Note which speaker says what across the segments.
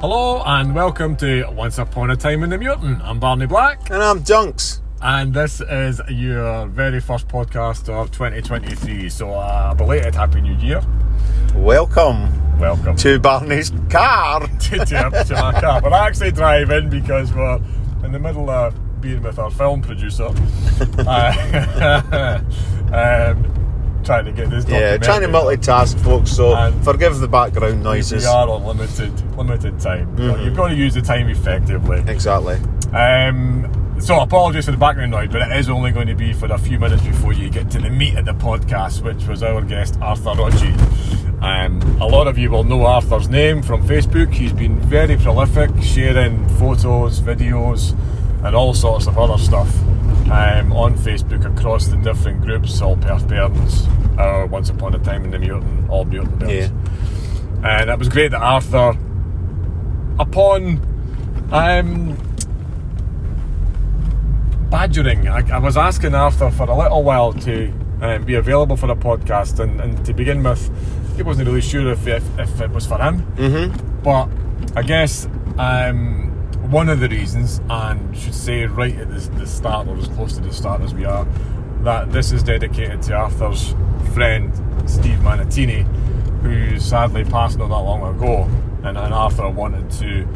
Speaker 1: Hello and welcome to Once Upon a Time in the Mutant. I'm Barney Black,
Speaker 2: And I'm Junks.
Speaker 1: and this is your very first podcast of 2023. So, uh, belated Happy New Year.
Speaker 2: Welcome
Speaker 1: Welcome to,
Speaker 2: to Barney's car.
Speaker 1: to, to my car. We're actually driving because we're in the middle of being with our film producer, uh, um, trying to get this.
Speaker 2: Yeah, trying to
Speaker 1: documentary
Speaker 2: multitask, folks, so
Speaker 1: And-
Speaker 2: forgive the background noises.
Speaker 1: We are on limited limited time. So
Speaker 2: Mm-hmm.
Speaker 1: You've got to use the time effectively.
Speaker 2: Exactly.
Speaker 1: Um, so apologies for the background noise, but it is only going to be for a few minutes before you get to the meat of the podcast, which was our guest Arthur Rodgie. Um, a lot of you will know Arthur's name from Facebook. He's been very prolific, sharing photos, videos, and all sorts of other stuff um, on Facebook across the different groups, all Perth Burns, uh, Once Upon a Time in the Mutant, all Mutant Burns.
Speaker 2: Yeah.
Speaker 1: And it was great that Arthur, upon um, badgering. I, I was asking Arthur for a little while to um, be available for the podcast, and, and to begin with, he wasn't really sure if if, if it was for him. Mm-hmm. But I guess um, one of the reasons, and should say right at the, the start, or as close to the start as we are, that this is dedicated to Arthur's friend Steve Manatini, who sadly passed not that long ago, and, and Arthur wanted to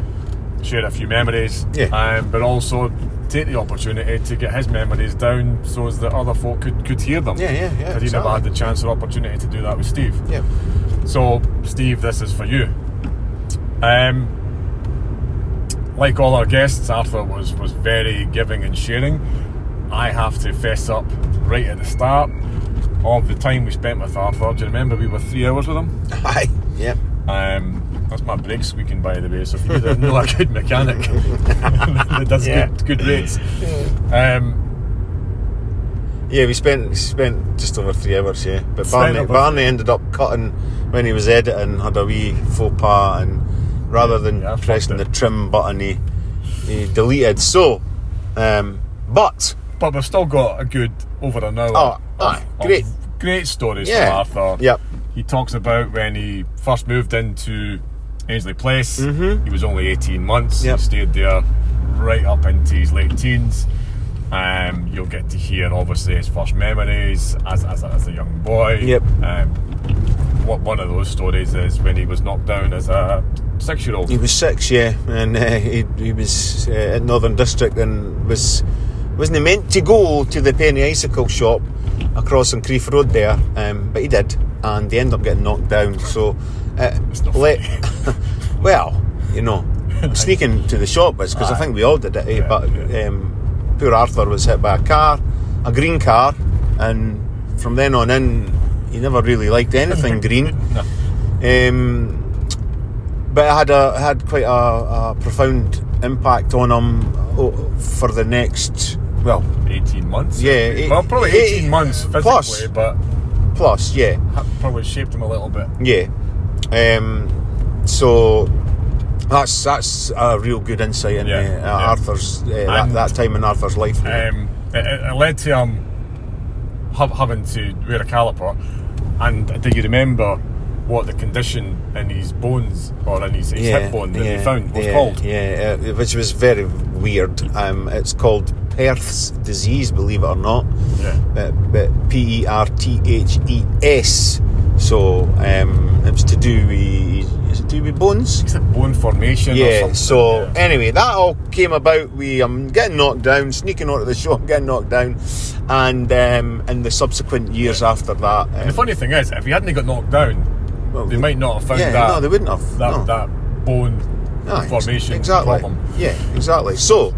Speaker 1: share a few memories,
Speaker 2: Yeah.
Speaker 1: um, but also take the opportunity to get his memories down so as that other folk could, could hear them.
Speaker 2: Yeah, yeah, yeah,
Speaker 1: Because he never
Speaker 2: exactly.
Speaker 1: had the chance or opportunity to do that with Steve.
Speaker 2: Yeah.
Speaker 1: So, Steve, this is for you. Um, like all our guests, Arthur was, was very giving and sharing. I have to fess up right at the start of the time we spent with Arthur. Do you remember we were three hours with him?
Speaker 2: Hi. Yeah.
Speaker 1: Um, that's my brake squeaking, by the way. So if you didn't know a good mechanic that does
Speaker 2: Yeah.
Speaker 1: good, good rates, um,
Speaker 2: Yeah, we spent spent just over three hours, yeah. But
Speaker 1: Spent
Speaker 2: Barney,
Speaker 1: over-
Speaker 2: Barney ended up cutting when he was editing, had a wee faux pas, and rather than
Speaker 1: Yeah, I fucked
Speaker 2: pressing the
Speaker 1: it.
Speaker 2: trim button, he, he deleted. So, um, but
Speaker 1: but we've still got a good over an hour.
Speaker 2: Oh, aye, great.
Speaker 1: great stories
Speaker 2: Yeah,
Speaker 1: from Arthur.
Speaker 2: yep.
Speaker 1: he talks about when he first moved into Ainsley Place. He was only eighteen months.
Speaker 2: Mm-hmm. Yep.
Speaker 1: He stayed there right up into his late teens. Um, you'll get to hear obviously his first memories as, as, a, as a young boy.
Speaker 2: Yep.
Speaker 1: Um, what one of those stories is when he was knocked down as a six-year-old.
Speaker 2: He was six, yeah, and uh, he, he was uh, at Northern District and was wasn't he meant to go to the penny icicle shop across on Creef Road there, um, but he did, and he ended up getting knocked down. So, uh,
Speaker 1: not
Speaker 2: let well, you know, sneaking to the shop was because I
Speaker 1: Aye.
Speaker 2: think we all did it, eh?
Speaker 1: Yeah,
Speaker 2: but
Speaker 1: yeah.
Speaker 2: um, poor Arthur was hit by a car, a green car, and from then on in, he never really liked anything green.
Speaker 1: No.
Speaker 2: Um, but it had a had quite a, a profound impact on him o- for the next well
Speaker 1: 18 months?
Speaker 2: Yeah, it-
Speaker 1: well, probably
Speaker 2: it-
Speaker 1: 18 months physically,
Speaker 2: plus.
Speaker 1: but
Speaker 2: plus yeah
Speaker 1: ha- probably shaped him a little bit.
Speaker 2: yeah um, so that's that's a real good insight into
Speaker 1: Yeah,
Speaker 2: uh,
Speaker 1: yeah.
Speaker 2: Arthur's uh, that,
Speaker 1: And-
Speaker 2: that time in Arthur's life
Speaker 1: Um, it, it it led to him ha- having to wear a caliper. And do you remember what the condition in his bones or in his, his hip bone that they found was
Speaker 2: yeah,
Speaker 1: called?
Speaker 2: yeah uh, which was very weird um, it's called Perth's disease believe it or not
Speaker 1: Yeah.
Speaker 2: uh, but P E R T H E S. So um, it was to do with is it to do with bones.
Speaker 1: It's a bone formation
Speaker 2: Yeah.
Speaker 1: or something.
Speaker 2: So
Speaker 1: yeah.
Speaker 2: anyway, that all came about. We um getting knocked down, sneaking out of the shop, getting knocked down, and um, in the subsequent years after that, um,
Speaker 1: And the funny thing is, if he hadn't got knocked down,
Speaker 2: Well,
Speaker 1: they
Speaker 2: the-
Speaker 1: might not have found
Speaker 2: Oh, yeah,
Speaker 1: that,
Speaker 2: no, they wouldn't have
Speaker 1: that,
Speaker 2: no.
Speaker 1: that bone
Speaker 2: Aye, ex-
Speaker 1: formation
Speaker 2: exactly.
Speaker 1: problem.
Speaker 2: Yeah, exactly. So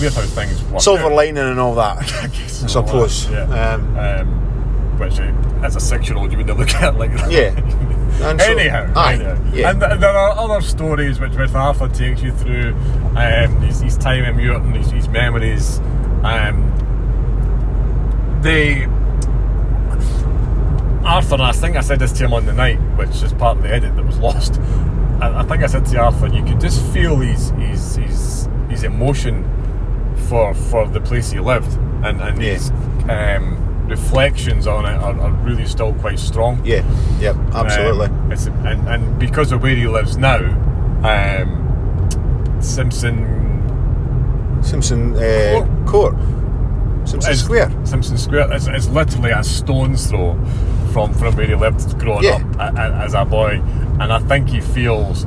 Speaker 1: Weird how things work.
Speaker 2: silver
Speaker 1: out.
Speaker 2: lining and all that.
Speaker 1: I guess
Speaker 2: I suppose.
Speaker 1: Yeah.
Speaker 2: Um,
Speaker 1: Um, which, uh, as a six-year-old, you would never get like that.
Speaker 2: Yeah. And so-
Speaker 1: anyhow,
Speaker 2: aye,
Speaker 1: anyhow.
Speaker 2: yeah.
Speaker 1: and th- there are other stories which, which Arthur takes you through um, his, his time in Muirton, his, his memories. Um, they Arthur, and I think I said this to him on the night, which is part of the edit that was lost. I, I think I said to Arthur, you could just feel his his his, his emotion for for the place he lived, and and
Speaker 2: Yeah.
Speaker 1: his um, reflections on it are, are really still quite strong.
Speaker 2: Yeah, yep, absolutely.
Speaker 1: Um, it's, and, and because of where he lives now, um, Simpson
Speaker 2: Simpson uh, Court. Simpson
Speaker 1: is-
Speaker 2: Square.
Speaker 1: Simpson Square. It's, it's literally a stone's throw from, from where he lived growing
Speaker 2: Yeah.
Speaker 1: up a- a- as a boy. And I think he feels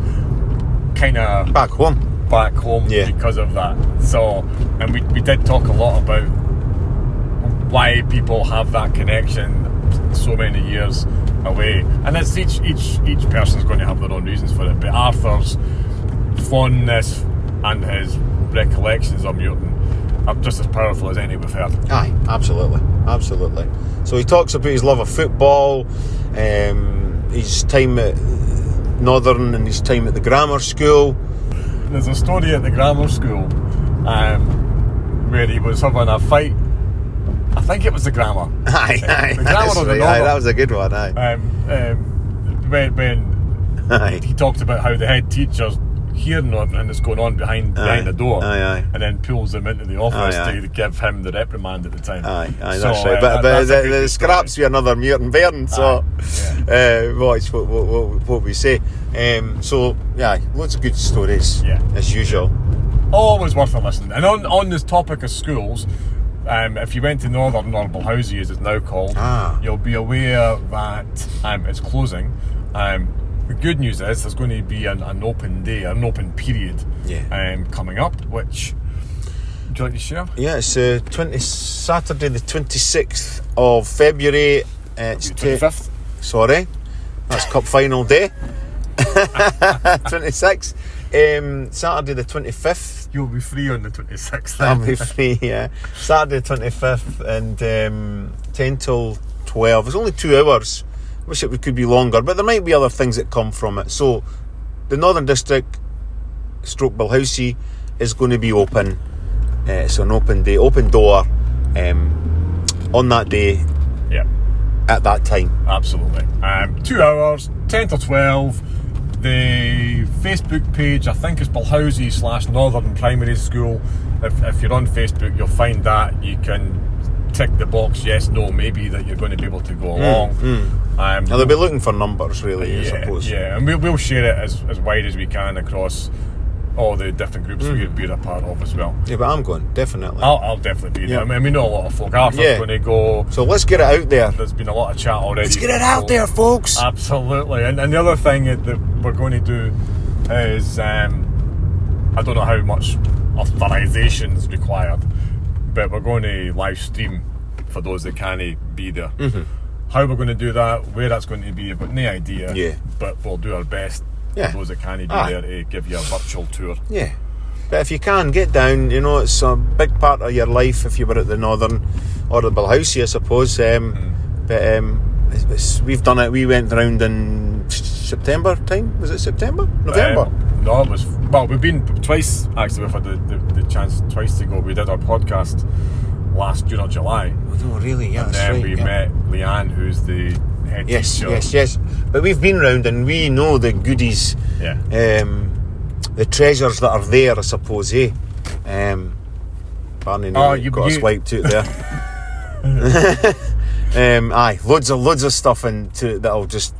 Speaker 1: kind of
Speaker 2: Back home.
Speaker 1: back home
Speaker 2: Yeah.
Speaker 1: because of that. So, and we, we did talk a lot about why people have that connection so many years away, and it's each each each person's going to have their own reasons for it. But Arthur's fondness and his recollections of Newton are just as powerful as any we've heard.
Speaker 2: Aye, absolutely, absolutely. So he talks about his love of football, um, his time at Northern and his time at the grammar school.
Speaker 1: There's a story at the grammar school um, where he was having a fight. I think it was the grammar.
Speaker 2: Aye, aye,
Speaker 1: The grammar
Speaker 2: that's
Speaker 1: of the
Speaker 2: right, aye,
Speaker 1: novel.
Speaker 2: that was a good one. Aye,
Speaker 1: Um, um, when when
Speaker 2: aye.
Speaker 1: he talked about how the head teacher's hearing everything that's going on behind behind the door,
Speaker 2: aye, aye.
Speaker 1: and then pulls them into the office
Speaker 2: Aye,
Speaker 1: to
Speaker 2: aye.
Speaker 1: give him the reprimand at the time.
Speaker 2: Aye, aye,
Speaker 1: So,
Speaker 2: that's
Speaker 1: uh,
Speaker 2: right. But,
Speaker 1: that-
Speaker 2: but
Speaker 1: that's a
Speaker 2: the,
Speaker 1: good
Speaker 2: the scraps
Speaker 1: story.
Speaker 2: were another Muirton Bairn, so uh, watch what, what, what, what we say. Um, so, yeah, loads of good stories,
Speaker 1: Yeah.
Speaker 2: as usual.
Speaker 1: Always worth a listen. And on on this topic of schools. Um, if you went to Northern Normal Housing, as it's now called,
Speaker 2: Ah.
Speaker 1: you'll be aware that um, it's closing. Um, the good news is there's going to be an, an open day, an open period
Speaker 2: Yeah.
Speaker 1: um, coming up, which would you like to share?
Speaker 2: Yeah, it's uh, 20, Saturday, the 26th of February. Uh, It's
Speaker 1: Twenty
Speaker 2: ta-
Speaker 1: fifth.
Speaker 2: Sorry, that's cup final day. 26th. Um, Saturday, the 25th.
Speaker 1: You'll be free on the 26th.
Speaker 2: I'll be free, yeah. Saturday twenty fifth and um, ten till twelve. It's only two hours. Wish it could be longer, but there might be other things that come from it. So, the Northern District, Stroke Bilhousie, is going to be open. Uh, it's an open day, open door, um, on that day
Speaker 1: Yeah,
Speaker 2: at that time.
Speaker 1: absolutely. Um, two hours, 10 to 12. The Facebook page, I think, is Balhousie slash Northern Primary School. If, if you're on Facebook, you'll find that. You can tick the box, yes, no, maybe, that you're going to be able to
Speaker 2: Hmm,
Speaker 1: go along. Um,
Speaker 2: Now they'll be looking for numbers, really. I
Speaker 1: yeah,
Speaker 2: suppose.
Speaker 1: Yeah, and we'll, we'll share it as, as wide as we can across all the different groups we're,
Speaker 2: Hmm.
Speaker 1: we're a part of as well.
Speaker 2: Yeah, but I'm going definitely.
Speaker 1: I'll, I'll definitely be there.
Speaker 2: Yeah.
Speaker 1: I mean, we know a lot of folk. Arthur's
Speaker 2: Yeah.
Speaker 1: going to go.
Speaker 2: so let's get it out there.
Speaker 1: There's been a lot of chat already.
Speaker 2: Let's get it out there, folks.
Speaker 1: Uh, Absolutely. And, and the other thing that that we're going to do is um, I don't know how much authorization is required, but we're going to live stream for those that can't be there.
Speaker 2: Mm-hmm.
Speaker 1: How we're going to do that, where that's going to be, I've got no idea.
Speaker 2: Yeah.
Speaker 1: But we'll do our best
Speaker 2: Yeah.
Speaker 1: for those that can't be
Speaker 2: Aye.
Speaker 1: there to give you a virtual tour.
Speaker 2: Yeah. But if you can, get down. You know, it's a big part of your life if you were at the Northern or the Bilhousie, I suppose. Um,
Speaker 1: Mm.
Speaker 2: But um, it's, it's, we've done it. We went round in September time. Was it September? November?
Speaker 1: Um, no, it was well. We've been twice actually. We've had the, the, the chance twice to go. We did our podcast last June or July.
Speaker 2: oh, no, really? Yeah,
Speaker 1: And
Speaker 2: that's
Speaker 1: then
Speaker 2: right.
Speaker 1: we
Speaker 2: yeah.
Speaker 1: met Leanne, who's the head
Speaker 2: Yes,
Speaker 1: teacher.
Speaker 2: yes, yes. But we've been round and we know the goodies,
Speaker 1: Yeah.
Speaker 2: um, the treasures that are there, I suppose, eh? Um, Barney
Speaker 1: Oh,
Speaker 2: nearly
Speaker 1: you-
Speaker 2: got us
Speaker 1: you-
Speaker 2: wiped out there. um, aye, loads of loads of stuff and to, that'll just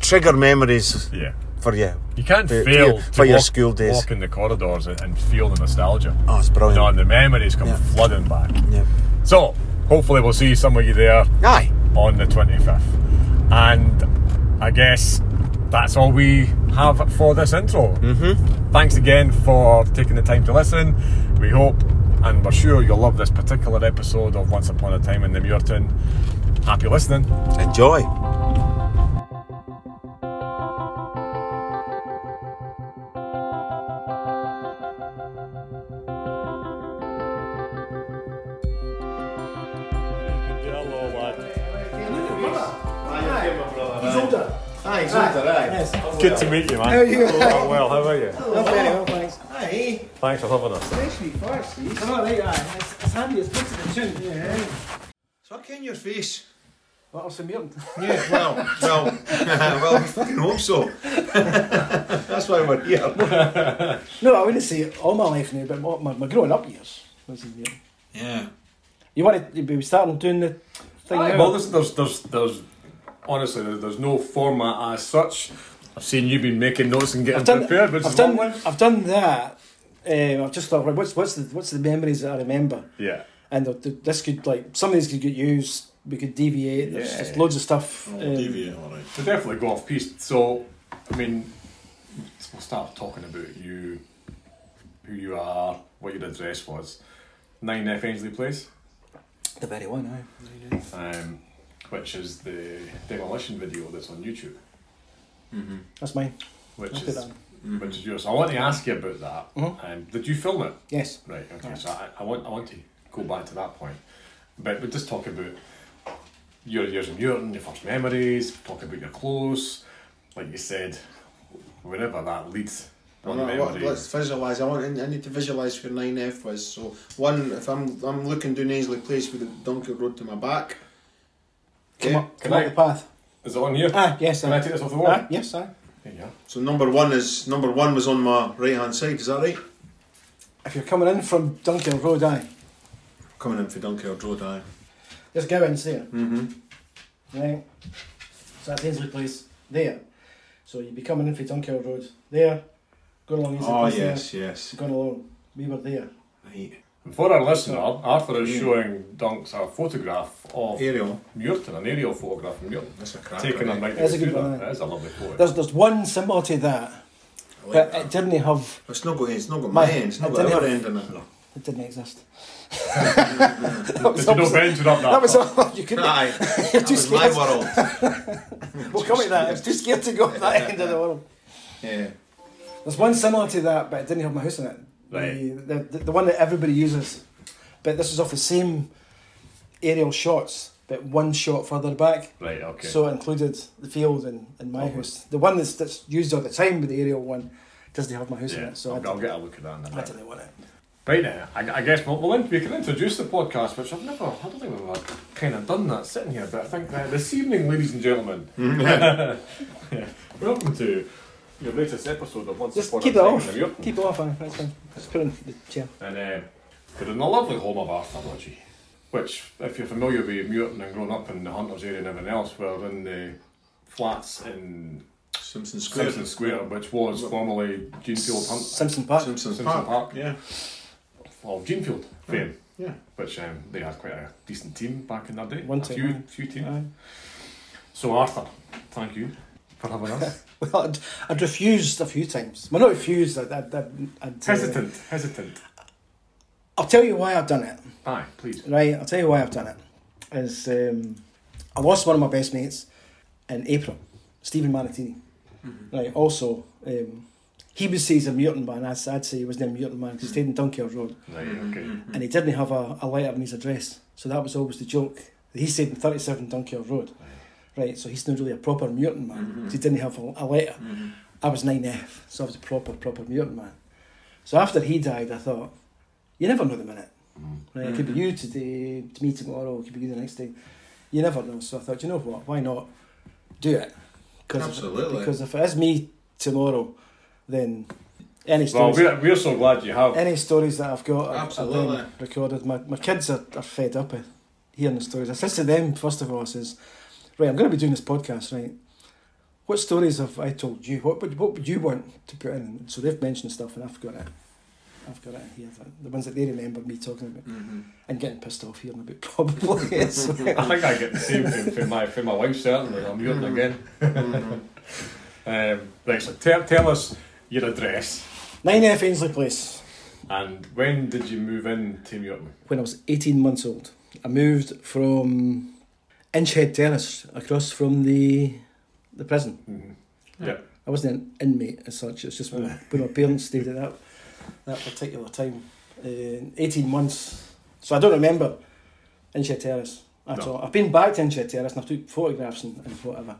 Speaker 2: trigger memories
Speaker 1: Yeah.
Speaker 2: for you.
Speaker 1: You can't
Speaker 2: For- for
Speaker 1: fail
Speaker 2: your-
Speaker 1: to
Speaker 2: for your
Speaker 1: walk,
Speaker 2: school days.
Speaker 1: walk in the corridors and, and feel the nostalgia.
Speaker 2: Oh, it's brilliant.
Speaker 1: No, and the memories come
Speaker 2: Yeah.
Speaker 1: flooding back.
Speaker 2: Yeah.
Speaker 1: So, hopefully, we'll see some of you there
Speaker 2: Aye,
Speaker 1: on the 25th. And I guess that's all we have for this intro. Mm-hmm. Thanks again for taking the time to listen. We hope and we're sure you'll love this particular episode of Once Upon a Time in the Muirton. Happy listening.
Speaker 2: enjoy. Aye, he's older, aye.
Speaker 1: Good to meet you, man.
Speaker 3: How are you?
Speaker 1: Oh, well, how are you?
Speaker 3: Oh, very well, thanks.
Speaker 2: Aye.
Speaker 1: Thanks for having us.
Speaker 3: Especially first. I'm all right, aye. It's, it's handy, it's good to the chin. Yeah.
Speaker 2: It's working your face.
Speaker 3: That'll smeared.
Speaker 4: Yeah, well, well, well, we fucking hope so. That's why we're here.
Speaker 3: No, I wouldn't say all my life now, but my, my, my growing up years was Emerald.
Speaker 4: Yeah.
Speaker 3: You want to be starting doing the thing
Speaker 1: Aye,
Speaker 3: now?
Speaker 1: well, there's, there's, there's, there's, honestly, there's, there's no format as such. I've seen you've been making notes and getting
Speaker 3: I've done,
Speaker 1: prepared, which
Speaker 3: I've,
Speaker 1: is
Speaker 3: done
Speaker 1: one way.
Speaker 3: I've done that. Um, I've just thought, right, what's, what's, the, what's the memories that I remember?
Speaker 1: Yeah.
Speaker 3: And the, the, this could, like, some of these could get used, we could deviate, there's,
Speaker 1: Yeah.
Speaker 3: there's loads of stuff. um,
Speaker 2: alright.
Speaker 1: So definitely go off piste. So, I mean, we'll start talking about you, who you are, what your address was. 9F Ainsley Place,
Speaker 3: The very one, aye.
Speaker 1: um, which is the demolition video that's on YouTube,
Speaker 2: Mm-hmm.
Speaker 3: That's mine.
Speaker 1: which
Speaker 3: I'll put
Speaker 1: is
Speaker 3: that on.
Speaker 1: which is yours. I want to ask you about that.
Speaker 3: Mhm.
Speaker 1: Um, did you film it?
Speaker 3: Yes.
Speaker 1: Right. Okay.
Speaker 3: Right.
Speaker 1: So I, I want I want to go back to that point, but we just talk about your years in Newton, your first memories. Talk about your clothes, like you said, wherever that leads. One memory.
Speaker 2: let's visualise. I want. I need to visualise where nine F was. So one, if I'm I'm looking down Ainsley Place with the donkey road to my back.
Speaker 3: Come
Speaker 2: Okay.
Speaker 3: up,
Speaker 1: Can
Speaker 3: come up
Speaker 1: I-
Speaker 3: the path.
Speaker 1: Is it on here?
Speaker 3: Ah, yes,
Speaker 1: Can I
Speaker 3: aye.
Speaker 1: take this off the wall?
Speaker 3: Ah, yes, aye.
Speaker 1: There you are.
Speaker 2: So number one is number one was on my right hand side. Is that right?
Speaker 3: If you're coming in from Duncan Road, aye.
Speaker 2: Coming in for Donkey Road, aye.
Speaker 3: There's Gowan's there,
Speaker 2: Mm-hmm.
Speaker 3: right? So that's Ainsley Place there. So you'd be coming in from Duncan Road there, going along Ainsley
Speaker 2: Oh
Speaker 3: Place
Speaker 2: yes, yes.
Speaker 3: there, going along. We were there.
Speaker 2: Right.
Speaker 1: And For our listener, Arthur is
Speaker 2: Yeah.
Speaker 1: showing Dunks a photograph of
Speaker 2: Aerial.
Speaker 1: Muirton, an aerial photograph of Muirton.
Speaker 2: That's a crack.
Speaker 1: Taken on right
Speaker 3: That's a
Speaker 1: through
Speaker 3: good
Speaker 1: there.
Speaker 3: one, eh?
Speaker 1: That is a lovely photo.
Speaker 3: There's there's one similar to that,
Speaker 2: I like
Speaker 3: but
Speaker 2: that.
Speaker 3: it didn't have
Speaker 2: It's not got it's not got
Speaker 3: My-
Speaker 2: my end. It's not
Speaker 3: it
Speaker 2: got the
Speaker 3: didn't
Speaker 2: other end in it.
Speaker 3: it didn't exist.
Speaker 1: Did you not venture up that?
Speaker 3: That was
Speaker 1: far?
Speaker 3: all you could.
Speaker 2: Aye. that
Speaker 3: too
Speaker 2: was my
Speaker 3: scared.
Speaker 2: world.
Speaker 3: We'll come to that. I was too scared to go to that end of the world.
Speaker 2: Yeah.
Speaker 3: There's one similar to that, but it didn't have my house in it.
Speaker 1: Right.
Speaker 3: The, the, the one that everybody uses. But this is off the same aerial shots, but one shot further back.
Speaker 1: Right, okay.
Speaker 3: So it included the field and, and my house. The one that's, that's used all the time with the aerial one doesn't have my house in
Speaker 1: yeah,
Speaker 3: it. So I
Speaker 1: I'll, I'll
Speaker 3: didn't,
Speaker 1: get a look at that in a
Speaker 3: I
Speaker 1: minute.
Speaker 3: didn't want it.
Speaker 1: Right now, I, I guess we'll, we'll int- we can introduce the podcast, which I've never, I don't think we've ever kind of done that sitting here, but I think that this evening, ladies and gentlemen, welcome to your latest episode of Once
Speaker 3: Just
Speaker 1: Upon
Speaker 3: keep it
Speaker 1: a Time
Speaker 3: off.
Speaker 1: in the Muirton.
Speaker 3: Keep it off, aye. That's fine. Just put it in the chair.
Speaker 1: And uh, we're in the lovely home of Arthurology, which, if you're familiar with Muirton and growing up in the Hunters area and everything else, we're in the flats in
Speaker 2: Simpson Square.
Speaker 1: Simpson Square, which was formerly Genefield Hunt,
Speaker 3: Simpson Park.
Speaker 2: Simpson,
Speaker 1: Simpson
Speaker 2: Park.
Speaker 1: Park.
Speaker 2: Yeah.
Speaker 1: of Genefield fame.
Speaker 2: Yeah.
Speaker 1: which um, they had quite a decent team back in that day.
Speaker 3: One
Speaker 1: a
Speaker 3: team,
Speaker 1: few,
Speaker 3: aye.
Speaker 1: few teams.
Speaker 3: Aye.
Speaker 1: So Arthur, thank you for having us.
Speaker 3: Well, I'd, I'd refused a few times. Well, not refused. I'd, I'd, I'd, I'd, uh,
Speaker 1: hesitant, hesitant.
Speaker 3: I'll tell you why I've done it.
Speaker 1: Aye, please.
Speaker 3: Right, I'll tell you why I've done it. Is um, I lost one of my best mates in April, Stephen Manatini.
Speaker 1: Mm-hmm.
Speaker 3: Right, also, um, he would say he's a mutant man. I'd, I'd say he was named Mutant Man 'cause he stayed in Dunkirk Road
Speaker 1: Right, okay.
Speaker 3: and he didn't have a, a letter in his address. So that was always the joke. He stayed in 37 Dunkirk Road. Right, so he's not really a proper mutant man 'cause he didn't have a, a letter. I was 9F, so I was a proper, proper mutant man. So after he died, I thought, you never know the minute. Right, It could be you today, to me tomorrow, it could be you the next day. You never know. So I thought, you know what, why not do it? Cause if-
Speaker 2: Absolutely.
Speaker 3: because if it is me tomorrow, then any
Speaker 1: Well,
Speaker 3: stories,
Speaker 1: we're, we're so glad you have.
Speaker 3: any stories that I've got are,
Speaker 2: Absolutely.
Speaker 3: are then recorded. My, my kids are, are fed up with hearing the stories. I said to them, first of all, I says, right, I'm going to be doing this podcast, right? What stories have I told you? What would, what would you want to put in? So they've mentioned stuff and I've got it. I've got it in here. The- The ones that they remember me talking about
Speaker 2: Mm-hmm.
Speaker 3: and getting pissed off hearing about probably. It's-
Speaker 1: I think I get the same thing from my, from my wife, certainly. I'm mutant again. Um, right, so tell, tell us your address
Speaker 3: 9F Ainsley Place.
Speaker 1: and when did you move in to Muirton?
Speaker 3: when I was 18 months old. I moved from Inchhead Terrace across from the the prison.
Speaker 1: Mm-hmm. Yeah.
Speaker 3: I wasn't an inmate as such, it's just when, when my parents stayed at that, that particular time. Uh, 18 months. So I don't remember Inchhead Terrace at
Speaker 1: No.
Speaker 3: all. I've been back to Inchhead Terrace and I've took photographs and, and whatever.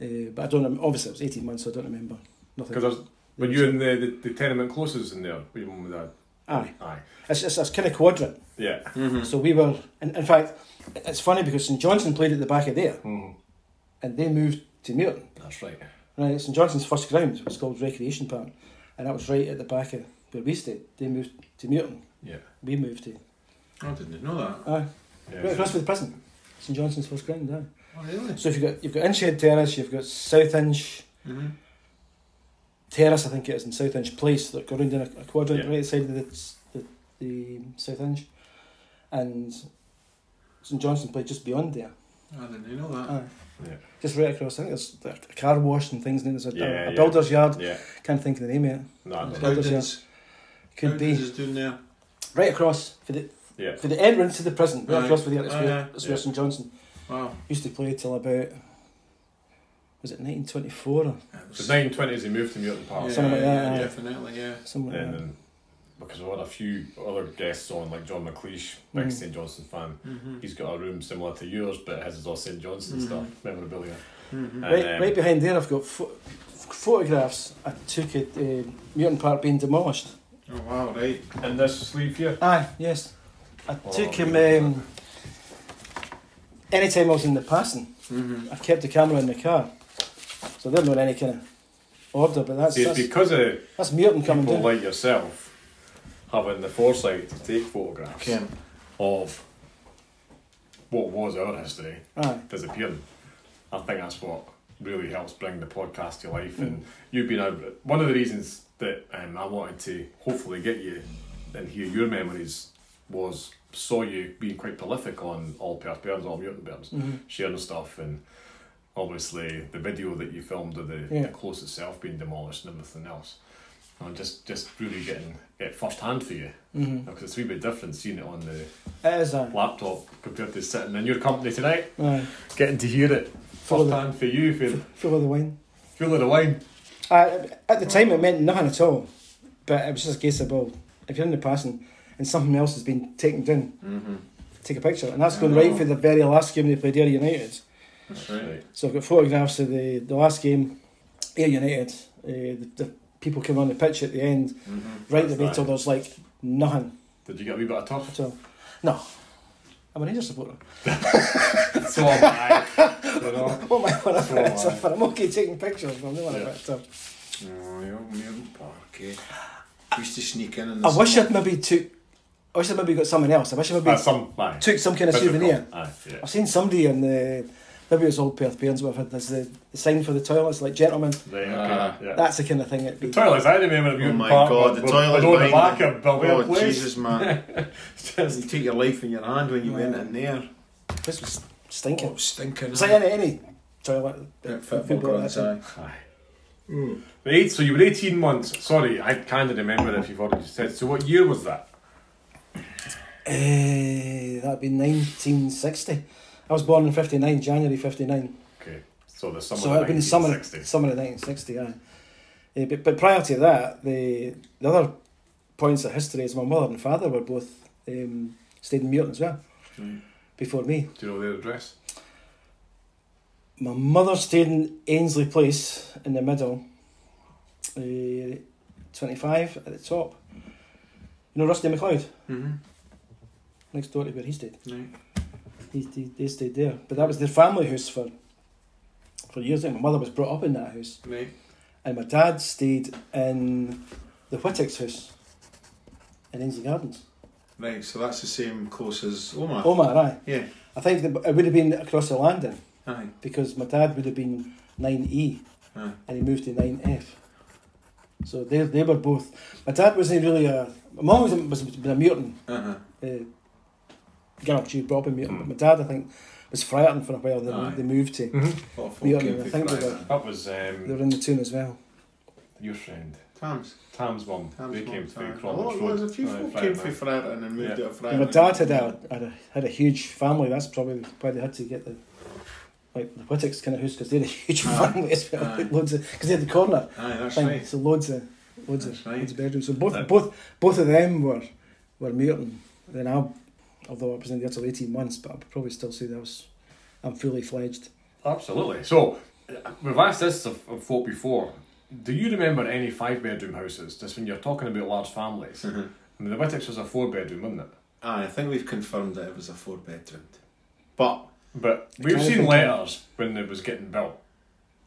Speaker 3: Uh, but I don't rem- obviously it was 18 months, so I don't remember. Nothing.
Speaker 1: Because were you in the, the, the tenement closes in there with your mum and dad?
Speaker 3: Aye.
Speaker 1: Aye.
Speaker 3: It's, it's, it's kind of quadrant.
Speaker 1: Yeah.
Speaker 3: So we were, in, in fact, it's funny because St Johnson played at the back of there and they moved to Muirton.
Speaker 1: That's right.
Speaker 3: Right, St Johnson's first ground was called Recreation Park and that was right at the back of where we stayed. They moved to Muirton.
Speaker 1: Yeah.
Speaker 3: We moved to.
Speaker 2: I didn't know that.
Speaker 3: Aye.
Speaker 1: Yeah.
Speaker 3: Right across with the prison. St Johnson's first ground, aye.
Speaker 2: Oh, really?
Speaker 3: So if you've got you've got Inchhead Terrace, you've got South Inch
Speaker 2: Mm-hmm.
Speaker 3: Terrace, I think it is, in South Inch Place that go round in a, a quadrant
Speaker 1: Yeah.
Speaker 3: right side of the, the the South Inch, and St Johnson played just beyond there,
Speaker 2: I didn't know that.
Speaker 3: Aye.
Speaker 1: Yeah.
Speaker 3: just right across. I think there's a car wash and things. And there's a,
Speaker 1: Yeah,
Speaker 3: a,
Speaker 1: yeah.
Speaker 3: builder's yard.
Speaker 1: Yeah.
Speaker 3: Can't think of the name of it.
Speaker 1: No, I don't know.
Speaker 3: How does
Speaker 2: Howdens.
Speaker 3: Could
Speaker 2: Howdens
Speaker 3: be
Speaker 2: is doing there.
Speaker 3: right across for the
Speaker 1: Yeah.
Speaker 3: for the entrance to the prison. Right
Speaker 2: Aye.
Speaker 3: across for the that's
Speaker 2: Aye,
Speaker 3: where,
Speaker 2: aye.
Speaker 3: that's where
Speaker 1: Oh, Yeah.
Speaker 3: St Johnson
Speaker 2: Wow.
Speaker 3: used to play till about was it 1924 or
Speaker 2: It was-
Speaker 1: So 1920s, he moved to Muirton Park.
Speaker 2: yeah,
Speaker 3: something like
Speaker 2: yeah,
Speaker 3: that, aye.
Speaker 2: Definitely, yeah.
Speaker 3: something like
Speaker 1: And
Speaker 3: that.
Speaker 1: then, because we had a few other guests on, like John McLeish, big
Speaker 3: Mhm.
Speaker 1: St Johnson fan.
Speaker 2: Mm-hmm.
Speaker 1: He's got a room similar to yours, but his is all St Johnson
Speaker 3: Mm.
Speaker 2: Mhm.
Speaker 1: stuff, memorabilia.
Speaker 2: Mm-hmm.
Speaker 1: And,
Speaker 3: Right,
Speaker 1: um,
Speaker 3: right behind there, I've got pho- photographs I took at uh, Muirton Park being demolished.
Speaker 2: Oh, wow, right.
Speaker 1: um, And this sleeve here.
Speaker 3: Aye, yes. I
Speaker 1: Oh,
Speaker 3: took
Speaker 1: yeah.
Speaker 3: him. Um, anytime I was in the passing,
Speaker 2: Mm-hmm.
Speaker 3: I've kept the camera in the car. So they're not any kind of order, but that's,
Speaker 1: See, it's
Speaker 3: that's,
Speaker 1: because of
Speaker 3: that's Muirton coming
Speaker 1: people
Speaker 3: down.
Speaker 1: like yourself having the foresight to take photographs
Speaker 2: Kim.
Speaker 1: of what was our history
Speaker 3: Aye,
Speaker 1: disappearing. I think that's what really helps bring the podcast to life. And you've been a, one of the reasons that um, I wanted to hopefully get you and hear your memories was saw you being quite prolific on all Perth Burns, all Muirton Burns, sharing stuff and obviously the video that you filmed of the,
Speaker 3: Yeah.
Speaker 1: the close itself being demolished and everything else. And just just really getting it first hand for you
Speaker 3: mm-hmm.
Speaker 1: because it's a wee bit different seeing it on the
Speaker 3: it is aye.
Speaker 1: laptop compared to sitting in your company tonight
Speaker 3: aye.
Speaker 1: getting to hear it
Speaker 3: Full
Speaker 1: first
Speaker 3: of the-
Speaker 1: hand for you, feel,
Speaker 3: Full of the wine.
Speaker 1: feel of the wine.
Speaker 3: I, Uh, at the time, it meant nothing at all, but it was just a case of, well, if you're in the passing and something else has been taken down,
Speaker 2: Mm-hmm.
Speaker 3: take a picture. And that's going right for the very last game they played Air United.
Speaker 2: That's right.
Speaker 3: So I've got photographs of the, the last game, Air United. Uh, the, the people came on the pitch at the end,
Speaker 2: Mm-hmm.
Speaker 3: right the way
Speaker 1: Right.
Speaker 3: till there's like nothing
Speaker 1: Did you get a wee bit of tough?
Speaker 3: at all. No, I'm an Rangers supporter.
Speaker 1: so am I. You know?
Speaker 3: What am I on
Speaker 1: So am
Speaker 3: about?
Speaker 1: I.
Speaker 3: I'm okay taking pictures, but I'm not on
Speaker 1: Yeah.
Speaker 3: about tough.
Speaker 2: Oh, you're Muirton Park, eh? We used to sneak in. in the
Speaker 3: I wish
Speaker 2: summer.
Speaker 3: I'd maybe took. I wish I'd maybe got something else. I wish I maybe
Speaker 1: Aye, some, aye.
Speaker 3: took some kind of
Speaker 1: Physical.
Speaker 3: souvenir.
Speaker 1: Aye, yeah.
Speaker 3: I've seen somebody in the. Maybe it's old Perth Bairns, but I've had there's the, the sign for the toilets, like gentlemen.
Speaker 1: Right, okay,
Speaker 2: Ah.
Speaker 1: yeah.
Speaker 3: That's the kind of thing it'd
Speaker 1: the
Speaker 3: be.
Speaker 1: toilets, I remember at
Speaker 2: Oh
Speaker 1: Muir
Speaker 2: my
Speaker 1: Park
Speaker 2: god,
Speaker 1: were-
Speaker 2: the
Speaker 1: were
Speaker 2: toilet
Speaker 1: below the
Speaker 2: behind
Speaker 1: back
Speaker 2: me.
Speaker 1: of Balboa
Speaker 2: Oh,
Speaker 1: Place.
Speaker 2: Jesus, man. you
Speaker 1: Just,
Speaker 2: take your life in your hand when you went in there.
Speaker 3: This was
Speaker 2: Oh, it
Speaker 3: stinking.
Speaker 2: was stinking.
Speaker 3: It's like any, any toilet.
Speaker 2: Yeah,
Speaker 3: football,
Speaker 2: football grounds,
Speaker 3: I
Speaker 2: aye.
Speaker 1: aye. Right, so you were 18 months. Sorry, I can't remember if you've already said. So what year was that?
Speaker 3: Eh, that'd be 1960. I was born in 59, January 59.
Speaker 1: Okay, so the summer
Speaker 3: so
Speaker 1: of
Speaker 3: that'd been the summer,
Speaker 1: 1960.
Speaker 3: summer of 1960, aye. Eh, but, but prior to that, the, the other points of history is my mother and father were both um, stayed in Muirton as well
Speaker 2: Mm.
Speaker 3: before me.
Speaker 1: Do you know their address?
Speaker 3: My mother stayed in Ainsley Place in the middle, eh, 25 at the top. You know Rusty McLeod,
Speaker 2: Mm-hmm.
Speaker 3: next door to where he stayed.
Speaker 2: Right.
Speaker 3: He, he, they stayed there. But that was their family house for for years. Like my mother was brought up in that house,
Speaker 2: Right.
Speaker 3: and my dad stayed in the Whitticks house in Ainsley Gardens.
Speaker 2: Right, so that's the same close as Omar.
Speaker 3: Omar, aye.
Speaker 2: Yeah,
Speaker 3: I think that it would have been across the landing
Speaker 2: aye.
Speaker 3: because my dad would have been 9E
Speaker 2: aye.
Speaker 3: and he moved to 9F. So they, they were both. My dad wasn't really a. My mum was, a- was been a mutant.
Speaker 2: Uh-huh.
Speaker 3: Uh, girl, she was brought up in mutant.
Speaker 1: Mm.
Speaker 3: But my dad, I think, was Friarton for a while. Then
Speaker 2: Hmm. Aye. Hmm.
Speaker 3: they moved to.
Speaker 2: A lot of folk
Speaker 3: We are-
Speaker 2: came
Speaker 3: I
Speaker 2: to
Speaker 3: think we
Speaker 2: Friday.
Speaker 3: got-
Speaker 1: That was
Speaker 3: They
Speaker 1: um,
Speaker 3: were in the tune as well.
Speaker 1: your friend.
Speaker 2: Tam's.
Speaker 1: Tam's mum.
Speaker 2: Tam's
Speaker 1: they
Speaker 2: mum,
Speaker 1: came through
Speaker 2: Tam.
Speaker 1: Cromwell
Speaker 2: Oh,
Speaker 1: Road.
Speaker 2: There's a few
Speaker 1: Aye,
Speaker 2: folk
Speaker 1: Friday
Speaker 2: came
Speaker 1: night.
Speaker 2: through Friday and then moved
Speaker 1: Yeah.
Speaker 2: out of
Speaker 3: Yeah,
Speaker 2: Friday.
Speaker 3: my dad had a, had a had a huge family. That's probably why they had to get the like the Whitticks kind of house because they had a huge
Speaker 2: Aye.
Speaker 3: family as well.
Speaker 2: Aye.
Speaker 3: Loads of because they had the corner
Speaker 2: Aye, that's
Speaker 3: thing,
Speaker 2: right.
Speaker 3: so loads of loads of
Speaker 2: That's right.
Speaker 3: loads of bedrooms. So both
Speaker 1: That-
Speaker 3: both both of them were were Muirton. Then I, although I was in there till eighteen months, but I'd probably still say that was I'm fully fledged.
Speaker 1: Absolutely. So, uh, we've asked this of, of
Speaker 2: Mm-hmm.
Speaker 1: folk before. Do you remember any five bedroom houses, just when you're talking about large families, I mean, the Wittix was a four bedroom, wasn't it?
Speaker 2: Aye, I think we've confirmed that it was a four bedroom. But
Speaker 1: But we've
Speaker 3: kinda
Speaker 1: seen
Speaker 3: think-
Speaker 1: letters when it was getting built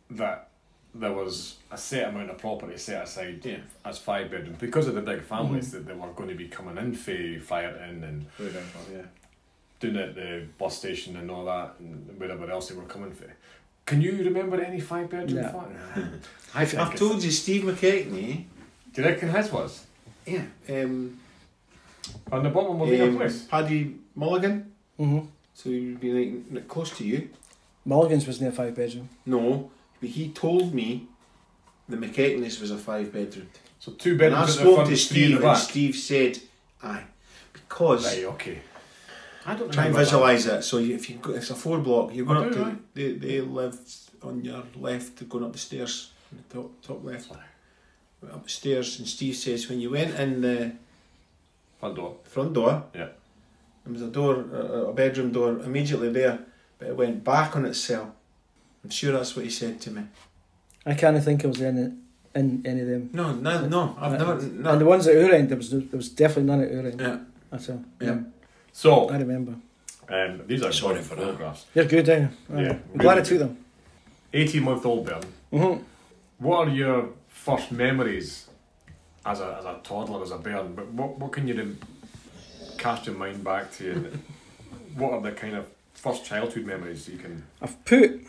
Speaker 1: that there was a set amount of property set aside
Speaker 2: Yeah. Mm-hmm.
Speaker 1: as five bedrooms because of the big families that they were going to be coming in for Fireton and
Speaker 2: whatever, yeah.
Speaker 1: doing it at the bus station and all that and wherever else they were coming for. Can you remember any five bedroom
Speaker 3: No.
Speaker 1: flat? I think
Speaker 2: I've
Speaker 1: it's-
Speaker 2: told you, Steve McKechnie.
Speaker 1: Do you reckon his was?
Speaker 2: Yeah. Um,
Speaker 1: On the bottom of the
Speaker 2: um,
Speaker 1: place?
Speaker 2: Paddy Mulligan.
Speaker 3: Mm-hmm.
Speaker 2: So he'd be like, n- close to you.
Speaker 3: Mulligan's was near five bedroom.
Speaker 2: No, but he told me the McKechnie's was a five bedroom.
Speaker 1: So two
Speaker 2: And I
Speaker 1: bedrooms at the
Speaker 2: spoke
Speaker 1: front, three
Speaker 2: to
Speaker 1: in
Speaker 2: Steve,
Speaker 1: the
Speaker 2: and
Speaker 1: back.
Speaker 2: Steve said, "Aye," because
Speaker 1: Right, okay. I don't
Speaker 2: try and
Speaker 1: remember that.
Speaker 2: visualise it. So you- if you go, it's a four block, you're going
Speaker 1: I
Speaker 2: up
Speaker 1: do,
Speaker 2: to
Speaker 1: aye.
Speaker 2: they, they lived on your left, going up the stairs, the top top left, went up the stairs. And Steve says when you went in the
Speaker 1: Front door.
Speaker 2: front door,
Speaker 1: Yeah.
Speaker 2: there was a door, a, a bedroom door immediately there, but it went back on itself. I'm sure that's what he said to me.
Speaker 3: I can't think I was in in any of them.
Speaker 2: No, no, no, I've never.
Speaker 3: And
Speaker 2: No.
Speaker 3: the ones at our end, there was no- there was definitely none at our end
Speaker 2: Yeah.
Speaker 3: at all.
Speaker 2: Yeah.
Speaker 3: Mm,
Speaker 1: So,
Speaker 3: I remember.
Speaker 1: um, these are
Speaker 2: Sorry
Speaker 1: good
Speaker 2: for that.
Speaker 1: photographs.
Speaker 3: You're good, eh?
Speaker 1: Yeah,
Speaker 3: Aye. I'm
Speaker 1: really
Speaker 3: glad I
Speaker 1: good.
Speaker 3: took them.
Speaker 1: 18 month old Bern,
Speaker 3: Mm-hmm.
Speaker 1: what are your first memories as a, as a toddler, as a Bern? But what, what can you rem- cast your mind back to? And what are the kind of first childhood memories you can.
Speaker 3: I've put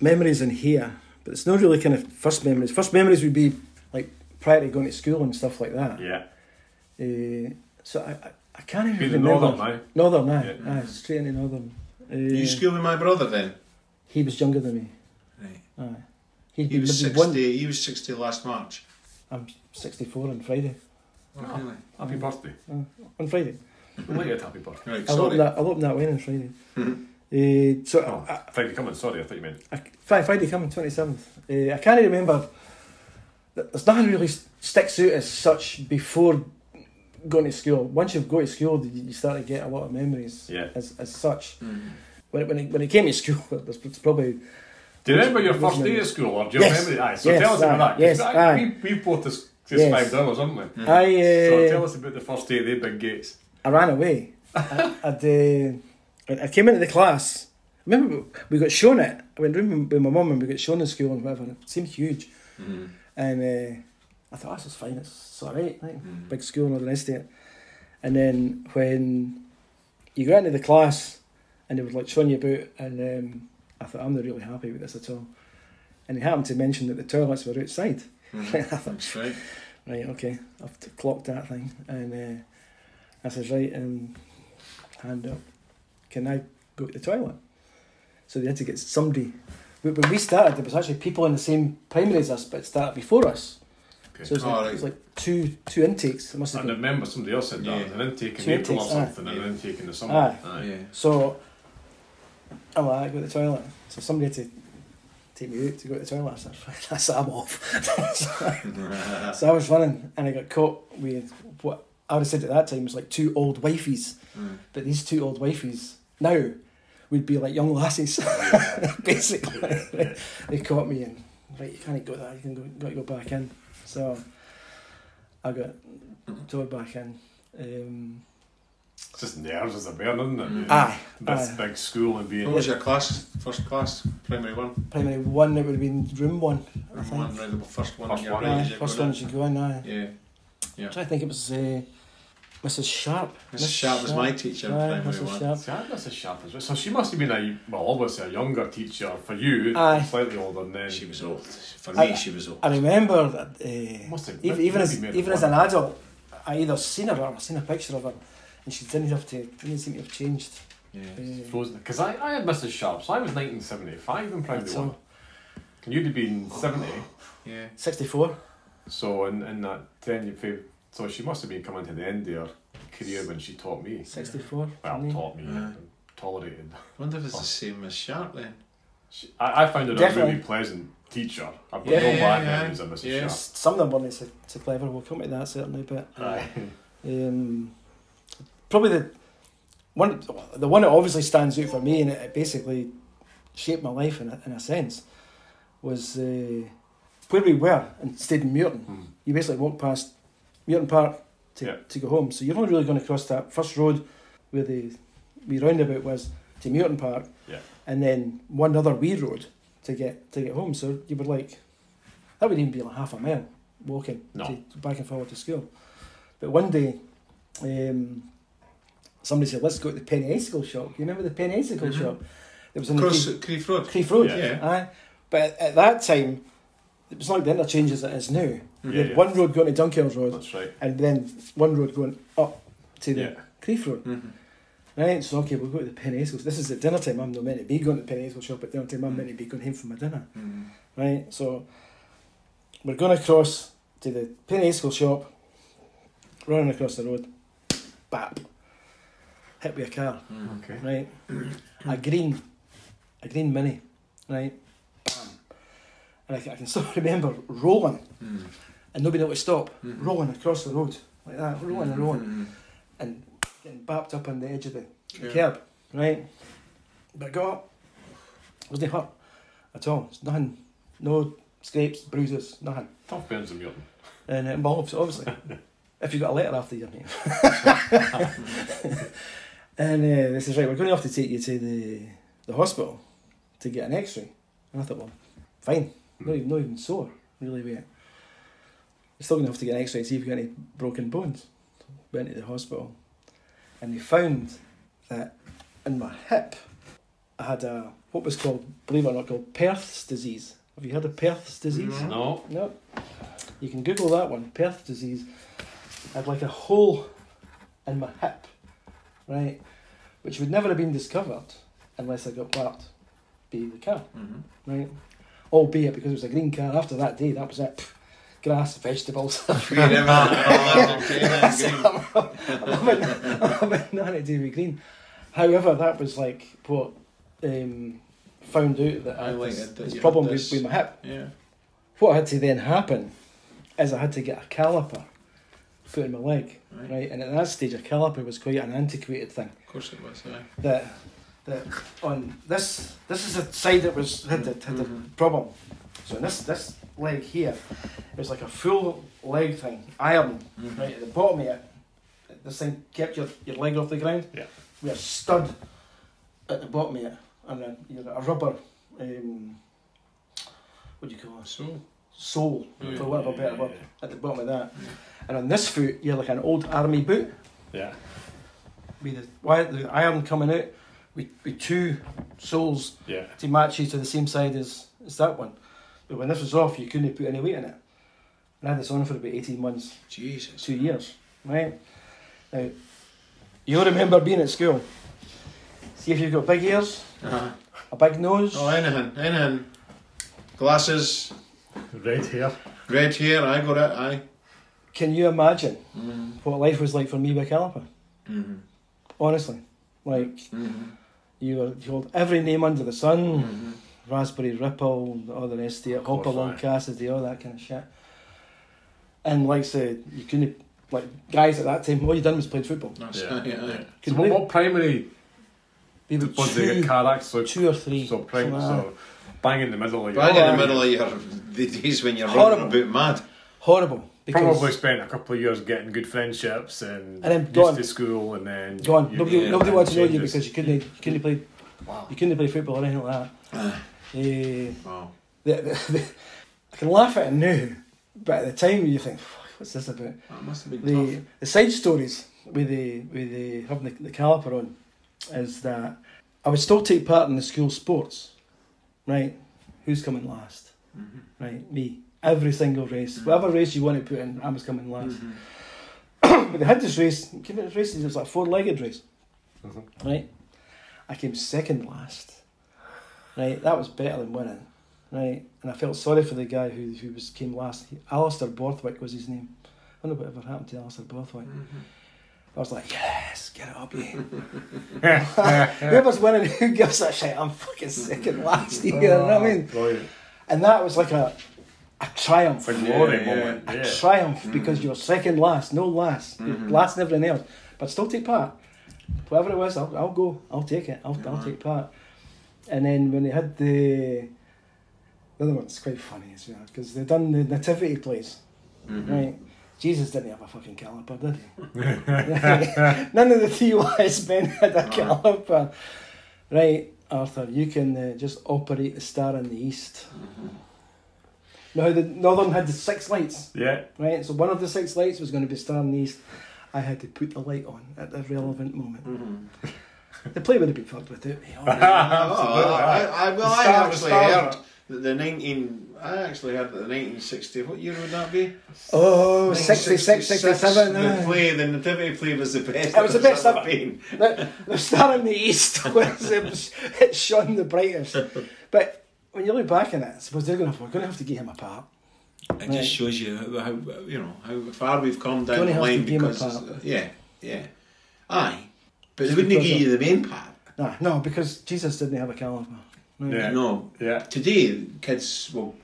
Speaker 3: memories in here, but it's not really kind of first memories. First memories would be like prior to going to school and stuff like that.
Speaker 1: Yeah.
Speaker 3: Uh, so I, I, I can't even
Speaker 1: Be the
Speaker 3: remember.
Speaker 1: northern now.
Speaker 3: Northern, aye.
Speaker 1: Yeah.
Speaker 3: aye, straight into Northern. Uh,
Speaker 2: You school with my brother then?
Speaker 3: He was younger than me.
Speaker 2: Right.
Speaker 3: Aye. He'd
Speaker 2: He
Speaker 3: be
Speaker 2: was
Speaker 3: maybe
Speaker 2: sixty.
Speaker 3: one.
Speaker 2: He was sixty last March.
Speaker 3: I'm 64 on Friday.
Speaker 1: Oh.
Speaker 2: Really?
Speaker 1: Happy birthday.
Speaker 3: On Friday.
Speaker 1: Related happy birthday.
Speaker 2: Right.
Speaker 3: I'll
Speaker 2: Sorry.
Speaker 3: open
Speaker 2: Mm-hmm.
Speaker 3: that, I'll open that wedding on Friday. Uh, so
Speaker 1: Oh,
Speaker 3: I,
Speaker 1: Friday coming, sorry, I thought you meant.
Speaker 3: I, Fri- Friday coming, 27th. Uh, I can't remember. There's nothing really s- sticks out as such before going to school. Once you've got to school, you you start to get a lot of memories
Speaker 1: Yeah.
Speaker 3: as, as such.
Speaker 2: Mm-hmm.
Speaker 3: When it, when, it, when it came to school, there's it's probably
Speaker 1: Do you remember your
Speaker 3: Which
Speaker 1: first day
Speaker 3: memory?
Speaker 1: at school or do you
Speaker 3: Yes.
Speaker 1: remember? Aye, so
Speaker 3: Yes,
Speaker 1: tell us about
Speaker 3: aye,
Speaker 1: that. 'cause
Speaker 3: yes,
Speaker 1: that-
Speaker 3: aye.
Speaker 1: We, we both dis-
Speaker 3: Yes.
Speaker 1: described ours, haven't we? So
Speaker 3: I uh,
Speaker 1: tell us about the first day at the big gates.
Speaker 3: I ran away. I, I'd, uh, I- I came into the class. I remember we got shown it. I went room with my mum and we got shown in school and whatever. and It seemed huge,
Speaker 2: Mm-hmm.
Speaker 3: and uh, I thought this is fine. It's, it's all right, right?
Speaker 2: Mm-hmm.
Speaker 3: Big school and all the rest of it. And then when you got into the class and they were like showing you about, and um, I thought I'm not really happy with this at all. And he happened to mention that the toilets were outside.
Speaker 2: Mm-hmm.
Speaker 3: I thought,
Speaker 2: That's right.
Speaker 3: right, okay, I've t- clocked that thing. And uh, I said, right, um, hand up, can I go to the toilet? So they had to get somebody. But when we started, there was actually people in the same primary as us, but started before us.
Speaker 1: Okay.
Speaker 3: So it was, like,
Speaker 2: Oh,
Speaker 3: it was
Speaker 2: right.
Speaker 3: like two two intakes. It must have
Speaker 1: And I
Speaker 3: been.
Speaker 1: remember somebody else said that,
Speaker 2: Yeah.
Speaker 1: an intake in
Speaker 3: Two
Speaker 1: April or
Speaker 3: intakes, aye.
Speaker 1: something, and an intake in the summer.
Speaker 3: Aye.
Speaker 1: Aye.
Speaker 2: Yeah.
Speaker 3: So I'm like, I go to the toilet. So somebody had to take me out to go to the toilet. I said, right, that's it, I'm off. So- So I was running and I got caught with what I would have said at that time was like two old wifies. But these two old wifies now would be like young lassies, basically. They caught me and, right, you can't go that, you can go, got to go back in. So I got towed back in. Um,
Speaker 1: It's just nerves as a bear, isn't it?
Speaker 3: aye,
Speaker 1: This
Speaker 3: aye.
Speaker 1: big school and being.
Speaker 2: What was your class? First class, primary one.
Speaker 3: Primary one, it would have been room one. I
Speaker 2: Room
Speaker 3: think.
Speaker 2: one, right, the first one.
Speaker 1: First
Speaker 2: in your
Speaker 1: one,
Speaker 2: room
Speaker 3: Aye,
Speaker 2: as you
Speaker 3: first
Speaker 2: go
Speaker 3: one
Speaker 2: in.
Speaker 3: as you go in, aye.
Speaker 2: Yeah.
Speaker 3: I'm trying to think it was uh, Mrs. Sharp.
Speaker 2: Mrs. Sharp was my teacher in
Speaker 3: Aye,
Speaker 2: primary
Speaker 3: Mrs.
Speaker 2: one.
Speaker 3: Sharp.
Speaker 1: See, I- that's a sharp as well. So she must have been a well, obviously a younger teacher for you,
Speaker 3: Aye.
Speaker 1: slightly older than then.
Speaker 2: She was old. For
Speaker 3: I-
Speaker 2: me, she was old.
Speaker 3: I remember that uh,
Speaker 1: Must have-
Speaker 3: even, even as
Speaker 1: maybe made
Speaker 3: even
Speaker 1: it
Speaker 3: as an adult, I either seen her or seen a picture of her, and she didn't have to didn't seem to have changed.
Speaker 2: Yeah.
Speaker 3: Uh,
Speaker 1: Because I, I had Mrs. Sharp, so I was 1975 in primary
Speaker 3: So-
Speaker 1: one. And you'd have been 70,
Speaker 2: Yeah.
Speaker 3: Sixty four.
Speaker 1: so in, in that 10 year period, so she must have been coming to the end of her career when she taught me.
Speaker 3: Sixty four.
Speaker 1: Well, taught me,
Speaker 2: Aye.
Speaker 1: tolerated.
Speaker 2: wonder if it's the same as Sharp then.
Speaker 1: She, I, I found her a
Speaker 3: Definitely.
Speaker 1: really pleasant teacher. I've got
Speaker 3: Yeah,
Speaker 1: no
Speaker 2: yeah,
Speaker 1: bad
Speaker 2: yeah.
Speaker 1: memories of Mrs.
Speaker 2: Yeah.
Speaker 1: Sharp.
Speaker 3: Some of them weren't so, so clever. We'll come to that certainly, but uh,
Speaker 1: Aye.
Speaker 3: um, probably the one the one that obviously stands out for me and it, it basically shaped my life in a, in a sense was uh, where we were and stayed in Muirton. You basically walked past Muirton Park to,
Speaker 1: Hmm. Yeah.
Speaker 3: to go home. So you're only really going to cross that first road where the wee roundabout was to Muirton Park,
Speaker 1: Yeah.
Speaker 3: and then one other wee road to get to get home. So you were like, that would even be like half a mile walking
Speaker 1: No.
Speaker 3: to, back and forward to school. But one day, um, somebody said, "Let's go to the Penny Icicle shop." You remember the Penny Icicle shop? It was on the
Speaker 2: Across
Speaker 3: Cleef-
Speaker 2: Creef Road.
Speaker 3: Cleef Road.
Speaker 1: Yeah.
Speaker 2: Yeah.
Speaker 3: Aye. But at, at that time, it was not like the interchange as it is now. You
Speaker 1: Yeah,
Speaker 3: had
Speaker 1: yeah.
Speaker 3: one road going to Dunkeld Road,
Speaker 1: That's right.
Speaker 3: and then one road going up to the
Speaker 1: Yeah.
Speaker 3: Creef Road.
Speaker 2: Mhm.
Speaker 3: Right, so okay, we'll go to the Penny Icicle. This is at dinner time. I'm not meant to be going to the Penny Icicle shop at dinner time. I'm meant to be going home for my dinner.
Speaker 2: Mhm.
Speaker 3: Right, so we're going across to the Penny Icicle shop, running across the road, bap, hit with a car
Speaker 2: Mhm.
Speaker 1: Okay.
Speaker 3: right? a green, a green mini, right? Bam. And I, can- I can still remember rolling
Speaker 2: Mhm.
Speaker 3: and nobody able to stop,
Speaker 2: Mhm.
Speaker 3: rolling across the road like that, rolling and rolling,
Speaker 2: Mhm.
Speaker 3: and getting bapped up on the edge of the
Speaker 2: Yeah.
Speaker 3: curb, right? But I got up, wasn't hurt at all. It's nothing, no scrapes, bruises, nothing.
Speaker 1: Tough burns in Milton.
Speaker 3: And uh, well, obvi- obviously, if you got a letter after your name. and uh, this is right. We're going to have to take you to the the hospital to get an X-ray. And I thought, well, fine. Not even, not even sore. Really weird. You're still going to have to get an X-ray to see if you've got any broken bones. Went to the hospital, and they found that in my hip, I had a what was called, believe it or not, called Perth's disease. Have you heard of Perth's disease?
Speaker 2: No.
Speaker 1: No.
Speaker 3: No. You can Google that one, Perth disease. I had like a hole in my hip, right? Which would never have been discovered unless I got blapped by the car,
Speaker 2: Mhm.
Speaker 3: right? Albeit because it was a green car after that day, that was it. Pff, Grass, vegetables.
Speaker 2: Green River, all that, okay, then,
Speaker 3: That's it.
Speaker 2: green.
Speaker 3: I'm having I'm having nothing to do with green. However, that was like what um, found out that I had
Speaker 2: Highlighted
Speaker 3: this,
Speaker 2: that
Speaker 3: this
Speaker 2: you had
Speaker 3: problem
Speaker 2: this.
Speaker 3: with, with my hip.
Speaker 2: Yeah.
Speaker 3: What had to then happen is I had to get a caliper put in my leg,
Speaker 2: Right.
Speaker 3: right? And at that stage, a caliper was quite an antiquated thing.
Speaker 2: Of course it was, aye.
Speaker 3: That that on this this is a side that was had the, had the
Speaker 2: Mhm.
Speaker 3: problem. So in this this leg here, it was like a full leg thing, iron,
Speaker 2: Mhm.
Speaker 3: right at the bottom of it. This thing kept your, your leg off the ground.
Speaker 1: Yeah.
Speaker 3: We had a stud at the bottom of it, and a, you know, a rubber. Um, what do you call it?
Speaker 2: So,
Speaker 3: sole,
Speaker 2: Yeah,
Speaker 3: for want of a
Speaker 1: yeah,
Speaker 3: better
Speaker 1: yeah,
Speaker 3: word,
Speaker 1: yeah.
Speaker 3: at the bottom of that. And on this foot, you had like an old army boot
Speaker 1: Yeah.
Speaker 3: with the, wire, the iron coming out with, with two soles
Speaker 1: Yeah.
Speaker 3: to match you to the same side as, as that one. But when this was off, you couldn't put any weight in it. And I had this on for about 18 months,
Speaker 2: Jesus.
Speaker 3: two years, right? Now, you'll remember being at school. See if you've got big ears,
Speaker 2: Uh-huh.
Speaker 3: a big nose,
Speaker 2: Oh, anything, anything. Glasses,
Speaker 1: Red hair.
Speaker 2: red hair, I got it, aye.
Speaker 3: can you imagine
Speaker 2: Mhm.
Speaker 3: what life was like for me with a caliper?
Speaker 2: Mhm.
Speaker 3: Honestly. Like,
Speaker 2: Mhm.
Speaker 3: You were told every name under the sun,
Speaker 2: Mhm.
Speaker 3: Raspberry Ripple, all the rest of it,
Speaker 1: Mm-hmm. Of course,
Speaker 3: Hopper Long
Speaker 1: aye.
Speaker 3: Cassidy, all that kind of shit. And like I said, you couldn't, like, guys at that time, all you done was played football.
Speaker 2: That's
Speaker 1: Yeah.
Speaker 2: aye, aye.
Speaker 1: yeah. So
Speaker 3: Could
Speaker 1: what,
Speaker 3: we-
Speaker 1: what primary
Speaker 3: We were
Speaker 1: was they
Speaker 3: two,
Speaker 1: get car accidents? So,
Speaker 3: two or three.
Speaker 1: so, prim-
Speaker 3: something like that.
Speaker 1: so bang in the middle of your
Speaker 2: Bang in
Speaker 3: Aye.
Speaker 2: the middle of your the days when you're
Speaker 3: Horrible.
Speaker 2: running about mad.
Speaker 3: Horrible. Because
Speaker 1: Probably spent a couple of years getting good friendships and,
Speaker 3: And then
Speaker 1: used
Speaker 3: gone.
Speaker 1: to school and then
Speaker 3: gone.
Speaker 1: you-
Speaker 3: Nobody,
Speaker 1: yeah,
Speaker 3: nobody wanted to know you
Speaker 1: changes.
Speaker 3: because you couldn't, you couldn't play,
Speaker 1: Wow.
Speaker 3: you couldn't play football or anything like that.
Speaker 2: Aye.
Speaker 3: Eh,
Speaker 2: Wow.
Speaker 3: the, the, the, I can laugh at it now, but at the time you think, "Fuck, what's this about?
Speaker 2: That must have been
Speaker 3: the the side stories with the with the having the, the caliper on is that I would still take part in the school sports, right? Who's coming last,
Speaker 2: Mm-hmm.
Speaker 3: right? Me. Every single race, whatever race you want to put in, I was coming last. but they had this race, came in races. It was like a four-legged race,
Speaker 1: Mhm.
Speaker 3: right? I came second last, right? That was better than winning, right? And I felt sorry for the guy who who was came last. He, Alistair Borthwick was his name. I wonder whatever happened to Alistair Borthwick. I was like, yes, get it up, you. Whoever's winning, who gives a shit? I'm fucking second last, you know
Speaker 1: Oh,
Speaker 3: what I mean?
Speaker 1: Brilliant.
Speaker 3: And that was like a a triumph,
Speaker 1: For
Speaker 3: a
Speaker 1: glory
Speaker 2: yeah. Mm. Mm-hmm.
Speaker 1: moment. Yeah.
Speaker 3: triumph because you're second last, no last, last and everything else. But still take part. Whatever it was, I'll, I'll go, I'll take it, I'll,
Speaker 2: Mm-hmm.
Speaker 3: I'll take part. And then when they had the
Speaker 2: Mm-hmm.
Speaker 3: the other one's quite funny as well because they done the nativity plays, right? Jesus didn't have a fucking caliper, did he? None of the TYS men had a caliper. Right, Arthur, you can uh, just operate the star in the east. Now, the Northern had the six lights,
Speaker 1: Yeah.
Speaker 3: right? So one of the six lights was going to be star in the east. I had to put the light on at the relevant moment. The play would have been fucked with it.
Speaker 2: Oh, I, I, well, I
Speaker 1: Star-
Speaker 2: actually
Speaker 1: Star-
Speaker 2: heard that the 19. I actually heard that the 1960. What year would that be?
Speaker 3: Oh, 66, 67.
Speaker 2: The
Speaker 3: uh,
Speaker 2: play, the nativity play was the best.
Speaker 3: It was the best
Speaker 2: I've
Speaker 3: ever.
Speaker 2: been.
Speaker 3: the, the star in the east was it, it shone the brightest. But when you look back on it, I suppose they're going to we're going to have to get him apart.
Speaker 2: It
Speaker 3: Right.
Speaker 2: just shows you how, how you know how far we've come
Speaker 3: You
Speaker 2: down
Speaker 3: only
Speaker 2: the
Speaker 3: have to
Speaker 2: line
Speaker 3: game
Speaker 2: because
Speaker 3: apart.
Speaker 2: yeah, yeah, aye, but they wouldn't
Speaker 3: because
Speaker 2: give you the main part.
Speaker 3: No, no, because Jesus didn't have a caliber. No.
Speaker 1: Yeah.
Speaker 2: No,
Speaker 1: Yeah.
Speaker 2: today kids will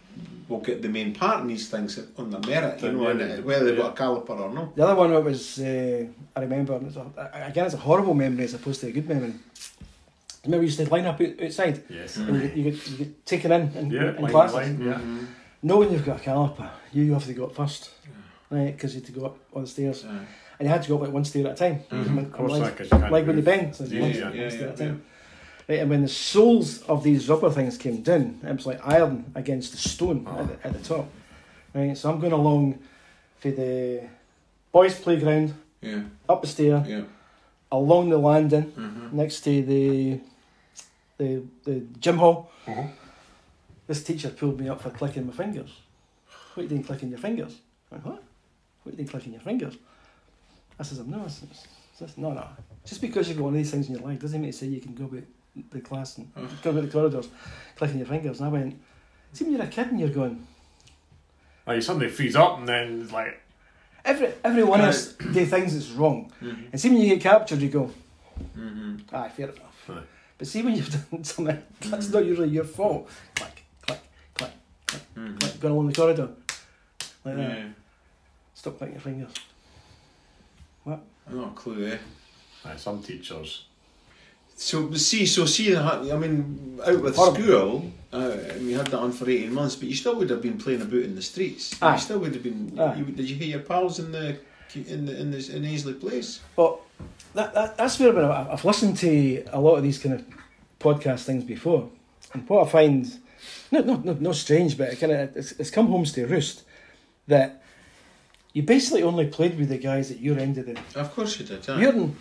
Speaker 2: will get the main part in these things on their merit, you
Speaker 1: Then,
Speaker 2: know,
Speaker 1: yeah,
Speaker 2: and
Speaker 1: they-
Speaker 2: whether they've
Speaker 1: yeah.
Speaker 2: got a caliper or not.
Speaker 3: The other one that was uh, I remember, and it's a, again, it's a horrible memory as opposed to a good memory. Remember, you used to line up out- outside,
Speaker 1: Yes.
Speaker 3: and you, you, get, you get taken in in,
Speaker 1: Yeah.
Speaker 3: in
Speaker 1: line,
Speaker 3: classes.
Speaker 1: line, yeah.
Speaker 2: Mm-hmm.
Speaker 3: Knowing you've got a caliper, you, you have to go up first, right? Because you had to go up on the stairs,
Speaker 2: Aye.
Speaker 3: and you had to go up like one stair at a time.
Speaker 1: Mm-hmm. Of course,
Speaker 3: Like-
Speaker 1: like, 'cause you can't
Speaker 3: like when they
Speaker 1: move.
Speaker 3: bend. So it's
Speaker 1: Yeah,
Speaker 3: one-
Speaker 1: yeah,
Speaker 3: one
Speaker 2: yeah,
Speaker 3: stair
Speaker 2: yeah,
Speaker 3: at a time. Right, and when the soles of these rubber things came down, it was like iron against the stone at, the, at the top. Right, so I'm going along for the boys' playground,
Speaker 2: Yeah,
Speaker 3: up the stair,
Speaker 2: yeah,
Speaker 3: along the landing,
Speaker 2: Mhm.
Speaker 3: next to the the the gym hall.
Speaker 1: Mhm.
Speaker 3: This teacher pulled me up for clicking my fingers. What are you doing clicking your fingers? I went, what? What are you doing clicking your fingers? I says, I'm nervous. Says, no, no. Just because you've got one of these things in your leg doesn't mean to say you can go about the class and go about the corridors clicking your fingers. And I went, see when you're a kid and you're going,
Speaker 1: Like you suddenly freeze up and then it's like
Speaker 3: Every, every one of us do things that's wrong.
Speaker 2: Mm-hmm.
Speaker 3: And see when you get captured, you go, aye, fair enough.
Speaker 1: Aye.
Speaker 3: But see when you've done something, that's not usually your fault. Click, click, click, click, click, going along the corridor. Like that.
Speaker 2: Mm-hmm. yeah.
Speaker 3: Stop clicking your fingers.
Speaker 2: Not a clue, eh?
Speaker 1: aye, some teachers.
Speaker 2: So see, so see, the ha- I mean, out with
Speaker 3: Horrible.
Speaker 2: school, uh, and we had that on for eighteen months, but you still would have been playing about in the streets.
Speaker 3: Aye.
Speaker 2: You still would have been.
Speaker 3: Aye.
Speaker 2: You, did you hear your pals in the in the in the in Ainsley Place?
Speaker 3: But that, that, that's where I've, I've listened to a lot of these kind of podcast things before. And what I find, no, no, no, no strange, but it kind of, it's, it's come home to roost that you basically only played with the guys at your end of the
Speaker 2: Of course you did. Aye.
Speaker 3: Muirton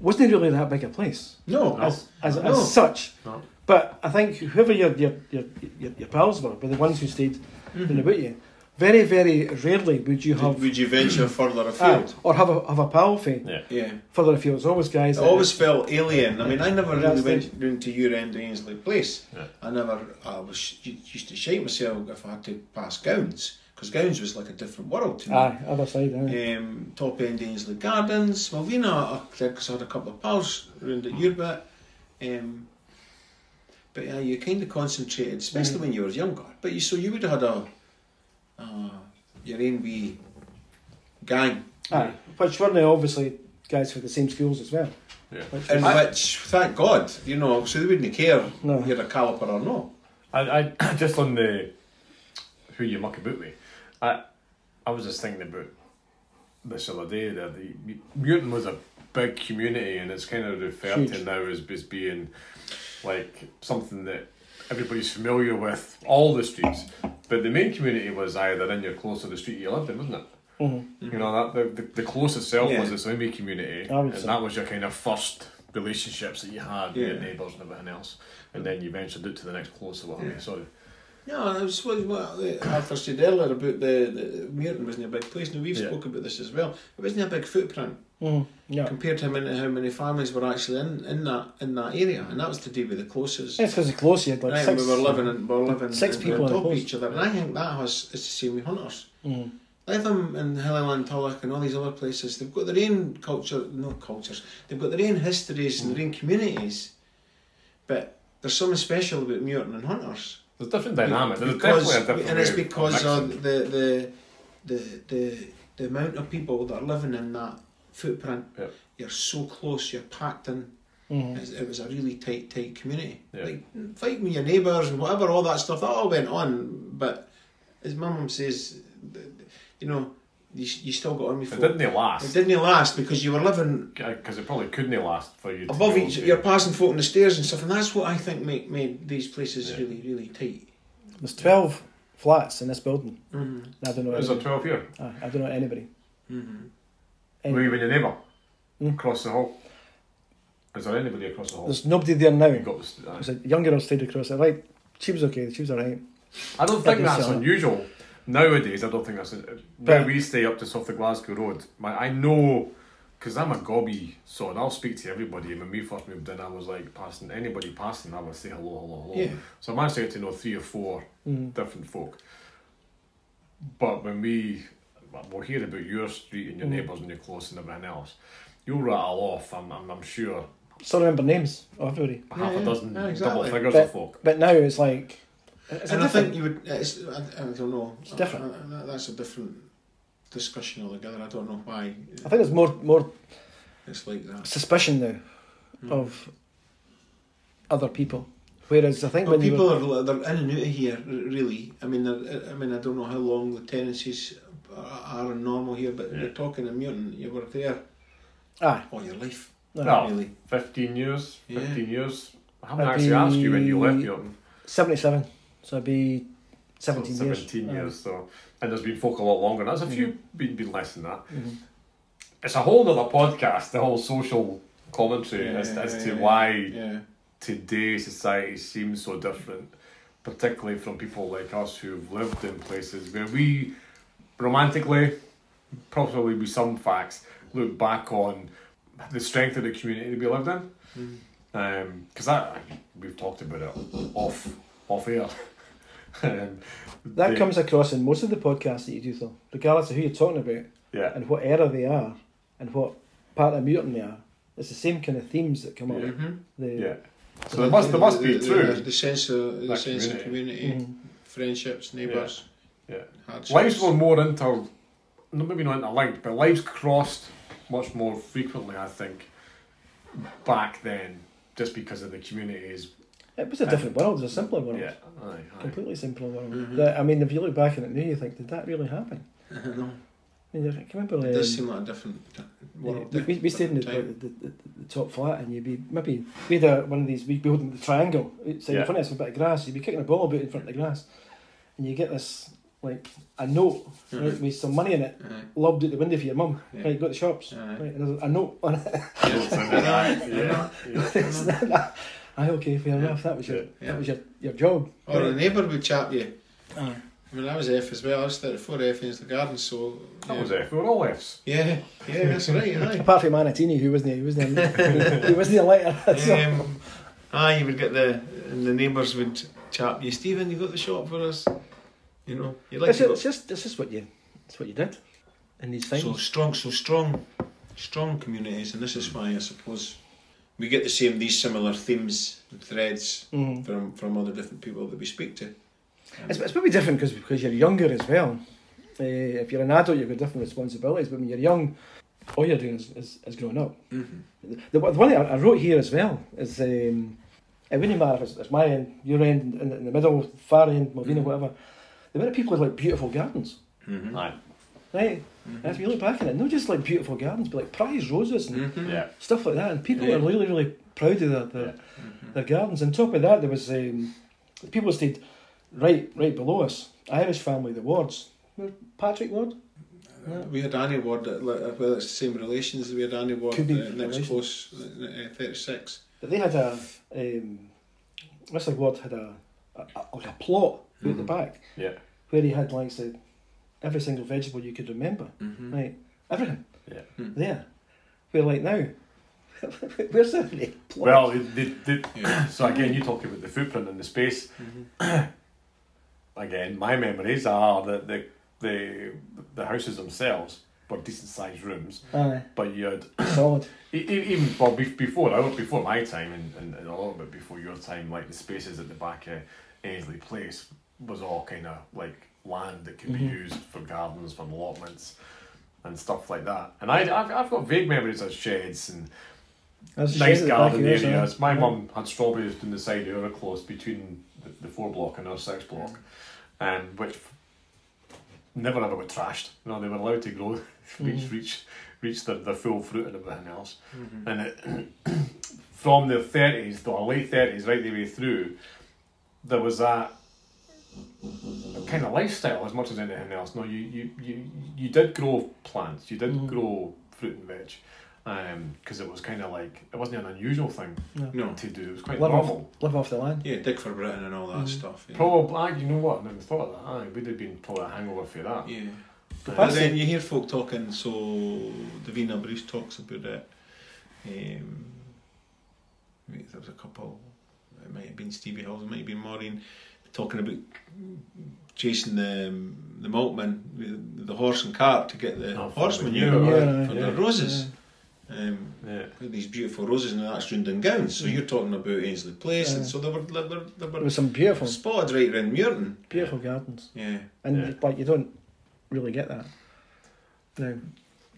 Speaker 3: wasn't really that big a place
Speaker 2: no,
Speaker 3: as, as,
Speaker 2: no.
Speaker 3: as such.
Speaker 1: No.
Speaker 3: But I think whoever your your, your, your, your pals were, were the ones who stayed in the about you. Very, very rarely would you have
Speaker 2: would you venture further
Speaker 3: Ah,
Speaker 2: afield?
Speaker 3: or have a have a pal fee
Speaker 1: Yeah.
Speaker 2: Yeah.
Speaker 3: further afield. It's always guys.
Speaker 2: I
Speaker 3: that-
Speaker 2: always felt alien. I mean, I never
Speaker 3: That's
Speaker 2: really went down to your end of Ainsley Place.
Speaker 1: Yeah.
Speaker 2: I never, I was sh- used to shake myself if I had to pass Gowns, because Gowns was like a different world to me.
Speaker 3: uh, aye, other side. Aye.
Speaker 2: Um, top end Ainsley Gardens, Malvina, because uh, I had a couple of pals round at your bit. Um, but yeah, you kind of concentrated, especially when you were younger. But you, so you would have had a, uh, your own wee gang,
Speaker 3: Aye. Which weren't they obviously guys for the same schools as well.
Speaker 1: Yeah.
Speaker 3: Which
Speaker 2: in
Speaker 3: was-
Speaker 2: which, thank God, you know, so they wouldn't care
Speaker 3: No.
Speaker 2: if you're a caliper or not.
Speaker 1: I, I just on the who you muck about with. I I was just thinking about this other day that the Muirton was a big community and it's kind of referred to
Speaker 3: Huge.
Speaker 1: now as, as being like something that everybody's familiar with all the streets. But the main community was either in your close or the street you lived in, wasn't it? You know that the, the, the close itself
Speaker 2: Yeah.
Speaker 1: was its own wee community,
Speaker 3: Mm-hmm. I would
Speaker 1: and
Speaker 3: say.
Speaker 1: that was your kind of first relationships that you had with
Speaker 2: Yeah.
Speaker 1: your neighbours and everything else, and then you ventured out to the next closer one.
Speaker 2: Yeah.
Speaker 1: Sorry.
Speaker 2: No, it was what, what Arthur said earlier about the, the Muirton wasn't a big place. Now we've
Speaker 1: Yeah.
Speaker 2: spoken about this as well. It wasn't a big footprint
Speaker 3: Mhm, yeah.
Speaker 2: compared to how many, how many families were actually in, in that in that area, and that was to do with the closest.
Speaker 3: It's because it's close. You had like
Speaker 2: Right,
Speaker 3: six.
Speaker 2: we were living in, we were living
Speaker 3: six
Speaker 2: in-
Speaker 3: people
Speaker 2: on
Speaker 3: in a
Speaker 2: top of
Speaker 3: close.
Speaker 2: each other, and I think that has is the same with hunters.
Speaker 3: Mhm.
Speaker 2: Lytham and Hillyland Tulloch and all these other places, they've got their own culture, not cultures, they've got their own histories and their own communities, but there's something special about Muirton and Hunters.
Speaker 1: There's different dynamic. There's
Speaker 2: Because-
Speaker 1: definitely a different
Speaker 2: and
Speaker 1: way
Speaker 2: it's
Speaker 1: of
Speaker 2: because
Speaker 1: mixing.
Speaker 2: of the, the the the the amount of people that are living in that footprint.
Speaker 1: Yep.
Speaker 2: You're so close. You're packed in.
Speaker 3: Mhm.
Speaker 2: It's- It was a really tight, tight community.
Speaker 1: Yeah.
Speaker 2: Like fighting with your neighbours and whatever, all that stuff. That all went on. But as my mum says, th- th- you know, you, s- you still got on me for
Speaker 1: It didn't
Speaker 2: It
Speaker 1: last
Speaker 2: didn't last because you were living
Speaker 1: because it probably couldn't last for you. to
Speaker 2: above
Speaker 1: go
Speaker 2: each.
Speaker 1: to-
Speaker 2: You're passing folk on the stairs and stuff, and that's what I think make made these places really really tight.
Speaker 3: There's 12 flats in this building.
Speaker 2: Mm-hmm.
Speaker 3: and I don't know.
Speaker 1: It was a
Speaker 3: Anybody.
Speaker 1: twelve year.
Speaker 3: Aye, I don't know anybody.
Speaker 2: Mm-hmm.
Speaker 1: Were
Speaker 3: Anyway.
Speaker 1: you with your neighbour
Speaker 2: Mm.
Speaker 3: Hmm.
Speaker 1: across the hall? Is there anybody across the hall?
Speaker 3: There's nobody there now.
Speaker 1: You got uh, this-
Speaker 3: There's a young girl stayed across it. Right, she was okay. She was alright.
Speaker 1: I don't think
Speaker 3: Fucking
Speaker 1: that's
Speaker 3: sell it.
Speaker 1: unusual nowadays. I don't think that's now
Speaker 3: But-
Speaker 1: we stay up just off the Glasgow Road. My, I know because I'm a gobby sod. I'll speak to everybody. When we first moved in, I was like passing anybody passing, I would say hello, hello, hello.
Speaker 2: Yeah.
Speaker 1: So I managed to get to know three or 4
Speaker 3: Mm.
Speaker 1: different folk. But when we we'll hear about your street
Speaker 2: Mm.
Speaker 1: and your neighbours and your close and everything else, you'll rattle off. I'm I'm, I'm sure
Speaker 3: Still remember names of everybody.
Speaker 1: half
Speaker 2: yeah.
Speaker 1: a dozen
Speaker 2: Yeah, exactly.
Speaker 1: double figures
Speaker 3: But-
Speaker 1: of folk.
Speaker 3: But now it's like. It's
Speaker 2: and
Speaker 3: a
Speaker 2: I think
Speaker 3: different.
Speaker 2: you would. It's, I, I don't know. It's
Speaker 3: different.
Speaker 2: that's a different discussion altogether. I don't know why
Speaker 3: I think there's more more
Speaker 2: it's like that.
Speaker 3: suspicion now of other people. Whereas I think
Speaker 2: But
Speaker 3: when you
Speaker 2: people
Speaker 3: were,
Speaker 2: are they're in and out of here, r- really. I mean, they're- uh, I mean, I don't know how long the tenancies are are normal here, but
Speaker 1: Yeah.
Speaker 2: you're talking in Muirton. You were there
Speaker 3: ah,
Speaker 2: all your life,
Speaker 3: no,
Speaker 1: No.
Speaker 2: really. 15
Speaker 1: 15 years,
Speaker 2: Yeah.
Speaker 1: 15 years. I haven't
Speaker 3: I'd
Speaker 1: actually asked you when you left
Speaker 3: be
Speaker 1: your
Speaker 3: 77. So it'd be 17
Speaker 1: 17
Speaker 3: years.
Speaker 1: years.
Speaker 3: Aye.
Speaker 2: Oh.
Speaker 1: so and there's been folk a lot longer. That's a few
Speaker 2: Mm-hmm.
Speaker 1: been, been less than that. It's a whole other podcast, the whole social commentary
Speaker 2: Yeah,
Speaker 1: as, as to
Speaker 2: yeah,
Speaker 1: why
Speaker 2: Yeah.
Speaker 1: today society seems so different, particularly from people like us who've lived in places where we romantically, probably with some facts, look back on the strength of the community we lived in.
Speaker 3: Hmm.
Speaker 1: Because that we've talked about it off off air. um,
Speaker 3: That
Speaker 1: the-
Speaker 3: comes across in most of the podcasts that you do, though, regardless of who you're talking about
Speaker 1: yeah.
Speaker 3: and what era they are and what part of Muirton they are. It's the same kind of themes that come up.
Speaker 1: Yeah.
Speaker 2: Mm-hmm.
Speaker 3: The,
Speaker 1: Yeah. So there must there must be
Speaker 2: the, The,
Speaker 1: true.
Speaker 2: the sense of the
Speaker 1: Like
Speaker 2: sense of
Speaker 1: community.
Speaker 2: community,
Speaker 3: Mm-hmm.
Speaker 2: friendships, neighbours.
Speaker 1: Yeah.
Speaker 2: hardships.
Speaker 1: Lives were more inter, no, maybe not interlinked, but lives crossed much more frequently, I think, back then, just because of the communities.
Speaker 3: It was a different world, it was a simpler world.
Speaker 1: Yeah, aye, aye.
Speaker 3: Completely simpler world.
Speaker 2: Mm-hmm.
Speaker 3: That, I mean, if you look back on it now, you think, did that really happen?
Speaker 2: I know.
Speaker 3: I mean, I can remember.
Speaker 2: It does
Speaker 3: um,
Speaker 2: seem like a different
Speaker 3: Yeah,
Speaker 2: world.
Speaker 3: we, we, we stayed in the, the,
Speaker 2: different
Speaker 3: the, the, the top flat and you'd be maybe we had a, one of these we building the triangle outside
Speaker 1: Yeah.
Speaker 3: in front of us with a bit of grass you'd be kicking a ball about in front of the grass and you get this like a note
Speaker 2: time.
Speaker 3: right, with some money in it
Speaker 2: Aye,
Speaker 3: lobbed out the window for your mum
Speaker 2: Mm-hmm. Uh, Yeah.
Speaker 3: right go to the shops
Speaker 2: aye, aye.
Speaker 3: right and there's a note on it
Speaker 1: Yeah, yeah, yeah.
Speaker 3: It's
Speaker 2: Mm-hmm.
Speaker 3: not that- aye okay fair enough that was your
Speaker 1: Yeah.
Speaker 3: that was your, your job
Speaker 2: Or a
Speaker 3: right?
Speaker 2: neighbour would chat to you.
Speaker 3: Aye.
Speaker 2: I mean, I was F as well. I was 34 F in the garden, so.
Speaker 1: That
Speaker 2: yeah.
Speaker 1: was it. We were all Fs.
Speaker 2: Yeah, yeah, that's right, aye.
Speaker 3: apart from Manatini who wasn't he wasn't he, he wasn't a lighter so,
Speaker 2: um, aye, you would get the and the neighbours would chat. You, Stephen, you got the shop for us. You know, you like
Speaker 3: it's,
Speaker 2: to
Speaker 3: ju-
Speaker 2: go.
Speaker 3: it's just it's just what you it's what you did in these things
Speaker 2: So strong, so strong, strong communities, and this is why I suppose we get the same these similar themes and threads
Speaker 3: Mhm.
Speaker 2: from from other different people that we speak to.
Speaker 3: It's, it's probably different because because you're younger as well. Uh, if you're an adult, you've got different responsibilities. But when you're young, all you're doing is, is, is growing up.
Speaker 2: Mm-hmm.
Speaker 3: The, the one thing I, I wrote here as well is um, it wouldn't matter if it's, it's my end, your end, in, in the middle, far end, Malvina,
Speaker 2: Mhm.
Speaker 3: whatever. The amount of people who like beautiful gardens,
Speaker 2: Mm-hmm.
Speaker 1: Aye.
Speaker 3: right? And if you look back at it, not just like beautiful gardens, but like prize roses and
Speaker 2: Mm-hmm.
Speaker 1: Yeah. Mm-hmm.
Speaker 3: stuff like that. And people
Speaker 2: Yeah.
Speaker 3: are really, really proud of their their, their gardens. On top of that, there was um, people stayed right right below us. Irish family, the Wards, Remember Patrick Ward,
Speaker 2: We had Annie Ward, uh, well, it's the same relations. We had Annie Ward
Speaker 3: Could be
Speaker 2: uh, next
Speaker 3: relations.
Speaker 2: close, uh, 36.
Speaker 3: but they had a um, Mr. Ward had a, a, a- like a plot out the
Speaker 1: Mm-hmm.
Speaker 2: Mhm.
Speaker 3: back
Speaker 1: Yeah.
Speaker 3: where he had like say every single vegetable you could remember,
Speaker 2: Mm-hmm.
Speaker 3: right? Everything.
Speaker 1: Yeah.
Speaker 2: Mhm.
Speaker 3: There. Where like now. Where's every plot?
Speaker 1: Well, it, they, they,
Speaker 2: Yeah.
Speaker 1: so again, you talk about the footprint and the space. again, my memories are that the the the houses themselves were decent sized rooms,
Speaker 3: Aye,
Speaker 1: but you had
Speaker 3: solid.
Speaker 1: E- e- Even well, be- before I before my time and, and, and a little bit before your time, like the spaces at the back of Ainsley Place was all kind of like land that could be
Speaker 3: Mm-hmm.
Speaker 1: used for gardens, for allotments, and stuff like that. And I I've, I've got vague memories of sheds and
Speaker 3: That's the
Speaker 1: nice
Speaker 3: shape of the back
Speaker 1: garden
Speaker 3: of yours, Mm-hmm.
Speaker 1: areas.
Speaker 3: aye.
Speaker 1: My mum had strawberries down the side of her close between the, the four block and our six block, um, which never ever got trashed. You know, they were allowed to grow, reach,
Speaker 3: Mm-hmm.
Speaker 1: reach, reach their, their full fruit and everything else. And it, from the thirties, the late thirties, right the way through, there was that kind of lifestyle as much as anything else. No, you you you, you did grow plants, you did grow fruit and veg, because it was kind of like it wasn't an unusual thing
Speaker 2: No.
Speaker 1: to do. It was quite
Speaker 3: Live off,
Speaker 1: normal.
Speaker 3: live off the land.
Speaker 2: Yeah, Dick for Britain and all that
Speaker 3: Mm-hmm.
Speaker 2: stuff. Yeah.
Speaker 1: Probably, aye, you know what? I never thought of that. Aye, we'd have been probably a hangover for that.
Speaker 2: Yeah. But
Speaker 3: That's
Speaker 2: then
Speaker 3: it.
Speaker 2: you hear folk talking, so Davina Bruce talks about it. Um, maybe there was a couple, it might have been Stevie Hills, it might have been Maureen, talking about chasing the, um, the maltman with the horse and cart to get the
Speaker 1: Oh, for
Speaker 2: horse
Speaker 1: the
Speaker 2: manure
Speaker 3: manure,
Speaker 2: for
Speaker 1: yeah.
Speaker 2: the roses. Um,
Speaker 1: Yeah.
Speaker 2: with these beautiful roses, and that's Rundon Gowns. So you're talking about Ainsley Place, and
Speaker 3: Yeah.
Speaker 2: so there were, there were, there
Speaker 3: There
Speaker 2: were
Speaker 3: was some beautiful,
Speaker 2: spots right around Muirton.
Speaker 3: beautiful gardens,
Speaker 2: Yeah.
Speaker 3: and
Speaker 1: Yeah.
Speaker 3: like you don't really get that now.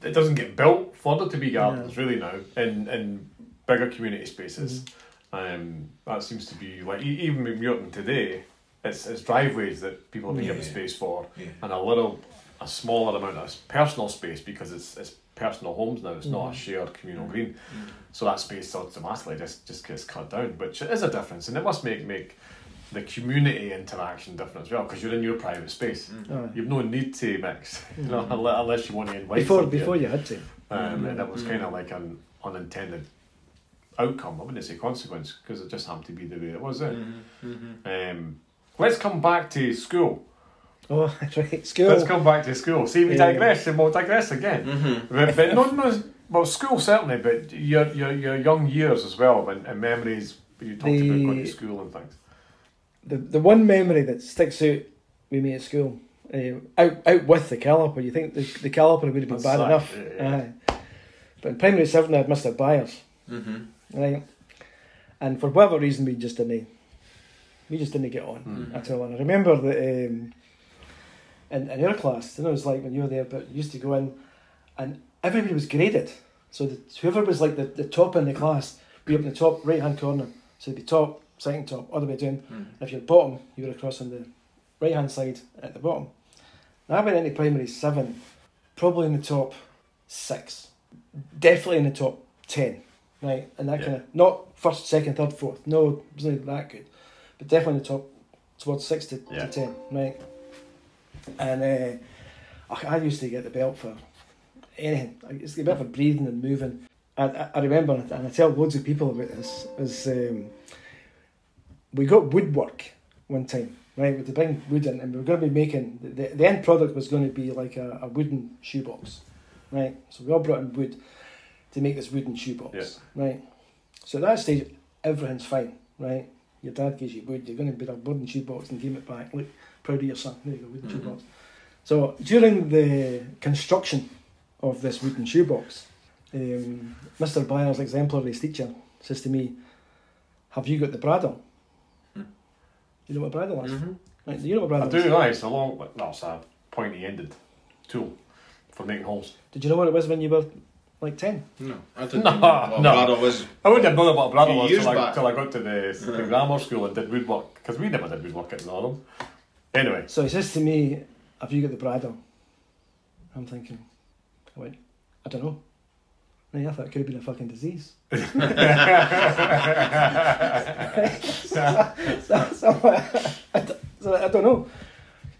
Speaker 1: it doesn't get built further to be gardens really now in in bigger community spaces. Um, that seems to be like e- even in Muirton today, it's it's driveways that people have been given
Speaker 2: Yeah.
Speaker 1: space for,
Speaker 2: Yeah.
Speaker 3: Uh,
Speaker 1: and a little a smaller amount of personal space because it's it's personal homes now. It's not a shared communal green, so that space automatically just just gets cut down, which is a difference, and it must make make the community interaction different as well because you're in your private space.
Speaker 3: Aye.
Speaker 1: You've no need to mix, you know, unle- unless you want to invite
Speaker 3: Mm. Before
Speaker 1: somebody in.
Speaker 3: before you Mm. had to.
Speaker 1: Um, and that was kind of like an unintended outcome. I wouldn't say consequence because it just happened to be the way it was. Then.
Speaker 2: Mm-hmm.
Speaker 3: Mm.
Speaker 1: Um, let's come back to school.
Speaker 3: Oh, that's right, school.
Speaker 1: Let's come back to school. See, we
Speaker 3: Yeah. Mm.
Speaker 1: digress and we'll digress again.
Speaker 2: Mm-hmm.
Speaker 1: But, but not most, well, school certainly, but your your, your young years as well and, and memories. You talked about going
Speaker 3: The-
Speaker 1: to school and things.
Speaker 3: the the one memory that sticks out with me at school, eh, out out with the caliper. You think the, the caliper would have been
Speaker 1: That's
Speaker 3: bad
Speaker 1: that,
Speaker 3: enough,
Speaker 1: yeah, yeah.
Speaker 3: aye. But in primary seven, I had Mister Byers, right, and for whatever reason, we just didn't we just didn't get on
Speaker 2: Mm-hmm.
Speaker 3: at all. And I remember that um, in in our class, you know, it was like when you were there, but you used to go in, and everybody was graded. So the, whoever was like the, the top in the class, be up in the top right hand corner. So it'd be top, second top, other way down. And if you're bottom, you were across on the right hand side at the bottom. Now, I went into primary seven, probably in the top six, definitely in the top ten, right? And that
Speaker 1: Yeah.
Speaker 3: kind of not first, second, third, fourth. No, it wasn't that good, but definitely in the top towards six to,
Speaker 1: Yeah.
Speaker 3: to ten, right? And uh, I, I used to get the belt for anything. I used to get the belt for breathing and moving. I, I, I remember, and I tell loads of people about this, is um, we got woodwork one time, right? With the big wood in, and we were going to be making the, the end product was going to be like a, a wooden shoebox, right? So we all brought in wood to make this wooden shoebox, right? So at that stage, everything's fine, right? Your dad gives you wood, you're going to build a wooden shoebox and give it back. Look, proud of your son. There you go, wooden shoebox. So during the construction of this wooden shoebox, um, Mr. Byers, exemplary teacher, says to me, Have you got the bradle? Do you know what a bradle is?
Speaker 2: Mm-hmm.
Speaker 3: Right, do you know what a
Speaker 1: I
Speaker 3: bradle is?
Speaker 1: do. Aye, it's a long. No, it's a pointy ended tool for making holes.
Speaker 3: Did you know what it was when you were like 10?
Speaker 2: No, I didn't.
Speaker 1: No,
Speaker 2: know what
Speaker 1: no.
Speaker 2: Braddock was
Speaker 1: I wouldn't have known about Bradley
Speaker 2: Few
Speaker 1: was
Speaker 2: years
Speaker 1: till I,
Speaker 2: back.
Speaker 1: till I got to the, the
Speaker 2: Yeah.
Speaker 1: grammar school and did woodwork because we never did woodwork at Northern. Anyway,
Speaker 3: So he says to me, Have you got the bridle? I'm thinking, I went, I don't know. And I thought it could have been a fucking disease. so, so, I, d- so I don't know.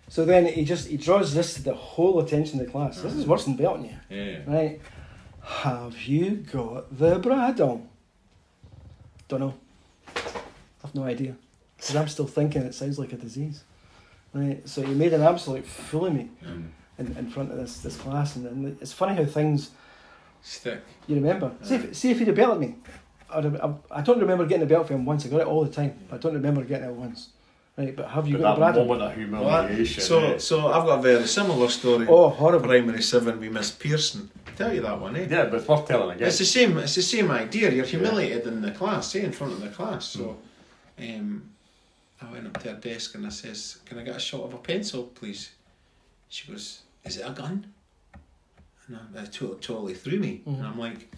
Speaker 3: So then he just he draws this to the whole attention of the class. This is worse than belting you.
Speaker 2: Yeah.
Speaker 3: Right. Have you got the bridle? Don't know. I've no idea. Because I'm still thinking it sounds like a disease. Right. So you made an absolute fool of me
Speaker 1: Mm.
Speaker 3: in, in front of this, this class. And, and it's funny how things
Speaker 2: Stick.
Speaker 3: you remember. See if, see if he'd have belted me. I'd have, I, I don't remember getting a belt for him once. I got it all the time. But I don't remember getting it once. Right. But have you
Speaker 1: but
Speaker 3: got
Speaker 1: that
Speaker 3: the bridle?
Speaker 1: moment of humiliation.
Speaker 2: so,
Speaker 1: eh?
Speaker 2: so I've got a very similar story.
Speaker 3: Oh, horrible.
Speaker 2: Primary seven, we missed Pearson. Tell you that one, eh?
Speaker 1: yeah, but it's worth telling again.
Speaker 2: It's the same. It's the same idea. You're humiliated in the class, eh, in front of the class. So, um, I went up to her desk and I says, "Can I get a shot of a pencil, please?" She goes, "Is it a gun?" And I- that to- totally threw me. And I'm like,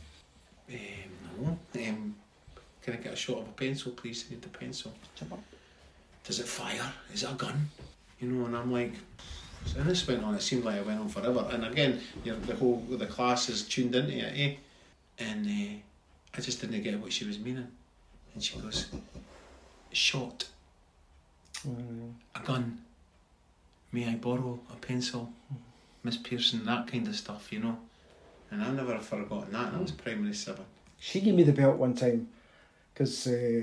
Speaker 2: um, "No." Um, can I get a shot of a pencil, please? I need the pencil. Does it fire? Is it a gun? You know, and I'm like, So, and this went on, it seemed like it went on forever. And again, you know, the whole the class is tuned into it, eh? And uh, I just didn't get what she was meaning. And she goes, shot,
Speaker 3: Mm.
Speaker 2: a gun, may I borrow a pencil, Miss Pearson, that kind of stuff, you know. And I never have forgotten that, and I was primary seven.
Speaker 3: She gave me the belt one time because uh,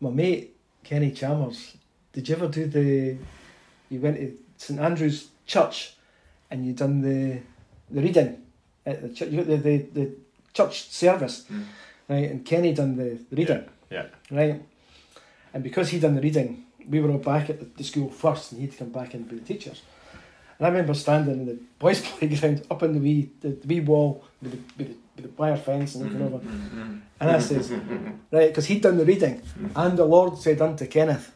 Speaker 3: my mate Kenny Chalmers. Did you ever do the? You went to St Andrew's Church, and you done the the reading at the church, the, the the church service,
Speaker 2: Mm.
Speaker 3: right? And Kenny done the, the reading,
Speaker 1: Hmm. Yeah.
Speaker 3: right? And because he done the reading, we were all back at the, the school first, and he'd come back and be the teachers. And I remember standing in the boys' playground, up in the wee the, the wee wall with the, with the, with the wire fence and looking over.
Speaker 2: Mm-hmm.
Speaker 3: And I says, right, because he'd done the reading,
Speaker 1: Hmm.
Speaker 3: and the Lord said unto Kenneth,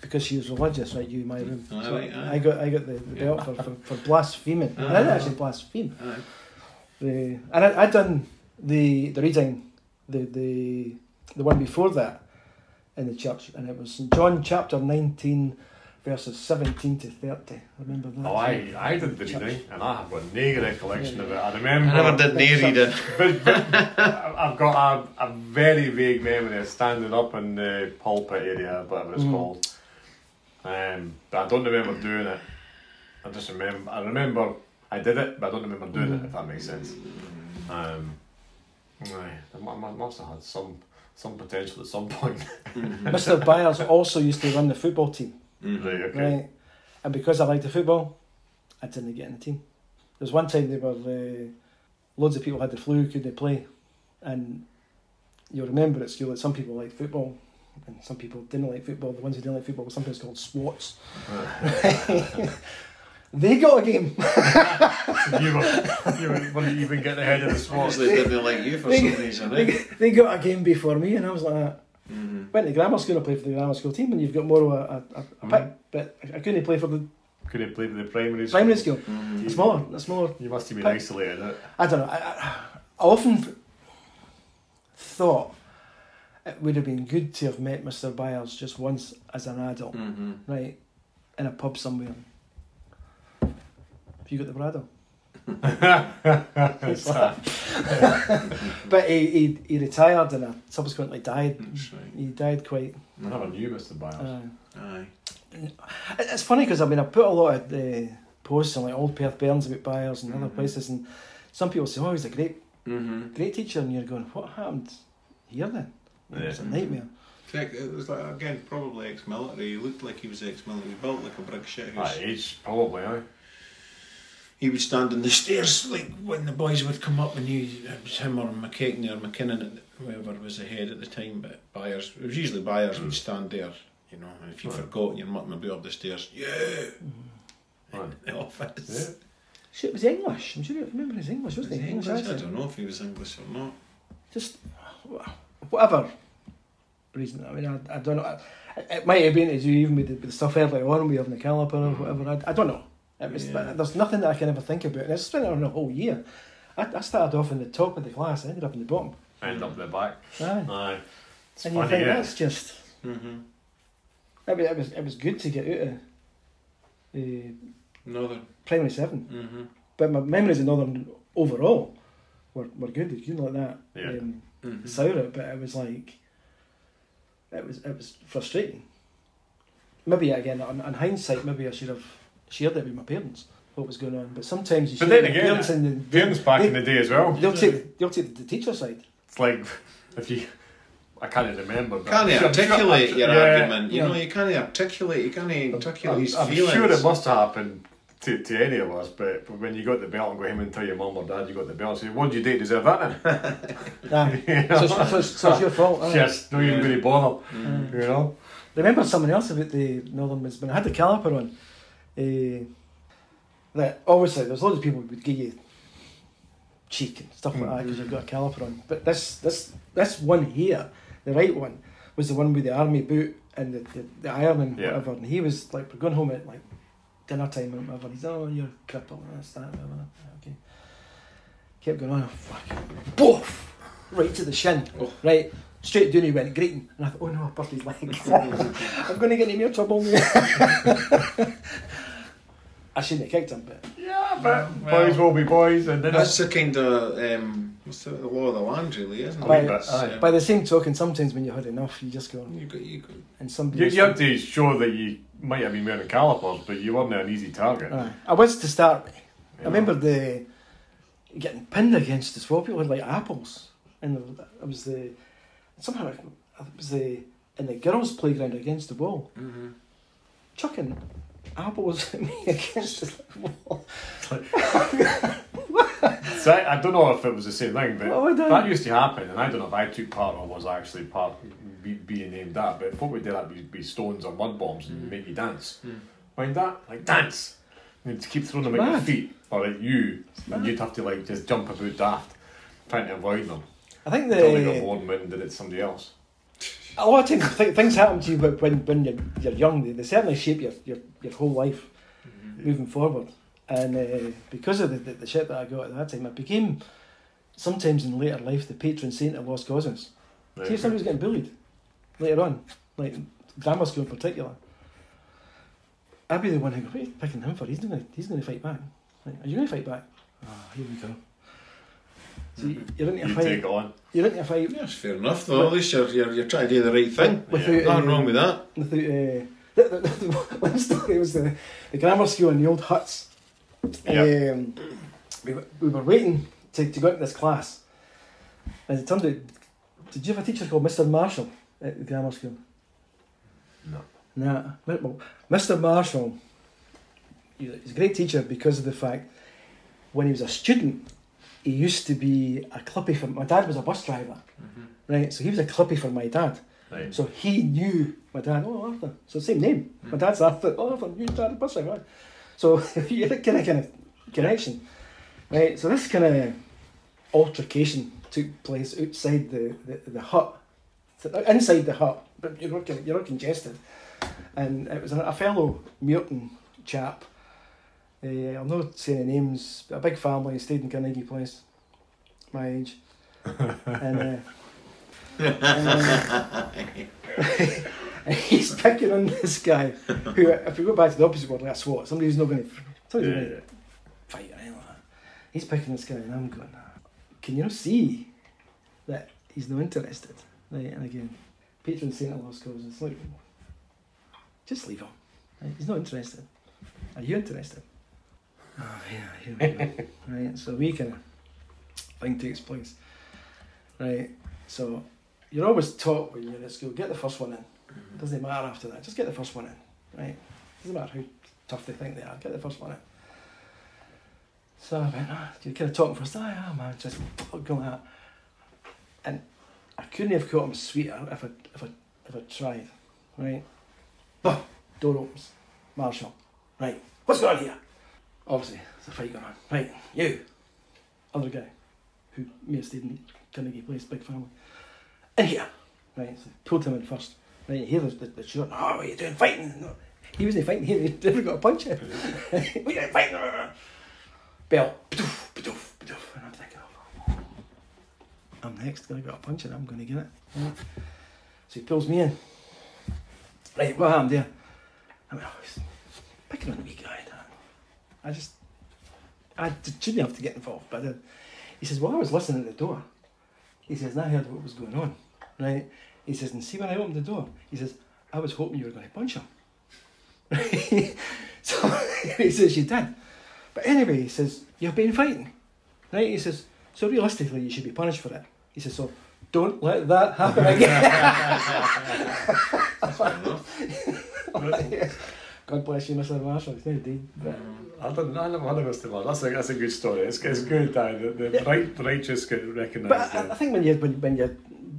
Speaker 3: because she was religious, right, you in my room.
Speaker 1: Oh,
Speaker 2: Aye,
Speaker 3: So
Speaker 2: aye.
Speaker 3: I got I got the, the belt for, for, for blaspheming.
Speaker 1: Ah.
Speaker 3: And I didn't actually blaspheme.
Speaker 2: Aye.
Speaker 3: The, and I, I'd done the the reading, the, the the one before that in the church, and it was St John chapter 19, verses 17 to 30. remember that.
Speaker 1: Oh, I, I did the reading, and I have got no recollection of it. I remember.
Speaker 2: I never did near read it.
Speaker 1: but, but I've got a, a very vague memory of standing up in the pulpit area, whatever
Speaker 3: Mm.
Speaker 1: it's called. Um, but I don't remember doing it. I just remember. I remember I did it, but I don't remember doing it. If that makes sense.
Speaker 2: Mm-hmm.
Speaker 1: Um, aye, I mu- I mu- must have had some some potential at some point.
Speaker 3: Mr. Byers also used to run the football team.
Speaker 2: Mm-hmm.
Speaker 1: right, okay.
Speaker 3: Right. And because I liked the football, I didn't get in the team. There was one time they were uh, loads of people had the flu, couldn't play, and you'll remember at school that some people liked football and some people didn't like football. The ones who didn't like football were sometimes called swats. they got a game.
Speaker 1: you were you were, well, you even get the head of the sport.
Speaker 2: Obviously, didn't like you for
Speaker 3: They-
Speaker 2: some reason, eh?
Speaker 3: they got a game before me, and I was like, that.
Speaker 2: Mm-hmm.
Speaker 3: went to grammar school. I played for the grammar school team, and you've got more of a, a, a, a pick, but I- I couldn't play for the
Speaker 1: Couldn't play with the primary school.
Speaker 3: primary school.
Speaker 2: Mm-hmm.
Speaker 3: It's more. It's more.
Speaker 1: You must have been
Speaker 3: Pick.
Speaker 1: isolated. eh?
Speaker 3: I don't know. I, I, I often thought it would have been good to have met Mr. Byers just once as an adult,
Speaker 2: Mm-hmm.
Speaker 3: right, in a pub somewhere. Have you got the bridle? It's
Speaker 1: uh,
Speaker 3: like- but he, he he retired and uh, subsequently died.
Speaker 2: That's right.
Speaker 3: He died quite.
Speaker 1: I never knew Mr. Byers.
Speaker 3: Uh,
Speaker 2: Aye.
Speaker 3: It- It's funny because I mean I put a lot of uh, posts on like old Perth Burns about Byers and other
Speaker 2: Mhm.
Speaker 3: places, and some people say, "Oh, he's a great
Speaker 2: Mm-hmm.
Speaker 3: great teacher," and you're going, "What happened here then?" It was a
Speaker 1: Yeah.
Speaker 3: nightmare.
Speaker 2: Correct. It was like again probably ex-military. He looked like he was ex-military. He built like a brick shit house.
Speaker 1: That age, probably, eh?
Speaker 2: He would stand on the stairs like when the boys would come up and you it was him or McKechnie or McKinnon, at the- whoever was the head at the time. But Byers, it was usually Byers would stand there, you know. And if you forgot, your muck would be up the stairs. Yeah.
Speaker 1: Right.
Speaker 2: The office.
Speaker 1: Yeah.
Speaker 3: Sure, it was English. I'm sure I remember it was English,
Speaker 2: Was
Speaker 3: wasn't
Speaker 2: he
Speaker 3: it?
Speaker 2: English? I
Speaker 3: accent.
Speaker 2: don't know if he was English or not.
Speaker 3: Just whatever reason. I mean, I, I don't know. It- It might have been to do even with the, with the stuff earlier on, we having the caliper or whatever. I, I don't know. It was,
Speaker 2: Yeah.
Speaker 3: There's nothing that I can ever think about. And I spent on a whole year. I, I started off in the top of the class, I ended up in the bottom.
Speaker 1: End up the back.
Speaker 3: Aye.
Speaker 1: Aye. It's
Speaker 3: and you
Speaker 1: funny,
Speaker 3: think
Speaker 1: yeah.
Speaker 3: that's just.
Speaker 2: Mm-hmm.
Speaker 3: I mean, it was, it was good to get out of uh,
Speaker 2: Northern.
Speaker 3: primary seven.
Speaker 2: Mm-hmm.
Speaker 3: But my memories of Northern overall were, were good. They good like that.
Speaker 1: Yeah.
Speaker 3: Um,
Speaker 2: Mm-hmm.
Speaker 3: sour it, but it was like it was it was frustrating. Maybe again, on, on hindsight, maybe I should have shared it with my parents what was going on. But sometimes you
Speaker 1: But
Speaker 3: share
Speaker 1: then
Speaker 3: it with
Speaker 1: again,
Speaker 3: parents and they-
Speaker 1: Parents back
Speaker 3: they,
Speaker 1: in the day as well.
Speaker 3: they'll take they'll take the teacher side.
Speaker 1: It's like, if you. I can't remember. But
Speaker 2: Can't
Speaker 1: I'm
Speaker 2: he
Speaker 1: sure-
Speaker 2: articulate
Speaker 1: I'm sure-
Speaker 2: your
Speaker 1: yeah.
Speaker 2: argument? You
Speaker 3: yeah.
Speaker 2: know, you can't articulate. You can't articulate
Speaker 1: I'm,
Speaker 2: his
Speaker 1: I'm
Speaker 2: feelings.
Speaker 1: sure it must happen to, to any of us, but, but when you got the belt and go home and tell your mum or dad you got the belt, say, what did you do to deserve that then?
Speaker 3: Nah. so, it's- so, it's- so it's your fault. aye.
Speaker 1: Just don't even really bother,
Speaker 2: Hmm.
Speaker 1: you know?
Speaker 3: Remember someone else about the Northern Wisdom. I had the caliper on. Uh, that obviously there's loads of people who would give you cheek and stuff like that because you've got a caliper on. But this this this one here, the right one, was the one with the army boot and the, the, the iron and
Speaker 1: Yeah.
Speaker 3: whatever. And he was like, we're going home at like dinner time and whatever. He's oh you're crippled and that's that. and whatever. Okay. Kept going on. Fuck. Boof. Right to the shin.
Speaker 2: Oh.
Speaker 3: Right. Straight down he went greeting, and I thought, oh no, I burst his leg. I'm going to get into more trouble. now. I shouldn't have kicked him, but
Speaker 1: Yeah, but boys will be boys, and then
Speaker 2: That's the kind of um, what's the, the law of the land, really, isn't it?
Speaker 3: By-
Speaker 2: It's,
Speaker 1: aye.
Speaker 3: by the same token, sometimes when you've had enough, you just go
Speaker 2: you got you got.
Speaker 3: and somebody.
Speaker 1: you, you have to show that you might have been wearing calipers, but you weren't an easy target.
Speaker 3: Aye. I was to start with. I remember the getting pinned against as well. People had like apples, and it was the somehow it was the in the girls' playground against the wall,
Speaker 2: Mm-hmm.
Speaker 3: chucking apples at me against the wall.
Speaker 1: So I, I don't know if it was the same thing, but
Speaker 3: Well, we don't-
Speaker 1: that used to happen, and I don't know if I took part or was actually part be, being named that. But what we did that would be stones or mud bombs and make you dance. Mind that, like dance. And you'd keep throwing them at your
Speaker 3: mad.
Speaker 1: feet or at you, and you'd have to like just jump about daft, trying to avoid them
Speaker 3: I think
Speaker 1: until they got
Speaker 3: the
Speaker 1: bored and went and did it to somebody else.
Speaker 3: a lot of times th- things happen to you when when, when you're, you're young. They, they certainly shape your your, your whole life
Speaker 1: Mm-hmm.
Speaker 3: moving forward. And uh, because of the, the, the shit that I got at that time, I became sometimes in later life the patron saint of lost causes. See if
Speaker 1: Right.
Speaker 3: somebody's getting bullied later on, like grammar school in particular. I'd be the one who go, what are you picking him for? He's not gonna he's gonna fight back. Like, are you gonna fight back? Ah, here we go. So you- you're into
Speaker 1: Mm-hmm.
Speaker 3: a
Speaker 1: You take it
Speaker 3: fight
Speaker 1: on.
Speaker 3: you're into a fight
Speaker 2: Yeah, it's fair enough. Though at least you're, you're you're trying to do the right thing.
Speaker 3: without uh,
Speaker 2: Nothing wrong with that.
Speaker 3: without uh, the, the, the, one story was the, the grammar school in the old huts.
Speaker 1: Yeah.
Speaker 3: Um, we, were- we were waiting to, to go into this class. And it turned out, did you have a teacher called Mr. Marshall at the grammar school?
Speaker 1: No.
Speaker 3: No. Well, Mr. Marshall, he- he's a great teacher because of the fact when he was a student, he used to be a clippy for my dad was a bus driver,
Speaker 1: Mm-hmm.
Speaker 3: right? So he was a clippy for my dad.
Speaker 1: Right.
Speaker 3: So he knew my dad. Oh, Arthur. So same name. My dad's Arthur. Oh, Arthur. You dad bus driver. right? So you had a kind of kind of connection, right? So this kind of altercation took place outside the the, the hut, So, inside the hut, but you're not con- you're not congested, and it was a, a fellow Muirton chap. Uh, I'm not saying any names, but a big family stayed in Carnegie Place, my age, and. Uh, and uh, he's picking on this guy who, if we go back to the opposite world, like a SWAT, somebody who's not going to, somebody's
Speaker 1: Yeah,
Speaker 3: going to fight or anything like that. He's picking this guy, and I'm going, can you not see that he's not interested? Right, and again, patron saint of lost causes, like, just leave him. Right, he's not interested. Are you interested? Oh yeah, here we go. right, so we kind of thing takes place. Right, so you're always taught when you're at school, get the first one in. Doesn't matter after that. Just get the first one in, right? Doesn't matter how tough they think they are. Get the first one in. So I went, ah, you're kind of talking first. Ah, oh, man, just going like that. And I couldn't have caught him sweeter if I if I if I tried, right? Bah, door opens. Marshall, right? What's going on here? Obviously, there's a fight going on. Right, you, other guy, who may have stayed in Carnegie Place, big family. In here, right? So pulled him in first. Right, here was the, the shot. Oh, what are you doing fighting? No, he wasn't fighting. He never got a punch in. what are you doing fighting? Bell. Badoof, badoof, badoof. And I'm thinking, oh, I'm next. Gonna get a punch in. I'm gonna get it. Right. So he pulls me in. Right, what happened there? I mean, oh, he's picking on the wee guy. Dan. I just, I d- shouldn't have to get involved, but I did. He says, well, I was listening at the door. He says, and I heard what was going on, right? He says, and see when I opened the door, he says, I was hoping you were going to punch him. so he says, you did. But anyway, he says, you've been fighting, right? He says, so realistically, you should be punished for it. He says, so don't let that happen again. God bless you, Mr. Marshall. He's now dead. But
Speaker 1: I don't. I never had a Mr. Marshall. That's a that's a good story. It's, it's good that the, the right righteous get
Speaker 3: But uh,
Speaker 1: recognised.
Speaker 3: I, I think when you when, when you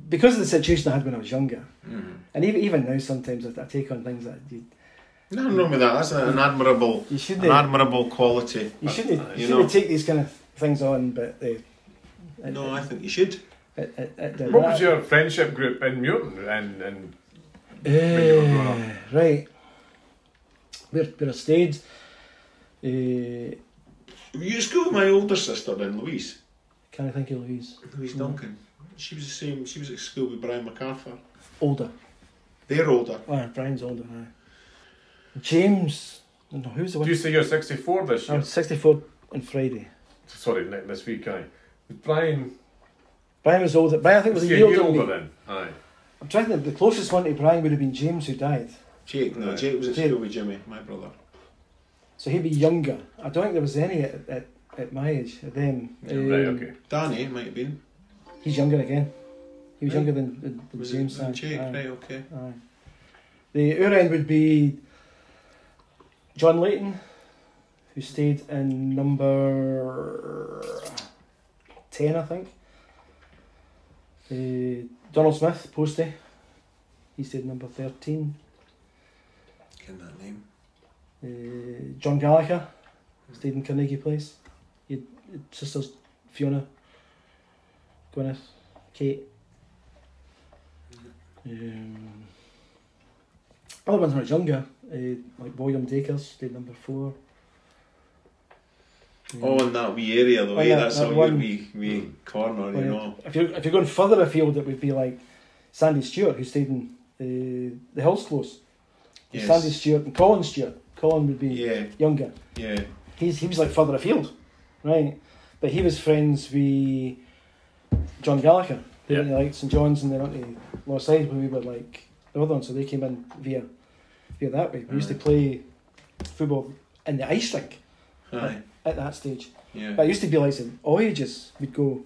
Speaker 3: because of the situation I had when I was younger,
Speaker 1: Mm-hmm.
Speaker 3: and even even now sometimes I, I take on things that you
Speaker 2: Nothing wrong with that. That's an admirable,
Speaker 3: You should
Speaker 2: an
Speaker 3: do.
Speaker 2: admirable quality.
Speaker 3: you
Speaker 1: uh,
Speaker 3: shouldn't you
Speaker 2: you
Speaker 3: shouldn't
Speaker 2: know.
Speaker 3: take these kind of things on. But they, it,
Speaker 2: No, I think you should.
Speaker 3: it, it, it did.
Speaker 1: What was your friendship group in Muirton? And, and you were growing
Speaker 3: Eh, right? We're we're a stage. Uh,
Speaker 2: Were you at school with my older sister then, Louise?
Speaker 3: can I think of Louise?
Speaker 2: Louise Duncan. She was the same. She was at school with Brian MacArthur.
Speaker 3: Older. Ah,
Speaker 2: They're older.
Speaker 3: Oh, Brian's older. Aye. James No, who's the
Speaker 1: Do
Speaker 3: one?
Speaker 1: you say you're 64 this year?
Speaker 3: I'm 64 on Friday.
Speaker 1: Sorry, ne- this week, aye. Brian,
Speaker 3: Brian was older. Brian, I think, was
Speaker 1: was
Speaker 3: a
Speaker 1: he a
Speaker 3: year
Speaker 1: year
Speaker 3: older.
Speaker 1: older
Speaker 3: than me.
Speaker 1: then? Aye.
Speaker 3: I'm trying to think. The closest one to Brian would have been James, who died.
Speaker 2: Jake, no,
Speaker 1: Right.
Speaker 2: Jake was at
Speaker 3: Jake.
Speaker 2: school with Jimmy, my brother.
Speaker 3: So he'd be younger. I don't think there was any at, at, at my age, at them.
Speaker 1: Yeah, right,
Speaker 3: Um,
Speaker 1: okay.
Speaker 2: Danny might have been.
Speaker 3: He's younger again. He was
Speaker 2: Right.
Speaker 3: younger than, than, than
Speaker 2: Was
Speaker 3: James.
Speaker 2: it and
Speaker 3: aye,
Speaker 2: Jake?
Speaker 3: aye,
Speaker 2: Right, okay.
Speaker 3: aye. The other end would be John Layton, who stayed in number 10, I think. Uh, Donald Smith, Posty. He stayed number 13.
Speaker 2: Can that name?
Speaker 3: Uh, John Gallagher stayed in Carnegie Place. He had had sisters Fiona, Gwyneth, Kate. Um, other ones when I was younger, uh, like William Dakers stayed number four. Um,
Speaker 2: Oh, in that wee area, the
Speaker 3: Oh,
Speaker 2: way
Speaker 3: yeah,
Speaker 2: that's
Speaker 3: that
Speaker 2: all
Speaker 3: one. Hmm.
Speaker 2: your wee, wee corner,
Speaker 3: Well,
Speaker 2: you
Speaker 3: yeah,
Speaker 2: know.
Speaker 3: If you're if you're going further afield, it would be like Sandy Stewart, who stayed in uh, the Hills Close.
Speaker 2: Yes.
Speaker 3: Sandy Stewart and Colin Stewart. Colin would be
Speaker 2: Yeah,
Speaker 3: younger.
Speaker 2: yeah.
Speaker 3: he's he was like further afield, right? But he was friends with John Gallagher. They went to like St John's and then on to Los Angeles when we were like the other one, so they came in via via that way. We used to
Speaker 2: Aye.
Speaker 3: play football in the ice rink
Speaker 2: Aye,
Speaker 3: at that stage.
Speaker 2: yeah.
Speaker 3: But it used to be like so all ages would go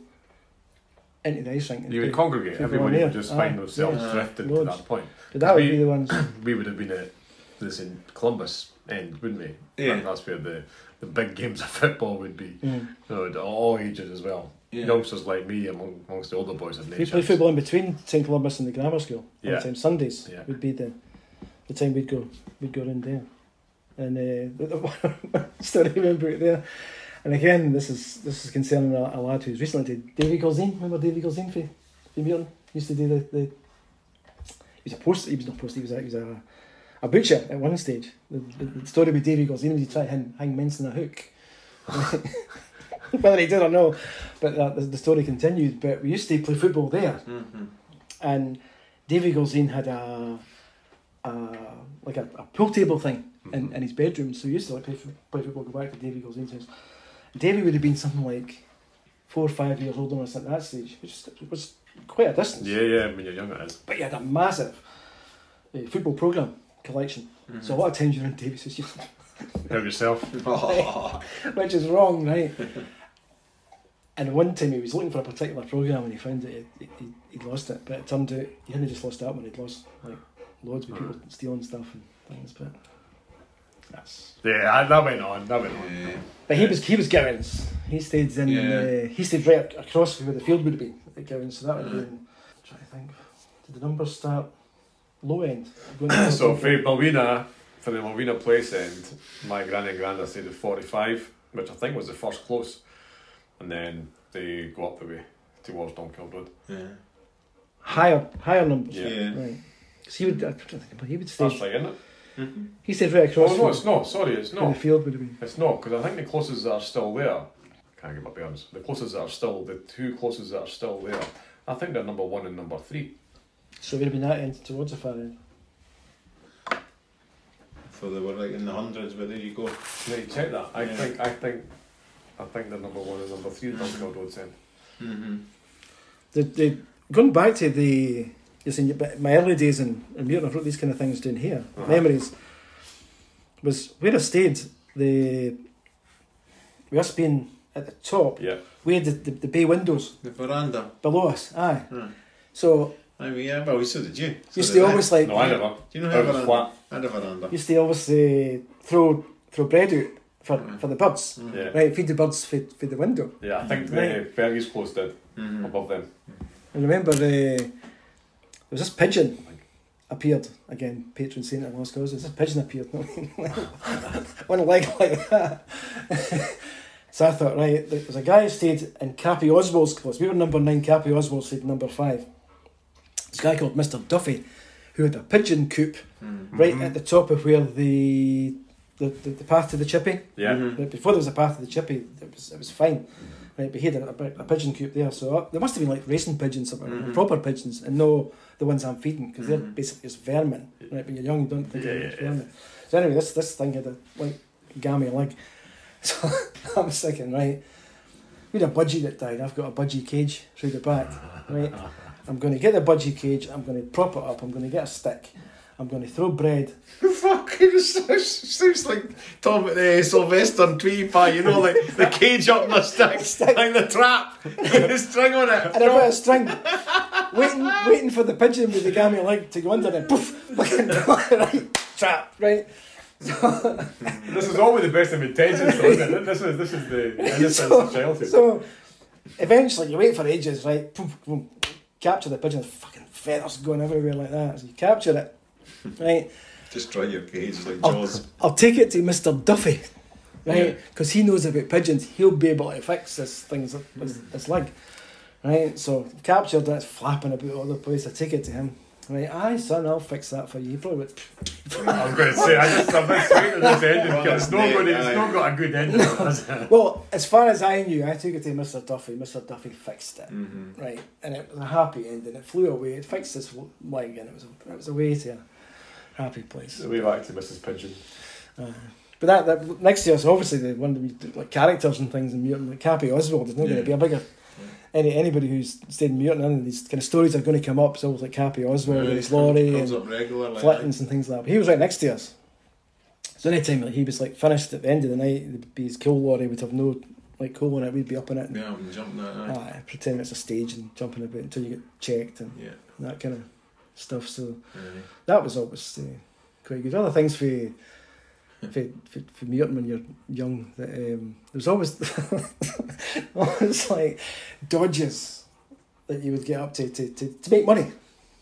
Speaker 3: into the ice rink. and
Speaker 1: You would
Speaker 3: play.
Speaker 1: congregate,
Speaker 3: People
Speaker 1: everyone
Speaker 3: were
Speaker 1: would
Speaker 3: there.
Speaker 1: just find
Speaker 3: Aye,
Speaker 1: themselves
Speaker 2: yeah.
Speaker 1: drifted to
Speaker 3: Loads.
Speaker 1: that point.
Speaker 3: But that would
Speaker 1: we-
Speaker 3: be the ones.
Speaker 1: We would have been at this in Columbus end, wouldn't we?
Speaker 2: Yeah.
Speaker 1: And that's where the, the big games of football would be.
Speaker 3: Mm.
Speaker 1: No, at all ages as well.
Speaker 2: Yeah.
Speaker 1: Youngsters like me among, amongst the older boys had
Speaker 3: We played
Speaker 1: nations.
Speaker 3: football in between St Columbus and the grammar school. all
Speaker 1: Yeah.
Speaker 3: the time Sundays
Speaker 1: Yeah.
Speaker 3: would be the the time we'd go we'd go around there. And uh, the- the one- still remember it there. And again, this is this is concerning a, a lad who's recently did Davy Galzine. Remember Davy Galzine for for Milton? He used to do the, the he was a post he was not post he was a, he was a a butcher at one stage. The, the, the story with Davy Galzine was he tried to hang, hang mince in a hook. Whether he did or no, but uh, the, the story continued. But we used to play football there,
Speaker 2: Mm-hmm.
Speaker 3: and Davy Galzine had a, a like a, a pool table thing in, in his bedroom. So he used to like play, fo- play football, go back to Davy Galzine's house. Davy would have been something like four or five years old on us at that stage, which is- was quite a distance.
Speaker 1: Yeah, yeah, when you're young it is.
Speaker 3: But he had a massive uh, football program collection. So a lot of times you're in Davy's house, you're
Speaker 1: Help yourself.
Speaker 2: Oh,
Speaker 3: which is wrong, right? and one time he was looking for a particular program and he found that he, he, he'd lost it, but it turned out he hadn't just lost that one; he'd lost like loads of people stealing stuff and things. But that's.
Speaker 1: Yeah, that went on, that went on.
Speaker 2: yeah.
Speaker 3: But he was he was Gowans. He stayed in.
Speaker 2: Yeah.
Speaker 3: Uh, he stayed right ac- across from where the field would have been at Gowans. So that would have been. I'm trying to think. Did the numbers start low end? Going to-
Speaker 1: So for Malvina, for the Malvina place end, my granny and granda stayed at 45, which I think was the first close. And then they go up the way towards Dunkeld Road.
Speaker 2: yeah.
Speaker 3: higher higher numbers.
Speaker 1: Yeah.
Speaker 2: yeah.
Speaker 3: Right. 'Cause he would. I don't think, but he would
Speaker 1: That's
Speaker 3: stay.
Speaker 1: right, isn't it?
Speaker 2: Mhm.
Speaker 3: He stayed right
Speaker 1: Oh
Speaker 3: across.
Speaker 1: no,
Speaker 3: from
Speaker 1: it's not. Sorry, it's
Speaker 3: where
Speaker 1: not.
Speaker 3: the field would have been.
Speaker 1: It's not because I think the closest that are still there. Can't get my bearings. The closest that are still, the two closest that are still there, I think they're number one and number three.
Speaker 3: So we'd have been that end towards the far end.
Speaker 2: So they were like in the hundreds, but there you go.
Speaker 1: Let you check that. I
Speaker 2: Yeah.
Speaker 1: think, I think, I think they're number one and number three. Dunkeld Road end.
Speaker 2: Mm-hmm.
Speaker 3: The, the, going back to the, you're saying, but my early days in, in Muir, and I've wrote these kind of things down here,
Speaker 1: Uh-huh.
Speaker 3: memories, was where I stayed, the, with us being at the top,
Speaker 1: Yeah.
Speaker 3: we had the, the, the bay windows
Speaker 2: The veranda.
Speaker 3: below us, aye.
Speaker 1: Hmm.
Speaker 2: Right.
Speaker 3: So
Speaker 2: I mean, yeah, well, so did you. So
Speaker 3: used
Speaker 2: did
Speaker 3: to
Speaker 2: I.
Speaker 3: always like,
Speaker 1: No, I never.
Speaker 2: Do you know how
Speaker 1: I was
Speaker 2: veranda?
Speaker 1: flat.
Speaker 2: I had a veranda.
Speaker 3: used to always uh, throw, throw bread out for,
Speaker 1: Hmm.
Speaker 2: Mm.
Speaker 3: for the birds,
Speaker 1: Yeah.
Speaker 3: right, feed the birds through, through the window.
Speaker 1: Yeah, I think the
Speaker 3: Right.
Speaker 1: Fergie's close did
Speaker 2: Mm-hmm.
Speaker 1: above them.
Speaker 3: I remember the there was this pigeon appeared again, patron saint of Las Causes. This pigeon appeared, one leg like that. so I thought, right, there was a guy who stayed in Cappy Oswald's close. We were number nine. Cappy Oswald stayed number five. This guy called Mister Duffy, who had a pigeon coop
Speaker 2: mm-hmm.
Speaker 3: right at the top of where the the, the, the path to the chippy.
Speaker 1: Yeah.
Speaker 2: Mhm.
Speaker 3: Right, before there was a path to the chippy, it was it was fine. Right, but he had a, a, a pigeon coop there, so uh, there must have been like racing pigeons or
Speaker 1: Mm-hmm.
Speaker 2: Mhm.
Speaker 3: proper pigeons, and no the ones I'm feeding because they're
Speaker 2: Mhm.
Speaker 3: basically just vermin. Right, when you're young, you don't think
Speaker 1: Yeah,
Speaker 3: they're
Speaker 1: yeah,
Speaker 3: just
Speaker 1: yeah.
Speaker 3: vermin. So anyway, this this thing had a like gammy leg. So I'm thinking, right, we had a budgie that died. I've got a budgie cage through the back, right? I'm going to get the budgie cage. I'm going to prop it up. I'm going to get a stick. I'm going to throw bread.
Speaker 2: Fucking sounds, sounds like Tom uh, Sylvester and Tweety Pie, you know, like the cage up and the stick, like the trap, the string on it.
Speaker 3: And I put a string, waiting, waiting for the pigeon with the gammy leg to go under and poof, fucking right,
Speaker 1: Trap.
Speaker 3: right.
Speaker 1: This is all with the best of intentions. though, isn't it? this is this is the innocence of childhood.
Speaker 3: So eventually you wait for ages, right? Boom, boom, capture the pigeon, fucking feathers going everywhere like that. So you capture it, right?
Speaker 2: Destroy your cage like
Speaker 3: I'll, I'll take it to Mr. Duffy, right?
Speaker 2: Yeah.
Speaker 3: Because he knows about pigeons. He'll be able to fix this thing's this, this leg, right? So captured that's flapping about all over the place. I take it to him. Right, aye, son, I'll fix that for you. He probably went,
Speaker 1: I was going to say, I just I'm just waiting for this ending because it's not
Speaker 2: Well,
Speaker 1: going. It's
Speaker 2: aye.
Speaker 1: not got a good ending. has it?
Speaker 3: Well, as far as I knew, I took it to Mr. Duffy. Mr. Duffy fixed it,
Speaker 2: Mm-hmm.
Speaker 3: right, and it was a happy ending. It flew away. It fixed its leg, and it was a, it was away to a happy place.
Speaker 1: So we back to Mrs. Pigeon.
Speaker 3: But that, that next year, so obviously they wanted me to do, like characters and things in Mutant. Like Cappy Oswald is not going
Speaker 2: Yeah.
Speaker 3: to be a bigger. Any anybody who's stayed in Mutant, and these kind of stories are going to come up. So like Cappy Oswald and his lorry and
Speaker 2: comes up regular, like
Speaker 3: Flattens and things like that. But he was right next to us. So anytime that he was like finished at the end of the night, it'd be his coal lorry would have no like coal on it. We'd be up in it.
Speaker 2: that.
Speaker 3: And
Speaker 2: Yeah, I'm jumping at that.
Speaker 3: Aye, pretend it's a stage and jumping about until you get checked and
Speaker 2: Yeah.
Speaker 3: that kind of stuff. So
Speaker 2: aye.
Speaker 3: that was always uh, quite good. Other things for for for, for muting when you're young that um, there was always always like dodges that you would get up to to, to, to make money.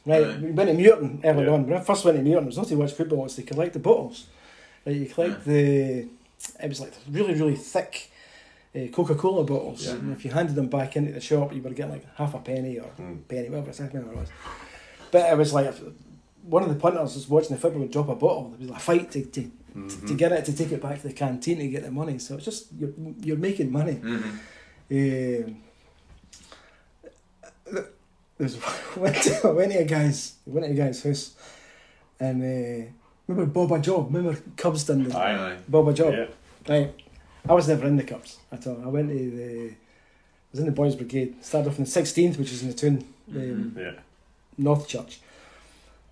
Speaker 3: Right,
Speaker 2: Right.
Speaker 3: we went to Muirton early
Speaker 1: Yeah.
Speaker 3: on. When I first went to Muirton, it was not to watch football, it was to collect the bottles. Right, you collect the, it was like really, really thick uh, Coca Cola bottles.
Speaker 2: Yeah.
Speaker 3: And if you handed them back into the shop, you were getting like half a penny or
Speaker 1: Mm.
Speaker 3: penny, whatever it's- I can't remember what it was. But it was like if one of the punters was watching the football would drop a bottle. There was a fight to, to,
Speaker 2: Mm-hmm.
Speaker 3: to
Speaker 1: Mm.
Speaker 3: get it, to take it back to the canteen to get the money. So it's just, you're, you're making money.
Speaker 2: Mhm.
Speaker 3: Um, th- there's went to, I went to a guy's went to a guy's house, and uh, remember Boba Job, remember Cubs done the
Speaker 1: Aye.
Speaker 2: Aye.
Speaker 3: Boba Job,
Speaker 1: Yeah.
Speaker 3: right? I was never in the Cubs at all. I went to the I was in the Boys Brigade. Started off in the sixteenth, which is in the town, um,
Speaker 1: Yeah.
Speaker 3: North Church,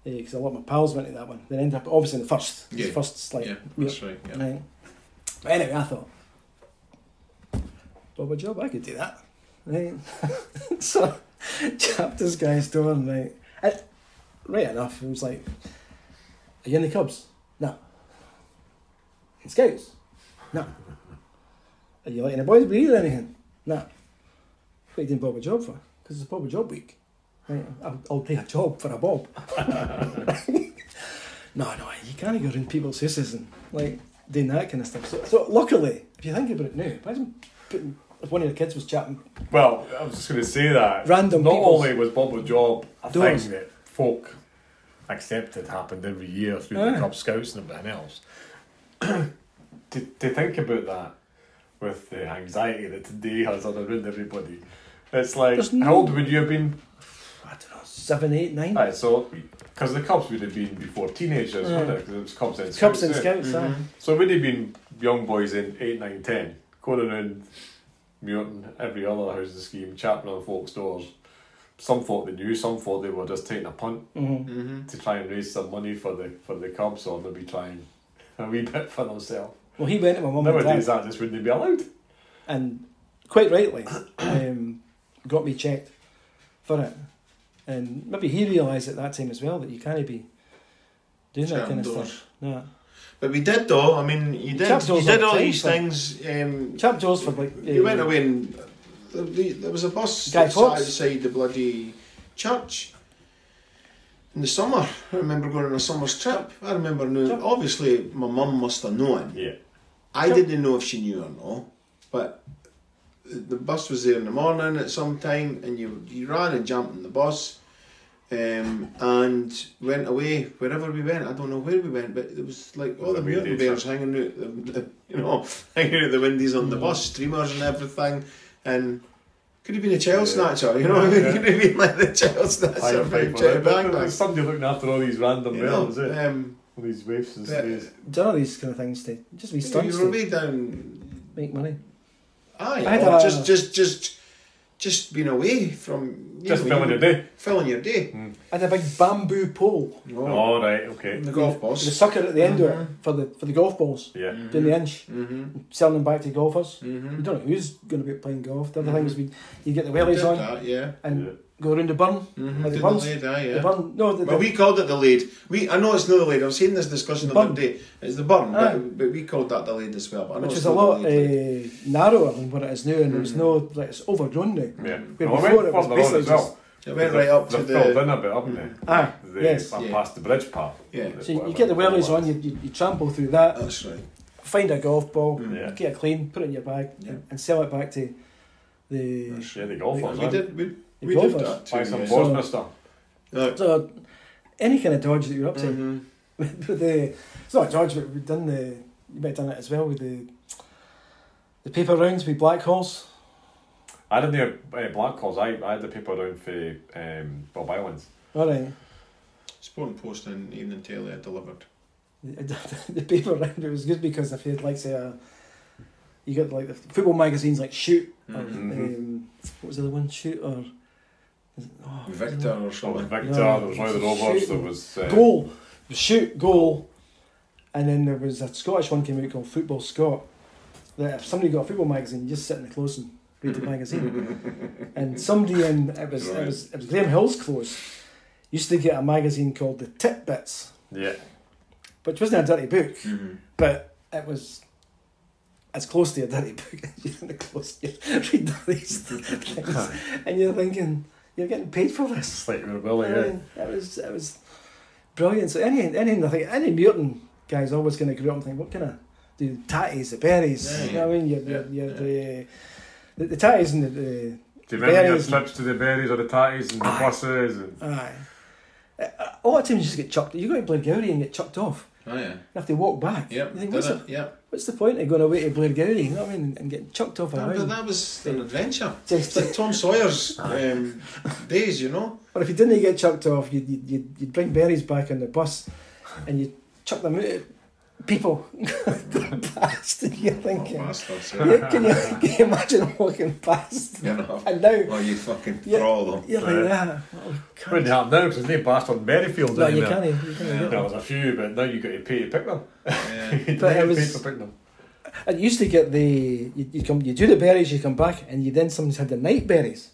Speaker 3: because a lot of my pals went to that one. Then ended up obviously in the first,
Speaker 2: Yeah.
Speaker 3: first like
Speaker 2: Yeah, that's right. Yeah.
Speaker 3: Right. But anyway, I thought, Boba Job, I could do that. Right. so, chapped this guy's door, and right, and, right enough, it was like, Are you in the Cubs? No. In Scouts? No. Are you like in a boys' brigade or anything? No. What are you doing Boba Job for? Because it's Boba Job week. Right. I'll, I'll take a job for a bob. no, no, you can't go around people's houses and like doing that kind of stuff. So, so luckily, if you think about it now, imagine putting, if one of your kids was chatting,
Speaker 1: Well, I was just going to say that.
Speaker 3: Random
Speaker 1: Not
Speaker 3: people's-
Speaker 1: only was Bobo Job a
Speaker 3: Doors.
Speaker 1: thing that folk accepted happened every year through
Speaker 3: Aye.
Speaker 1: the Cub Scouts and everything else. to, to think about that with the anxiety that today has on around everybody, it's like,
Speaker 3: There's
Speaker 1: how
Speaker 3: no-
Speaker 1: old would you have been?
Speaker 3: I don't know, seven, eight, nine.
Speaker 1: Aye, so, because the Cubs would have been before teenagers, wouldn't it? 'Cause it was Cubs and
Speaker 3: Cubs and
Speaker 1: yeah.
Speaker 3: Scouts, aye.
Speaker 2: Mm-hmm.
Speaker 1: So we'd have been young boys in 8, 9, 10, going around muting every other house in the scheme, chapping on folks' doors. Some thought they knew, some thought they were just taking a punt
Speaker 3: Mm-hmm.
Speaker 2: Mm-hmm.
Speaker 1: to try and raise some money for the for the Cubs or maybe trying a wee bit for themselves.
Speaker 3: Well, he went to Oh my mum and
Speaker 1: Nowadays
Speaker 3: dad,
Speaker 1: that just wouldn't be allowed.
Speaker 3: and quite rightly, um, got me checked for it. And maybe he realised at that time as well that you can't be doing that
Speaker 2: Chatting
Speaker 3: kind of
Speaker 2: doors.
Speaker 3: stuff. No.
Speaker 2: But we did though. I mean, you did.
Speaker 3: Chapped
Speaker 2: You
Speaker 3: doors
Speaker 2: did
Speaker 3: all
Speaker 2: all
Speaker 3: the
Speaker 2: these
Speaker 3: time,
Speaker 2: things. Um,
Speaker 3: Chap doors for like.
Speaker 2: you
Speaker 3: uh,
Speaker 2: went away and there, there was a bus
Speaker 3: Guy
Speaker 2: that
Speaker 3: Fawkes.
Speaker 2: sat outside the bloody church in the summer. I remember going on a summer's trip. I remember knowing.
Speaker 3: Chap.
Speaker 2: Obviously, my mum must have known.
Speaker 1: Yeah.
Speaker 2: I
Speaker 3: Chap.
Speaker 2: didn't know if she knew or not, but the bus was there in the morning at some time, and you you ran and jumped in the bus. Um, and went away wherever we went. I don't know where we went, but it was like all
Speaker 1: The
Speaker 2: the mutant
Speaker 1: Windies.
Speaker 2: bears hanging out, the, the, you know, hanging out the windies on the bus, streamers and everything. And could have been a child
Speaker 1: Yeah.
Speaker 2: snatcher, you know what I mean?
Speaker 1: Yeah.
Speaker 2: Could have been like the child snatcher,
Speaker 1: Fire
Speaker 2: from
Speaker 1: fight,
Speaker 2: Jack
Speaker 1: but
Speaker 2: Bang Bang,
Speaker 1: Somebody looking after all these random
Speaker 2: you know?
Speaker 1: girls. eh?
Speaker 2: Um,
Speaker 1: All these waifs and
Speaker 2: But-
Speaker 1: strays.
Speaker 3: Done all these kind of things to just be stunts
Speaker 2: you were
Speaker 3: to
Speaker 2: way down
Speaker 3: make money.
Speaker 2: Aye,
Speaker 3: I
Speaker 2: or
Speaker 3: don't-
Speaker 2: just just just just being away from you
Speaker 1: Just
Speaker 2: know,
Speaker 1: filming
Speaker 2: you-
Speaker 1: your day.
Speaker 2: Filling your day.
Speaker 3: I had a big bamboo pole,
Speaker 2: Oh,
Speaker 1: All right. Okay.
Speaker 2: the golf
Speaker 3: the
Speaker 2: balls.
Speaker 3: sucker at the end of it for the for the golf balls,
Speaker 1: Yeah.
Speaker 3: doing the inch,
Speaker 2: Mm-hmm.
Speaker 3: selling them back to golfers.
Speaker 2: Mm-hmm.
Speaker 3: You don't know who's going to be playing golf. The other thing was we, you get the wellies on
Speaker 2: That, yeah.
Speaker 3: and
Speaker 1: Yeah.
Speaker 3: go around the burn.
Speaker 2: Mm-hmm.
Speaker 3: Like the
Speaker 2: Did the
Speaker 3: buns?
Speaker 2: lead, aye,
Speaker 3: The
Speaker 2: yeah.
Speaker 3: burn, no, the,
Speaker 2: Well,
Speaker 3: the,
Speaker 2: we called it the lead. We I know it's not the lead. I was having this discussion the
Speaker 3: Burn.
Speaker 2: other day. It's the burn,
Speaker 3: Aye.
Speaker 2: but, but we called that the lead as well. But I know
Speaker 3: which
Speaker 2: it's
Speaker 3: is a
Speaker 2: not
Speaker 3: lot
Speaker 2: the lead.
Speaker 3: uh, narrower than what it is now, and
Speaker 2: Mm-hmm.
Speaker 3: there's no like it's overgrown now.
Speaker 1: Yeah.
Speaker 3: Where
Speaker 1: Well,
Speaker 3: before
Speaker 1: it went
Speaker 3: it was
Speaker 1: further on
Speaker 3: basically
Speaker 1: as well.
Speaker 2: It went right up
Speaker 1: they
Speaker 2: to
Speaker 1: filled
Speaker 2: the
Speaker 1: in a bit, haven't they?
Speaker 3: Mm. Aye,
Speaker 1: They
Speaker 3: yes.
Speaker 1: pa-
Speaker 2: Yeah.
Speaker 1: past the bridge part.
Speaker 2: Yeah.
Speaker 1: That's
Speaker 3: So you,
Speaker 1: what
Speaker 3: you
Speaker 1: I
Speaker 3: get the
Speaker 1: went
Speaker 3: wellies
Speaker 1: for.
Speaker 3: on, you, you, you trample through that,
Speaker 2: That's right. Mm.
Speaker 3: find a golf ball,
Speaker 1: Yeah.
Speaker 3: get it clean, put it in your bag,
Speaker 2: Mm-hmm. Yeah.
Speaker 3: and sell it back to the.
Speaker 1: Yeah, the golfers.
Speaker 2: We
Speaker 1: eh?
Speaker 2: did we,
Speaker 3: The
Speaker 2: we did
Speaker 3: golfers.
Speaker 2: that too.
Speaker 1: Buy some
Speaker 2: yes.
Speaker 1: balls,
Speaker 3: So-
Speaker 1: mister.
Speaker 2: No.
Speaker 3: So, any kind of dodge that you're up to.
Speaker 2: Mhm.
Speaker 3: with the it's not a dodge, but we've done the you might have done it as well with the the paper rounds with black holes.
Speaker 1: I didn't have uh, black calls. I, I had the paper round for um, Bob Islands.
Speaker 3: All right,
Speaker 2: Sporting Post and Evening Telly had delivered.
Speaker 3: the, the paper round it was good because if you had like say a you got like the football magazines like shoot or
Speaker 2: Mhm.
Speaker 3: um, what was the other one shoot or oh,
Speaker 2: Victor or
Speaker 1: So there was
Speaker 2: something.
Speaker 1: Victor,
Speaker 3: No,
Speaker 1: there was Roy the
Speaker 3: it's a
Speaker 1: Rovers,
Speaker 3: shooting.
Speaker 1: there was. Uh,
Speaker 3: goal shoot goal, and then there was a Scottish one came out called Football Scott. That if somebody got a football magazine, you just sit in the close and read the magazine. and somebody in it was it
Speaker 2: Right.
Speaker 3: was it was Graham Hill's close used to get a magazine called the Titbits,
Speaker 1: Yeah.
Speaker 3: which wasn't a dirty book,
Speaker 2: Mhm.
Speaker 3: but it was as close to a dirty book as you're the close you read all these things, and you're thinking you're getting paid for this.
Speaker 1: It's like we were willing,
Speaker 3: I
Speaker 1: yeah.
Speaker 3: mean, it Mm, was it was brilliant. So any any I think any Muirton guy's always going to grow up and think, what can I do? Tatties, the berries.
Speaker 2: Yeah,
Speaker 3: you know what I mean? You're, you're,
Speaker 2: yeah,
Speaker 3: you're the, the the tatties and the, the
Speaker 1: Do you remember your
Speaker 3: Berries.
Speaker 1: trips to the berries or the tatties and the
Speaker 3: Aye.
Speaker 1: buses? And
Speaker 3: Aye. Uh, uh, A lot of times you just get chucked. You go to Blairgowrie and get chucked off.
Speaker 2: Oh yeah.
Speaker 3: You have to walk back.
Speaker 2: Yep.
Speaker 3: You think,
Speaker 2: did
Speaker 3: what's,
Speaker 2: it,
Speaker 3: the,
Speaker 2: Yep.
Speaker 3: what's the point of going away to Blairgowrie? You know what I mean? And getting chucked off a
Speaker 2: No, but
Speaker 3: round.
Speaker 2: that was an adventure. It's
Speaker 3: Just,
Speaker 2: like Tom Sawyer's um, days, you know.
Speaker 3: or if you didn't get chucked off, you'd, you'd, you'd, you'd bring berries back on the bus and you'd chuck them out at people going past. And you're
Speaker 2: Oh,
Speaker 3: thinking,
Speaker 2: bastards.
Speaker 3: you,
Speaker 2: Yeah.
Speaker 3: can, you, can you imagine walking past?
Speaker 2: You know.
Speaker 3: And now
Speaker 2: Oh, you fucking
Speaker 3: Yeah.
Speaker 2: thrall them.
Speaker 3: you're like that. Oh,
Speaker 1: wouldn't
Speaker 3: Christ.
Speaker 1: happen now because there's no bastard in Merrifield
Speaker 3: No, you
Speaker 1: anymore.
Speaker 3: can't. You can't
Speaker 1: There was a few, but now you've got to pay to pick them.
Speaker 2: Yeah.
Speaker 1: You
Speaker 3: But it
Speaker 1: didn't
Speaker 3: was-
Speaker 1: pay to pick them.
Speaker 3: And you used to get the you you come you do the berries, you come back, and you then sometimes had the night berries.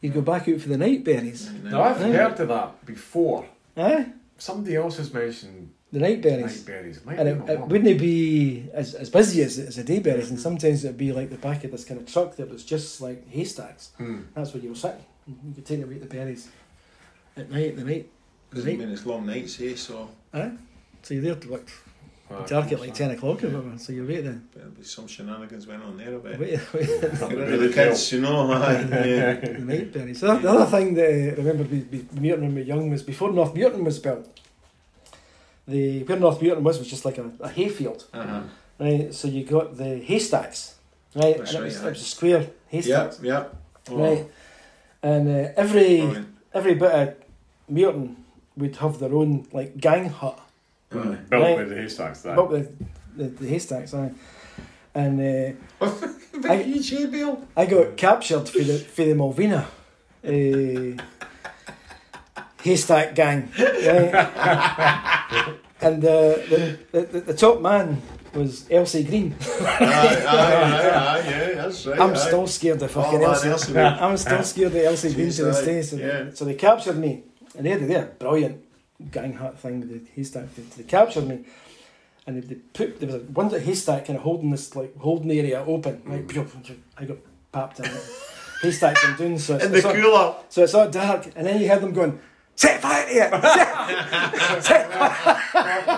Speaker 3: You would go back out for the night berries.
Speaker 1: Now, I've
Speaker 3: Yeah.
Speaker 1: heard of that before.
Speaker 3: Aye,
Speaker 1: Somebody else has mentioned
Speaker 3: the night
Speaker 1: night
Speaker 3: berries.
Speaker 1: berries. Might
Speaker 3: And
Speaker 1: be
Speaker 3: it,
Speaker 1: my
Speaker 3: it
Speaker 1: mum.
Speaker 3: wouldn't be as, as busy as, as the day berries, and sometimes it'd be like the back of this kind of truck that was just like haystacks.
Speaker 1: Hmm.
Speaker 3: That's where you were sitting. and You could take away the berries at night, the night, the
Speaker 2: Doesn't
Speaker 3: night.
Speaker 2: mean it's long nights, eh? So
Speaker 3: Aye. So you're there to like
Speaker 1: Aye,
Speaker 3: dark at
Speaker 1: what's
Speaker 3: like
Speaker 1: that?
Speaker 3: ten o'clock or whatever. So you're waiting. there.
Speaker 2: there'll be some shenanigans went on there a bit.
Speaker 3: Wait, wait.
Speaker 1: That
Speaker 2: Get
Speaker 1: would be
Speaker 2: rid of the
Speaker 1: the deal.
Speaker 2: kids, you know. aye, yeah.
Speaker 3: the night berry. So that, the other thing that I remember we, we, Muirton when we were young was before North Muirton was built. The where North Muirton was was just like a, a hayfield,
Speaker 2: Uh-huh.
Speaker 3: right? So you got the haystacks, right?
Speaker 2: That's
Speaker 3: and it
Speaker 2: right,
Speaker 3: was,
Speaker 2: aye.
Speaker 3: it was a square
Speaker 2: Yep,
Speaker 3: haystacks,
Speaker 2: yep. Oh,
Speaker 3: right? And uh, every
Speaker 2: brilliant.
Speaker 3: every bit of Muirton would have their own like gang hut,
Speaker 2: Aye.
Speaker 1: Built
Speaker 3: Right.
Speaker 1: with the haystacks there.
Speaker 3: but with the, the haystacks, aye. And uh, I-
Speaker 2: Big huge bill.
Speaker 3: I got captured for the for the Malvina uh, haystack gang, right? and uh, the, the the the top man was Elsie Green.
Speaker 2: Aye, aye, aye, aye, yeah, that's right.
Speaker 3: I'm
Speaker 2: aye.
Speaker 3: still scared
Speaker 2: Oh,
Speaker 3: of fucking
Speaker 2: man,
Speaker 3: Elsie.
Speaker 2: Elsie.
Speaker 3: I'm still scared of Elsie Green to
Speaker 2: Jeez,
Speaker 3: this
Speaker 2: aye,
Speaker 3: day. So,
Speaker 2: yeah.
Speaker 3: they, so they captured me, and they had a- they had a brilliant er gang hut thing with the haystack. They, they captured me, and they, they put there was a, one that haystack kind of holding this like holding the area open. Like, phew, I got papped in. Haystacks and doing so.
Speaker 2: In the
Speaker 3: so-
Speaker 2: cooler.
Speaker 3: so it's all dark, and then you hear them going, set fire to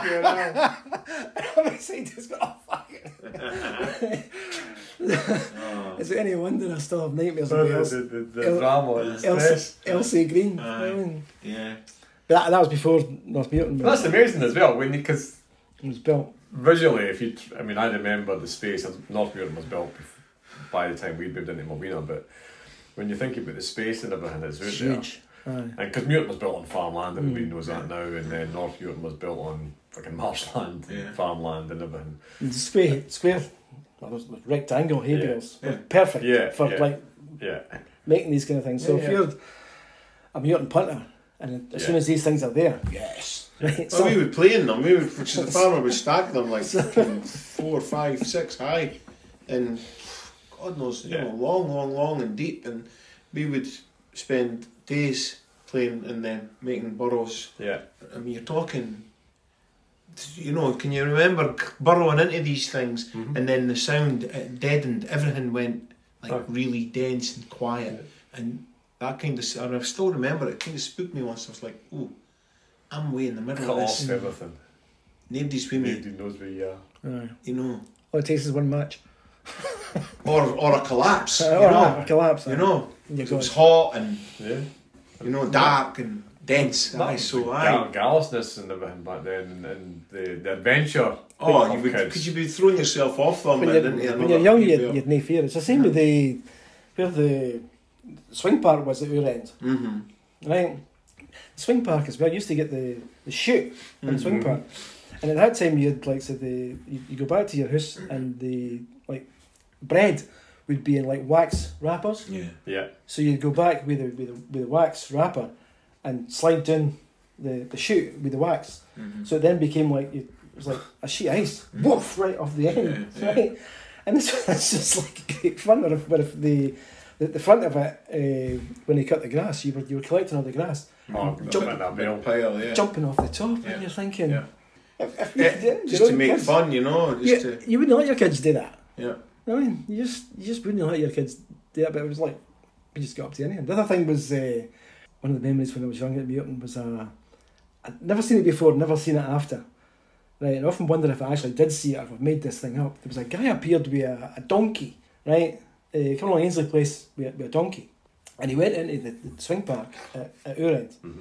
Speaker 3: it! so you just go, oh, fuck
Speaker 2: Oh,
Speaker 3: it. Is it any wonder I still have nightmares
Speaker 1: So
Speaker 3: about
Speaker 1: the,
Speaker 3: Elsie,
Speaker 1: the, the, the
Speaker 3: El-
Speaker 1: drama and the stress.
Speaker 3: Elsie, Elsie Green?
Speaker 2: Aye.
Speaker 3: I mean,
Speaker 2: Yeah.
Speaker 3: that, that was before North Muirton
Speaker 1: That's
Speaker 3: was,
Speaker 1: amazing as well, when because
Speaker 3: was built.
Speaker 1: visually, if you, tr- I mean, I remember the space. North Muirton was built bef- by the time we moved into Malvina, but when you think about the space and everything that's out
Speaker 3: Huge. Aye.
Speaker 1: Because Muirton was built on farmland, everybody knows that now, and then North Muirton was built on fucking marshland, and
Speaker 2: Yeah.
Speaker 1: farmland, and everything.
Speaker 3: The square, square, well, those rectangle hay
Speaker 1: Yeah.
Speaker 3: bales were
Speaker 2: Yeah.
Speaker 3: perfect
Speaker 1: Yeah,
Speaker 3: for
Speaker 1: yeah.
Speaker 3: like
Speaker 1: Yeah,
Speaker 3: making these kind of things. So
Speaker 1: Yeah,
Speaker 3: if
Speaker 1: yeah.
Speaker 3: you're a mutant punter, and as soon
Speaker 1: Yeah.
Speaker 3: as these things are there,
Speaker 2: Yes.
Speaker 3: right,
Speaker 2: Well,
Speaker 3: some-
Speaker 2: Oh, we would play in them. We would, which the farmer would stack them like fucking four, five, six high, and God knows, you know,
Speaker 1: Yeah.
Speaker 2: long, long, long and deep. And we would spend days playing in them, making burrows.
Speaker 1: yeah,
Speaker 2: I mean, you're talking. You know, can you remember c- burrowing into these things,
Speaker 1: Mhm.
Speaker 2: and then the sound it deadened. Everything went like
Speaker 1: Oh.
Speaker 2: really dense and quiet, and that kind of. s- And I still remember it. Kind of spooked me once. I was like, "Oh, I'm way in the middle
Speaker 1: cut
Speaker 2: of
Speaker 1: off
Speaker 2: this.
Speaker 1: everything.
Speaker 2: Nobody's with me,
Speaker 1: Nobody knows where you are.
Speaker 3: Aye.
Speaker 2: you know,
Speaker 3: uh, all it takes is one match.
Speaker 2: or or a collapse,
Speaker 3: Uh,
Speaker 2: you
Speaker 3: or
Speaker 2: know,
Speaker 3: a collapse.
Speaker 2: you know,
Speaker 3: You're
Speaker 2: it was
Speaker 3: gone.
Speaker 2: hot and
Speaker 1: Yeah.
Speaker 2: you know dark and dense.
Speaker 1: That
Speaker 2: Aye,
Speaker 1: was
Speaker 2: so
Speaker 1: the
Speaker 2: aye.
Speaker 1: gal- Callousness and everything back then, and, and the, the adventure.
Speaker 2: Oh,
Speaker 1: of
Speaker 2: you would
Speaker 1: kids.
Speaker 2: because you'd be throwing yourself off them
Speaker 3: when
Speaker 2: and
Speaker 3: you're,
Speaker 2: into another
Speaker 3: when you're young,
Speaker 2: deep
Speaker 3: you'd, you'd no fear. It's the same with the where the swing park was at our end,
Speaker 2: well. Mhm.
Speaker 3: right? The swing park as well. You used to get the the shoot in the
Speaker 2: Mm-hmm.
Speaker 3: swing
Speaker 1: Mhm.
Speaker 3: park, and at that time you'd like so the you you go back to your house and the like bread would be in like wax wrappers.
Speaker 2: Yeah.
Speaker 1: Yeah.
Speaker 3: So you'd go back with the with the, with the wax wrapper, and slide down the, the chute with the wax.
Speaker 2: Mhm.
Speaker 3: So it then became like you, it was like a sheet of ice, woof, right off the end,
Speaker 2: Mm. Yeah,
Speaker 3: right. And it's, it's just like great fun. But if, but if the, the the front of it, uh, when they cut the grass, you were you were collecting all the grass,
Speaker 1: Oh,
Speaker 2: Jump-
Speaker 1: jump in that
Speaker 2: Big
Speaker 1: bill.
Speaker 2: pile, yeah.
Speaker 3: jumping off the top,
Speaker 2: Yeah.
Speaker 3: and you're thinking,
Speaker 2: Yeah.
Speaker 3: if, if we
Speaker 2: Yeah,
Speaker 3: could do it,
Speaker 2: just to
Speaker 3: your
Speaker 2: make
Speaker 3: kids-
Speaker 2: fun, you know, Oh, just
Speaker 3: you,
Speaker 2: to
Speaker 3: you wouldn't let your kids do that.
Speaker 2: yeah.
Speaker 3: I mean, you just you just wouldn't let your kids do it, but it was like we just got up to anything. The other thing was uh, one of the memories when I was young at Muirton was uh, I'd never seen it before, never seen it after. Right, and I often wonder if I actually did see it or if I've made this thing up. There was a guy appeared with a, a donkey, right? Uh, coming along Ainsley Place with, a- with a donkey. And he went into the, the swing park at, at our end.
Speaker 1: Mm-hmm.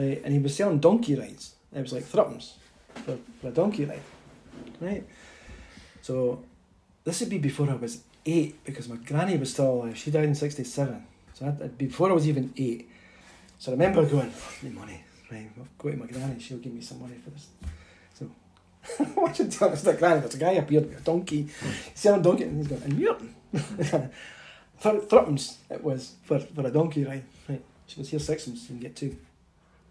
Speaker 3: Right, and he was selling donkey rides. It was like threepence for, for a donkey ride. Right? So this would be before I was eight because my granny was still alive. She died in '67, so I'd, I'd- before I was even eight. So I remember going, "Fuck me money, right? I'll go to my granny. She'll give me some money for this." So I should tell this to granny. There's a guy appeared with a donkey, selling donkey, and he's going, "And Muirton, Thre- threepence it was for, for a donkey ride." Right? She goes, "Here's sixpence, you can get two.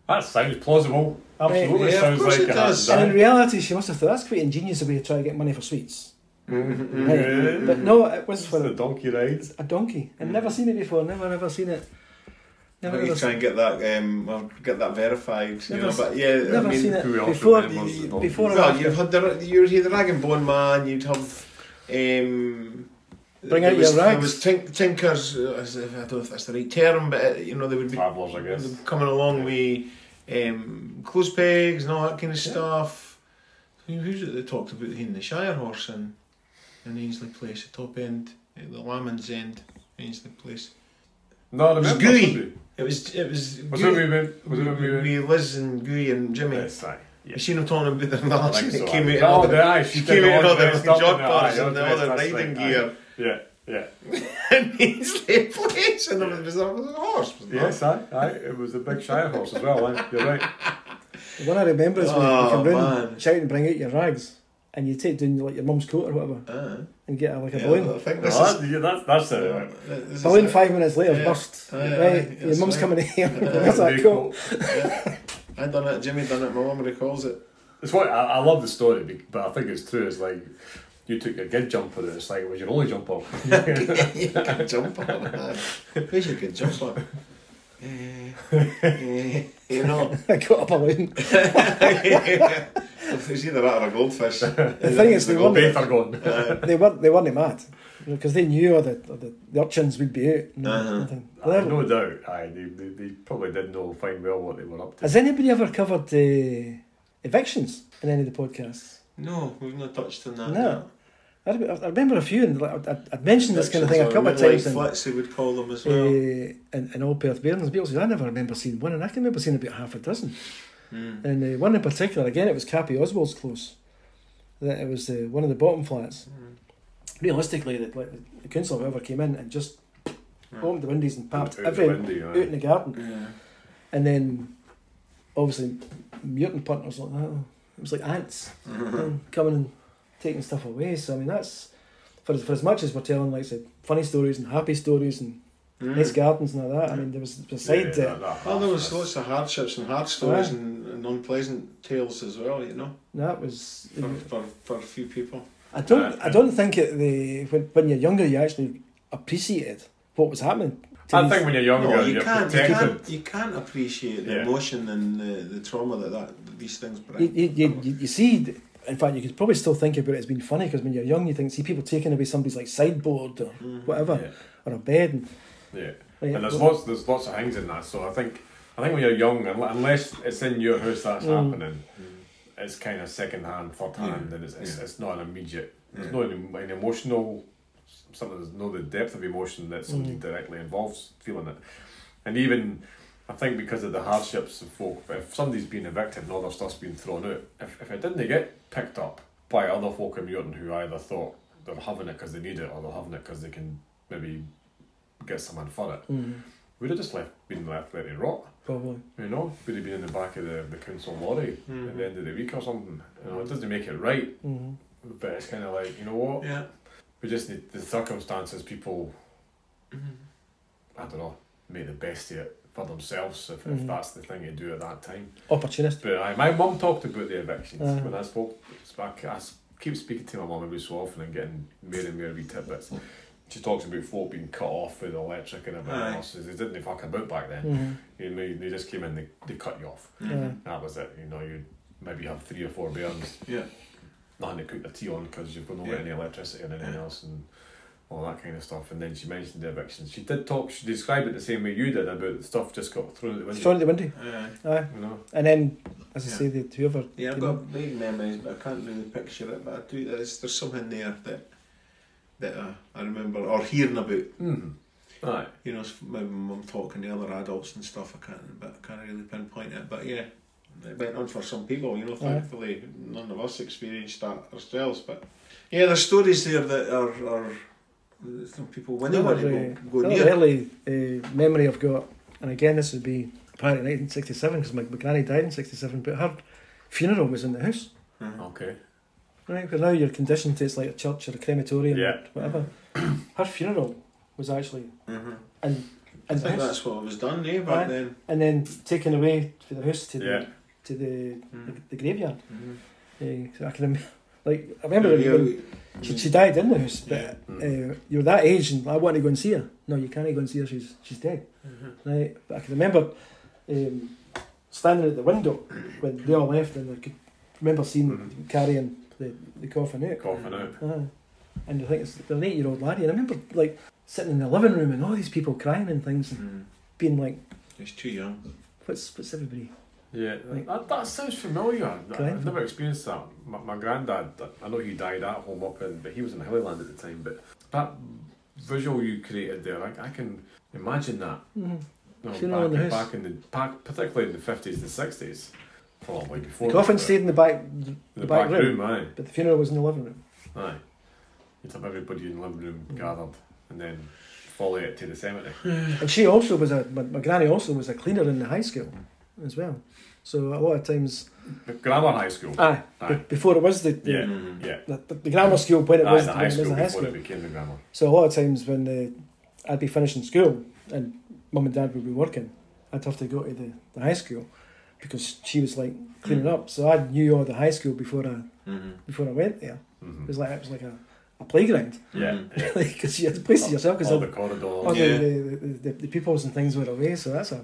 Speaker 1: That sounds plausible. Absolutely
Speaker 2: Right, yeah, of
Speaker 1: sounds
Speaker 2: course
Speaker 1: like
Speaker 2: it does.
Speaker 3: And in
Speaker 1: an
Speaker 3: reality, she must have thought that's quite ingenious a way to try to get money for sweets. Right?
Speaker 1: Mhm.
Speaker 3: But no, it was
Speaker 1: for
Speaker 3: for
Speaker 1: the donkey rides.
Speaker 3: a donkey. I've never seen it before. Never ever seen it.
Speaker 2: Never
Speaker 3: Never ever
Speaker 2: you try
Speaker 3: seen,
Speaker 2: and get that um, or get that verified, you
Speaker 3: Never
Speaker 2: know.
Speaker 3: s-
Speaker 2: But yeah,
Speaker 3: never
Speaker 2: I mean,
Speaker 3: seen it
Speaker 1: who else
Speaker 3: before.
Speaker 1: remembers the
Speaker 3: The,
Speaker 1: donkey?
Speaker 3: before or
Speaker 2: Well,
Speaker 3: after.
Speaker 2: you'd had the you would had the rag and bone man. You'd have um,
Speaker 3: Bring
Speaker 2: there
Speaker 3: out
Speaker 2: was,
Speaker 3: your
Speaker 2: There
Speaker 3: rags.
Speaker 2: was tink, tinkers. uh, as if- I don't know if that's the right term, but uh, you know they would be
Speaker 1: Travellers, I guess.
Speaker 2: coming along with um, clothes pegs and all that kind of stuff. Who, who's it that talked about in the Shire horse in in Ainsley Place, the top end, at the Lamans end, Ainsley Place.
Speaker 1: No, I
Speaker 2: It was
Speaker 1: remember
Speaker 2: gooey.
Speaker 1: somebody-
Speaker 2: It was it was.
Speaker 1: Was
Speaker 2: good.
Speaker 1: it we went? Was it when we went?
Speaker 2: we Liz and Guy and Jimmy.
Speaker 1: Yes, aye. Yeah.
Speaker 2: You seen him talking about the last
Speaker 1: think
Speaker 2: thing that
Speaker 1: so,
Speaker 2: came
Speaker 1: aye.
Speaker 2: out
Speaker 1: Oh,
Speaker 2: of the,
Speaker 1: the- aye, she
Speaker 2: she
Speaker 1: did
Speaker 2: came
Speaker 1: the
Speaker 2: out
Speaker 1: all
Speaker 2: of the
Speaker 1: dressed up
Speaker 2: jog
Speaker 1: and the-
Speaker 2: bars
Speaker 1: aye, all
Speaker 2: and the
Speaker 1: dressed
Speaker 2: other
Speaker 1: up,
Speaker 2: riding
Speaker 1: aye.
Speaker 2: gear
Speaker 1: Yeah, yeah.
Speaker 2: and he's laid place and there was a was a horse. wasn't there?
Speaker 1: Yes, aye, aye. It was a big shire horse as well, aye. You're right.
Speaker 3: The one I remember is when
Speaker 2: Oh,
Speaker 3: you come
Speaker 2: man.
Speaker 3: round, shout and bring out your rags, and you take down like your mum's coat or whatever,
Speaker 2: Uh,
Speaker 3: and get a, like a
Speaker 2: yeah,
Speaker 3: balloon.
Speaker 2: I think this
Speaker 1: No,
Speaker 2: is.
Speaker 1: that, yeah, that's, that's it.
Speaker 2: uh,
Speaker 1: right.
Speaker 2: this is
Speaker 3: Balloon
Speaker 2: it.
Speaker 3: five minutes later
Speaker 2: Yeah.
Speaker 3: burst.
Speaker 2: Aye, aye,
Speaker 3: right,
Speaker 2: aye,
Speaker 3: your
Speaker 2: yes,
Speaker 3: mum's
Speaker 2: aye.
Speaker 3: coming in here.
Speaker 1: That's
Speaker 3: That's
Speaker 1: very
Speaker 3: that coat.
Speaker 2: I done it. Jimmy done it. My mum recalls it.
Speaker 1: It's what I, I love the story, be- but I think it's true. It's like you took your good jumper, and it's like it was your only jumper.
Speaker 2: Good jumper. Where's your good jumper? Eh, eh, You know,
Speaker 3: I got a balloon.
Speaker 2: it's either that or a goldfish.
Speaker 3: The thing is, they
Speaker 1: Well,
Speaker 3: wondered-
Speaker 1: both are gone.
Speaker 3: they weren't they weren't mad because they knew all the, all the the urchins would be out. And
Speaker 2: Uh-huh.
Speaker 3: nothing.
Speaker 1: Aye, no doubt. Aye, they, they, they probably did know fine well what they were up to.
Speaker 3: Has anybody ever covered uh, evictions in any of the podcasts?
Speaker 2: No, we've not touched on that.
Speaker 3: No. I, re- I remember a few, and like, I, I'd mentioned this kind of thing a
Speaker 2: Or
Speaker 3: couple of
Speaker 2: midlife
Speaker 3: times eh, in, uh,
Speaker 2: flats, they would call them as well.
Speaker 3: in, in Old Perth Bairns. People said, I never remember seeing one, and I can remember seeing about half a dozen.
Speaker 2: Mm.
Speaker 3: And uh, one in particular, again, it was Cappy Oswald's close. That it was uh, one
Speaker 1: Hmm.
Speaker 2: Hmm.
Speaker 3: of the bottom flats. Realistically, the, like, the council, whoever came in and just opened the windows and papped
Speaker 1: Out the
Speaker 3: everything
Speaker 1: window,
Speaker 3: out
Speaker 1: aye.
Speaker 3: in the garden.
Speaker 2: Yeah.
Speaker 3: And then, obviously, mutant partners like that. It was like ants um, coming and taking stuff away. So I mean, that's for as, for as much as we're telling like say, funny stories and happy stories and
Speaker 1: Hmm.
Speaker 3: nice gardens and all that. I mean, there was there was
Speaker 1: Mm. Yeah,
Speaker 3: side to
Speaker 1: that-
Speaker 3: it.
Speaker 1: that-
Speaker 2: Well, there was
Speaker 1: that's-
Speaker 2: lots of hardships and hard stories
Speaker 3: Aye.
Speaker 2: and, and unpleasant tales as well, you know,
Speaker 3: That was.
Speaker 2: for, for, for a few people.
Speaker 3: I don't. I don't think it, the when, when you're younger, you actually appreciated what was happening. to
Speaker 1: I
Speaker 3: these-
Speaker 1: think when you're younger,
Speaker 2: No, you
Speaker 1: you're
Speaker 2: can't, you
Speaker 1: protected.
Speaker 2: can't, you can't appreciate the
Speaker 1: Yeah.
Speaker 2: emotion and the, the trauma that, that these things
Speaker 3: you,
Speaker 2: bring.
Speaker 3: you, you, you- you see, th- in fact, you could probably still think about it as being funny because when you're young, you think see people taking away somebody's like sideboard or whatever
Speaker 1: Mm-hmm. Yeah.
Speaker 3: or a bed, and mm-hmm.
Speaker 1: Yeah,
Speaker 3: Oh, Yeah,
Speaker 1: and there's
Speaker 3: well-
Speaker 1: lots there's lots of things in that. So I think I think when you're young, un- unless it's in your house that's happening, it's kind of second hand, third hand, and it's, it's, it's not an immediate. It's not an, an emotional something. There's no the depth of emotion that somebody directly involves feeling it, and even. I think because of the hardships of folk, if somebody's been evicted and all their stuff's been thrown out, if, if it didn't get picked up by other folk in Muirton who either thought they're having it because they need it or they're having it because they can maybe get someone for it. We'd have just left, been left let it rot.
Speaker 3: Mm-hmm. probably.
Speaker 1: You know, we'd have been in the back of the, the council lorry at the end of the week or something. You know, it doesn't make it right,
Speaker 3: Mm-hmm.
Speaker 1: but it's kind of like you know what?
Speaker 2: Yeah.
Speaker 1: We just need the circumstances. People, Mm-hmm. I don't know, make the best of it for themselves if, if that's the thing to do at that time.
Speaker 3: Opportunist.
Speaker 1: But aye, my mum talked about the evictions
Speaker 3: Uh-huh.
Speaker 1: when I spoke. Back, I s- keep speaking to my mum every so often and getting more and more wee tidbits. She talks about folk being cut off with electric and everything
Speaker 2: Aye.
Speaker 1: else. They didn't fuck about back then.
Speaker 3: Mm-hmm.
Speaker 1: You know, they just came in, they, they cut you off. That was it. You know, you maybe have three or four bairns,
Speaker 2: Yeah.
Speaker 1: nothing to cook the tea on because you've got no
Speaker 2: Yeah.
Speaker 1: any electricity and anything else and all that kind of stuff. And then she mentioned the evictions. She did talk, she described it the same way you did about stuff just got thrown at the window.
Speaker 3: Thrown out the window.
Speaker 2: Uh,
Speaker 3: Aye.
Speaker 1: You know,
Speaker 3: And then, as I
Speaker 2: Yeah.
Speaker 3: say, the whoever.
Speaker 2: yeah, I've
Speaker 3: came
Speaker 2: got
Speaker 3: in-
Speaker 2: vague memories, but I can't really picture it. But I do. There's, there's something there that that I, I remember or hearing about.
Speaker 1: right.
Speaker 2: You know, maybe my mum talking to other adults and stuff. I can't, but I can't really pinpoint it. But yeah, it went on for some people. You know, thankfully none of us experienced that ourselves. But yeah, there's stories there that are are some people when they
Speaker 3: Another,
Speaker 2: want to
Speaker 3: uh,
Speaker 2: go, go
Speaker 3: another
Speaker 2: near.
Speaker 3: early uh, memory I've got, and again, this would be prior to 1967 because my, my granny died in 67, but her funeral was in the house.
Speaker 2: Mm-hmm.
Speaker 1: Okay.
Speaker 3: Right, but now you're conditioned to it's like a church or a crematorium
Speaker 1: Yeah.
Speaker 3: or whatever. Her funeral was actually and
Speaker 2: Mm-hmm. I
Speaker 3: and the
Speaker 2: think
Speaker 3: house,
Speaker 2: that's what was done there back
Speaker 3: Aye.
Speaker 2: then.
Speaker 3: and then taken away to the house to
Speaker 1: Yeah.
Speaker 3: the to the, the,
Speaker 2: Mhm.
Speaker 3: the graveyard.
Speaker 2: Mhm.
Speaker 3: Eh, so I can rem- like I remember
Speaker 2: Yeah,
Speaker 3: when
Speaker 2: we- Mm-hmm.
Speaker 3: she, she died in the house, but
Speaker 2: Yeah.
Speaker 1: Mm.
Speaker 3: uh, you're that age and I want to go and see her. No, you can't go and see her. She's she's dead. Right, but I can remember um, standing at the window when they all left, and I could remember seeing
Speaker 1: Mm-hmm.
Speaker 3: them carrying the, the coffin out.
Speaker 1: Coughing out.
Speaker 3: Aye. And you think it's they're an eight year old laddie. And I remember like sitting in the living room and all these people crying and things and
Speaker 2: Mhm.
Speaker 3: being like,
Speaker 2: He's too young.
Speaker 3: What's what's everybody?
Speaker 1: Yeah,
Speaker 3: Like-
Speaker 1: that, that sounds familiar. I-
Speaker 3: Kind
Speaker 1: I've
Speaker 3: of.
Speaker 1: never experienced that. My, my granddad, I know he died at home up in, but he was in Hillyland at the time. But that visual you created there, I, I can imagine that.
Speaker 3: Mhm.
Speaker 1: You know,
Speaker 3: Funeral in
Speaker 1: back,
Speaker 3: the house.
Speaker 1: back in the back, particularly in the fifties and sixties, probably before
Speaker 3: The coffin
Speaker 1: that,
Speaker 3: stayed in the back
Speaker 1: but- in the back, room.
Speaker 3: but the funeral was in the living room.
Speaker 1: Aye, aye. You'd have everybody in the living room gathered, and then follow it to the cemetery.
Speaker 3: And she also was a my, my granny also was a cleaner in the high school as well. So a lot of times,
Speaker 1: Grammar high school.
Speaker 3: aye,
Speaker 1: Aye.
Speaker 3: be- before it was the, the
Speaker 1: yeah,
Speaker 2: Mm-hmm.
Speaker 1: yeah.
Speaker 3: The, the, grammar school when it
Speaker 1: Aye,
Speaker 3: was
Speaker 1: the
Speaker 3: when
Speaker 1: high
Speaker 3: it was
Speaker 1: school
Speaker 3: the high
Speaker 1: before
Speaker 3: school.
Speaker 1: it became the grammar.
Speaker 3: So a lot of times when uh, I'd be finishing school and mum and dad would be working, I'd have to go to the, the high school because she was like cleaning up. So I knew all the high school before I
Speaker 2: Mm-hmm.
Speaker 3: before I went there.
Speaker 1: Mm-hmm.
Speaker 3: It was like it was like a, a playground
Speaker 1: Yeah,
Speaker 2: Mm-hmm.
Speaker 1: yeah.
Speaker 3: because you had to place it yourself because
Speaker 1: All
Speaker 3: all,
Speaker 1: the corridors.
Speaker 3: all
Speaker 2: Yeah.
Speaker 3: the, the, the, the pupils and things were away. So that's a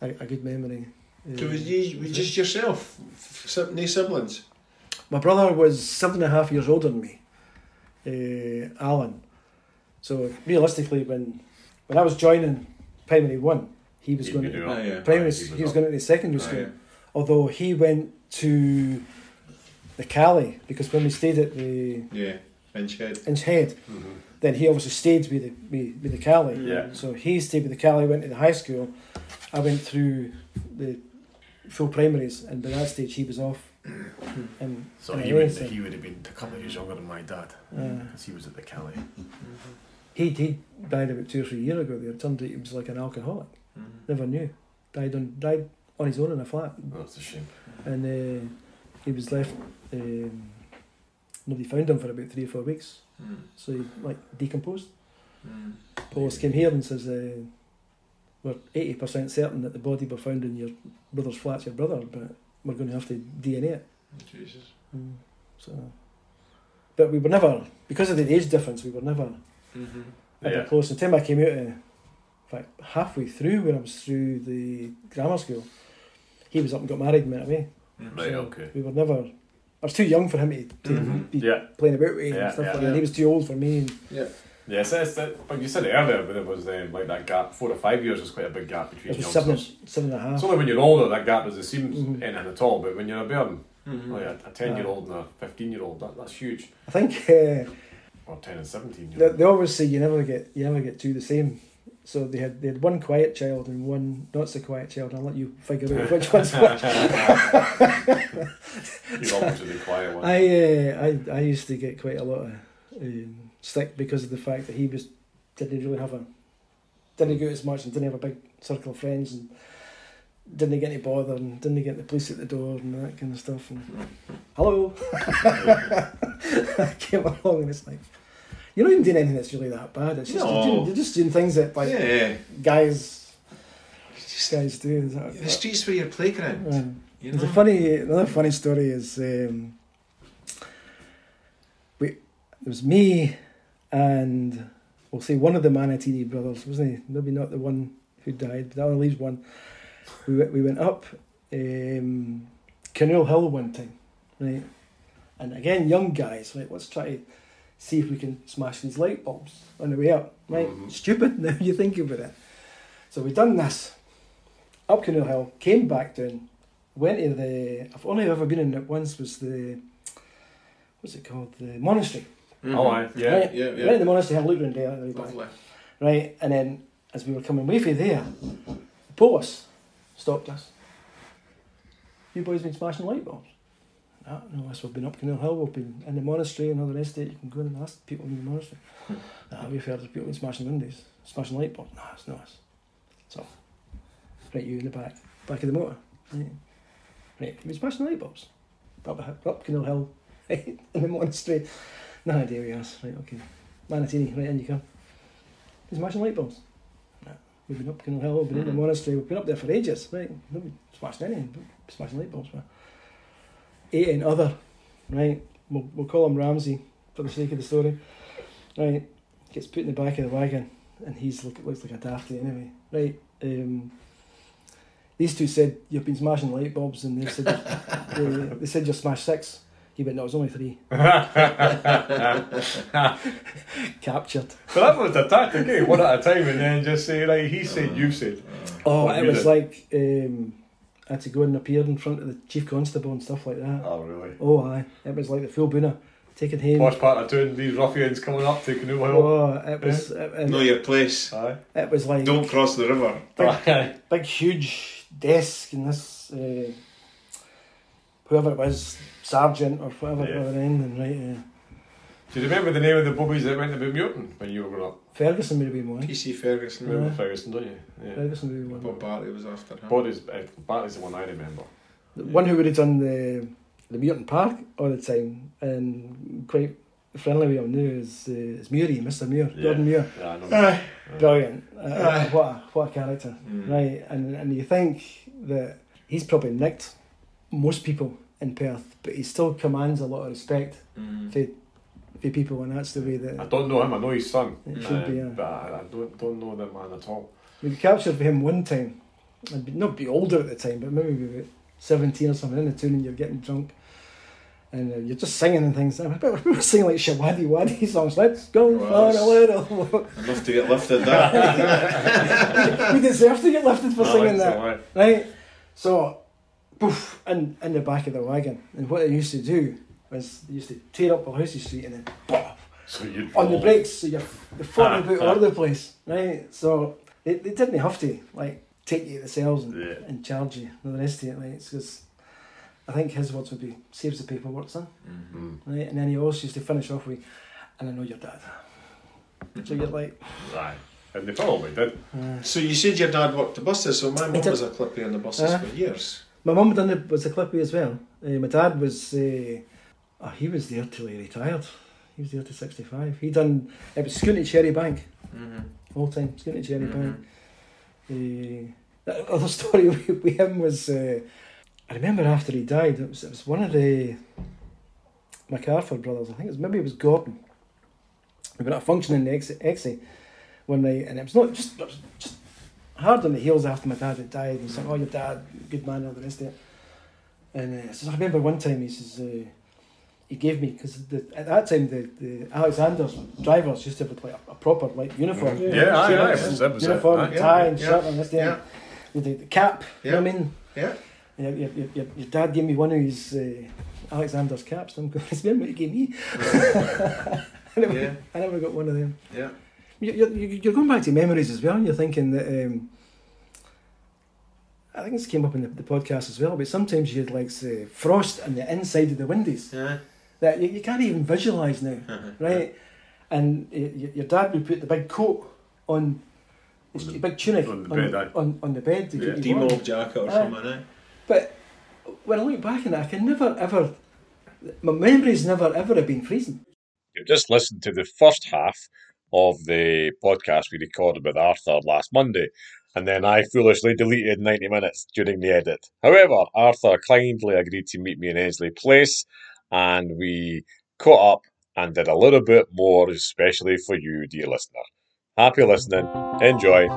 Speaker 3: a, a good memory. Uh,
Speaker 2: So was you was just yourself? F- si- No siblings?
Speaker 3: My brother was seven and a half years older than me, uh, Alan. So realistically, when when I was joining primary one, he was
Speaker 1: He'd
Speaker 3: going
Speaker 1: be doing
Speaker 3: to
Speaker 1: all-
Speaker 2: Oh, yeah. Oh,
Speaker 3: primary.
Speaker 1: Aye,
Speaker 3: s- He was
Speaker 1: up.
Speaker 3: going to secondary
Speaker 2: Aye.
Speaker 3: school. Although he went to the Cali because when we stayed at the
Speaker 2: Yeah. Finch head.
Speaker 3: Inch Head,
Speaker 1: Mm-hmm.
Speaker 3: then he obviously stayed with the with, with the Cali.
Speaker 1: Yeah.
Speaker 3: So he stayed with the Cali. Went to the high school. I went through the full primaries, and by that stage he was off. And
Speaker 1: So
Speaker 3: and
Speaker 1: he
Speaker 3: I
Speaker 1: would
Speaker 3: was, uh,
Speaker 1: he would have been a couple of years younger than my dad
Speaker 3: Uh,
Speaker 1: because he was at the Cali.
Speaker 3: He he died about two or three years ago. There turned out he was like an alcoholic. Never knew. Died on died on his own in a flat,
Speaker 5: That's a shame.
Speaker 2: Mm-hmm.
Speaker 3: and uh, he was left. Um, nobody found him for about three or four weeks. So he like decomposed.
Speaker 2: Mm.
Speaker 3: Police came here and says uh, we're eighty percent certain that the body were found in your brother's flat's your brother, but we're going to have to DNA it.
Speaker 2: Jesus.
Speaker 3: So, but we were never because of the age difference. We were never
Speaker 2: Mm-hmm.
Speaker 3: ever
Speaker 5: Yeah.
Speaker 3: close. The time I came out, uh, in fact, halfway through when I was through the grammar school, he was up and got married and went away.
Speaker 2: Mm-hmm.
Speaker 5: Right, okay.
Speaker 3: We were never. I was too young for him to, to
Speaker 2: Mhm.
Speaker 3: be
Speaker 5: Mm-hmm. Yeah.
Speaker 3: playing about with
Speaker 5: Yeah,
Speaker 3: and stuff
Speaker 5: yeah.
Speaker 3: like that. He was too old for me. And,
Speaker 2: Yeah.
Speaker 5: Yeah, so it's that, like you said earlier, but it was um, like that gap, four to five years is quite a big gap between
Speaker 3: it was seven,
Speaker 5: youngsters.
Speaker 3: seven and a half.
Speaker 5: It's only when you're older that gap doesn't seem
Speaker 3: Mhm.
Speaker 5: anything at all, but when you're a bairn,
Speaker 1: Mm.
Speaker 2: Mm-hmm.
Speaker 5: like a 10 year old and a 15 year old, that, that's huge.
Speaker 3: I think uh,
Speaker 5: Or 10 and 17 year
Speaker 3: they,
Speaker 5: old.
Speaker 3: they always say you never get you never get two the same. So they had they had one quiet child and one not so quiet child. and I'll let you figure out which one's which.
Speaker 5: You're almost the quiet one.
Speaker 3: I, uh, I I used to get quite a lot of um, stick because of the fact that he was didn't really have a didn't go out as much and didn't have a big circle of friends and didn't get any bother and didn't get the police at the door and that kind of stuff and hello I came along and it's like you're not even doing anything that's really that bad it's just
Speaker 2: No.
Speaker 3: you're, doing, you're just doing things that like
Speaker 2: yeah.
Speaker 3: guys
Speaker 2: Just,
Speaker 3: guys do is that- Um,
Speaker 2: the streets were your playground.
Speaker 3: Yeah.
Speaker 2: You
Speaker 3: There's
Speaker 2: know?
Speaker 3: Mm. a funny, another funny story is um, we there was me and we'll say one of the Manatini brothers, wasn't he? Maybe not the one who died, but that only leaves one. We went, we went up um, Canoe Hill one time, right? And again, young guys, right? Let's try to see if we can smash these light bulbs on the way up, right?
Speaker 2: Mm-hmm.
Speaker 3: Stupid now you think about it. So we done this up Canoe Hill, came back down, went to the. I've only ever been in it once. Was the what's it called? The monastery.
Speaker 2: Mhm.
Speaker 5: Oh, aye, yeah.
Speaker 3: right?
Speaker 2: yeah, yeah.
Speaker 3: Went to the monastery, had a look around there, and we back.
Speaker 2: Lovely.
Speaker 3: right? And then as we were coming away from there, the police stopped us. You boys been smashing light bulbs? No, no, that's we've been up Canal Hill, we've been in the monastery and all the rest of it. You can go in and ask people in the monastery. no, we've heard of people been smashing windows, smashing light bulbs. No, it's not us. So, right, you in the back, back of the motor. Right, right you've been smashing light bulbs. Up, up Canal Hill, right, in the monastery. No idea where you are. Right, okay. Manatini, right, in you come. He's smashing light bulbs. We've been up Kinnell Hill, we've been in the monastery, we've been up there for ages, right? Nobody smashing anything, but smashing light bulbs, man. Eight and other, right? We'll, we'll call him Ramsey for the sake of the story, right? Gets put in the back of the wagon, and he's look, looks like a dafty anyway, right? Um, these two said you've been smashing light bulbs, and they said they, they said you smashed six. He went, no, it was only three. Captured.
Speaker 5: But that was the tactic, eh? One at a time, and then just say, right, he said, you said.
Speaker 3: Oh,
Speaker 5: What
Speaker 3: it
Speaker 5: you
Speaker 3: was
Speaker 5: did.
Speaker 3: like um, I had to go and appear in front of the chief constable and stuff like that.
Speaker 5: Oh, really?
Speaker 3: Oh, aye, it was like the full boona taking him.
Speaker 5: First part of doing these ruffians coming up to Canoe Hill.
Speaker 3: Oh, it was it, it-
Speaker 2: Know your
Speaker 1: Mm-hmm.
Speaker 2: place.
Speaker 5: Aye.
Speaker 3: it was like
Speaker 2: Don't cross the river.
Speaker 5: Aye.
Speaker 3: big huge desk and this uh, whoever it was sergeant or whatever
Speaker 5: Yeah.
Speaker 3: yeah. were in and right uh,
Speaker 5: Do you remember the name of the bobbies that went to Mutin when you were growing up?
Speaker 3: Ferguson would have been one.
Speaker 2: PC Ferguson.
Speaker 5: Remember
Speaker 3: Yeah.
Speaker 5: Ferguson, don't you? Yeah.
Speaker 3: Ferguson would have been one.
Speaker 2: Bob Bartley was after him.
Speaker 5: Body's, uh, Bartley's the one I remember.
Speaker 3: The One who would have done the the Mutant Park all the time and quite friendly with him now is uh, is Muiry, Mr. Muir,
Speaker 5: Yeah.
Speaker 3: Gordon Muir.
Speaker 5: Yeah, I know.
Speaker 2: Aye.
Speaker 3: Brilliant. Uh,
Speaker 2: Aye.
Speaker 3: what, a, what a character.
Speaker 2: Mm.
Speaker 3: Right. And, and you think that he's probably nicked most people in Perth, but he still commands a lot of respect
Speaker 2: Mm.
Speaker 3: for, for people, and that's the way
Speaker 5: I
Speaker 3: that
Speaker 5: don't know him, I know his son. Uh,
Speaker 3: It should be, yeah.
Speaker 5: But I, I don't, don't know that man at all.
Speaker 3: we were captured for him one time. I'd be, not be older at the time, but maybe we were about 17 or something in the tune, and you're getting drunk. And uh, you're just singing and things. I remember we were singing like Shawadi Wadi songs. Let's go
Speaker 2: Well,
Speaker 3: for a little walk.
Speaker 2: I'd love to get lifted that.
Speaker 3: we deserve to get lifted for
Speaker 5: No,
Speaker 3: singing
Speaker 5: it's
Speaker 3: that.
Speaker 5: all right.
Speaker 3: right? So, poof, in, in the back of the wagon. And what they used to do was they used to tear up Balhousie Street and then pop
Speaker 5: So you'd
Speaker 3: on the
Speaker 5: fall.
Speaker 3: brakes, so you're the falling about all over the place, right? So they, they didn't have to like take you to the cells and,
Speaker 5: Yeah.
Speaker 3: and charge you and all the rest of it, right? Because I think his words would be saves the paperwork, son,
Speaker 2: Mm-hmm.
Speaker 5: Mhm.
Speaker 3: right? And then he also used to finish off with, and I know your dad. so you're like,
Speaker 5: Right. And they probably did.
Speaker 2: So you said your dad worked the buses, so my mum
Speaker 3: did.
Speaker 2: was a clippy on the buses
Speaker 3: Uh-huh.
Speaker 2: for years.
Speaker 3: my mum done it was a clippy as well. Uh, my dad was, uh, oh, he was there till he retired. He was there till 65. He done, it was Scooty Cherry Bank, all time, Scooty Cherry Bank. Uh, that other story with with him was, uh, I remember after he died, it was, it was one of the MacArthur brothers, I think it was, maybe it was Gordon. We were at a function in the Exe- Exe one night, and it was not just, it was just hard on the heels after my dad had died. And he's like, oh, your dad, good man, all the rest of it. And uh, so I remember one time he says, uh, he gave me, because at that time the, the Alexander's drivers used to have like a, a proper like uniform.
Speaker 2: Yeah,
Speaker 5: Yeah, aye, aye,
Speaker 3: shirts
Speaker 5: it was-
Speaker 3: and
Speaker 5: it was a-
Speaker 3: uniform,
Speaker 5: aye,
Speaker 2: yeah,
Speaker 3: tie and
Speaker 2: yeah,
Speaker 3: shirt and this, yeah.
Speaker 2: yeah.
Speaker 3: With the, the cap, you know what I mean?
Speaker 2: Yeah.
Speaker 3: Your, your, your- your, your dad gave me one of his uh, Alexander's caps. and I'm going, it's remember what he gave me. I, never,
Speaker 2: Yeah.
Speaker 3: I never got one of them.
Speaker 2: Yeah.
Speaker 3: You- You're, you're you're going back to memories as well, and you're thinking that. Um, I think this came up in the, the podcast as well, but sometimes you had like say, frost on the inside of the windows
Speaker 2: Yeah.
Speaker 3: that you, you can't even visualise now, right? And y- y- your dad would put the big coat on his
Speaker 5: On the-
Speaker 3: big tunic
Speaker 5: on the
Speaker 3: on,
Speaker 5: bed, aye.
Speaker 3: on, on the bed to
Speaker 5: Yeah.
Speaker 3: get you warm.
Speaker 2: Demob jacket or
Speaker 3: Aye.
Speaker 2: something, eh?
Speaker 3: But when I look back on it, I can never ever. My memories never ever have been freezing.
Speaker 6: You've just listened to the first half of the podcast we recorded with Arthur last Monday, and then I foolishly deleted 90 minutes during the edit. However, Arthur kindly agreed to meet me in Ensley Place, and we caught up and did a little bit more, especially for you, dear listener. Happy listening. Enjoy.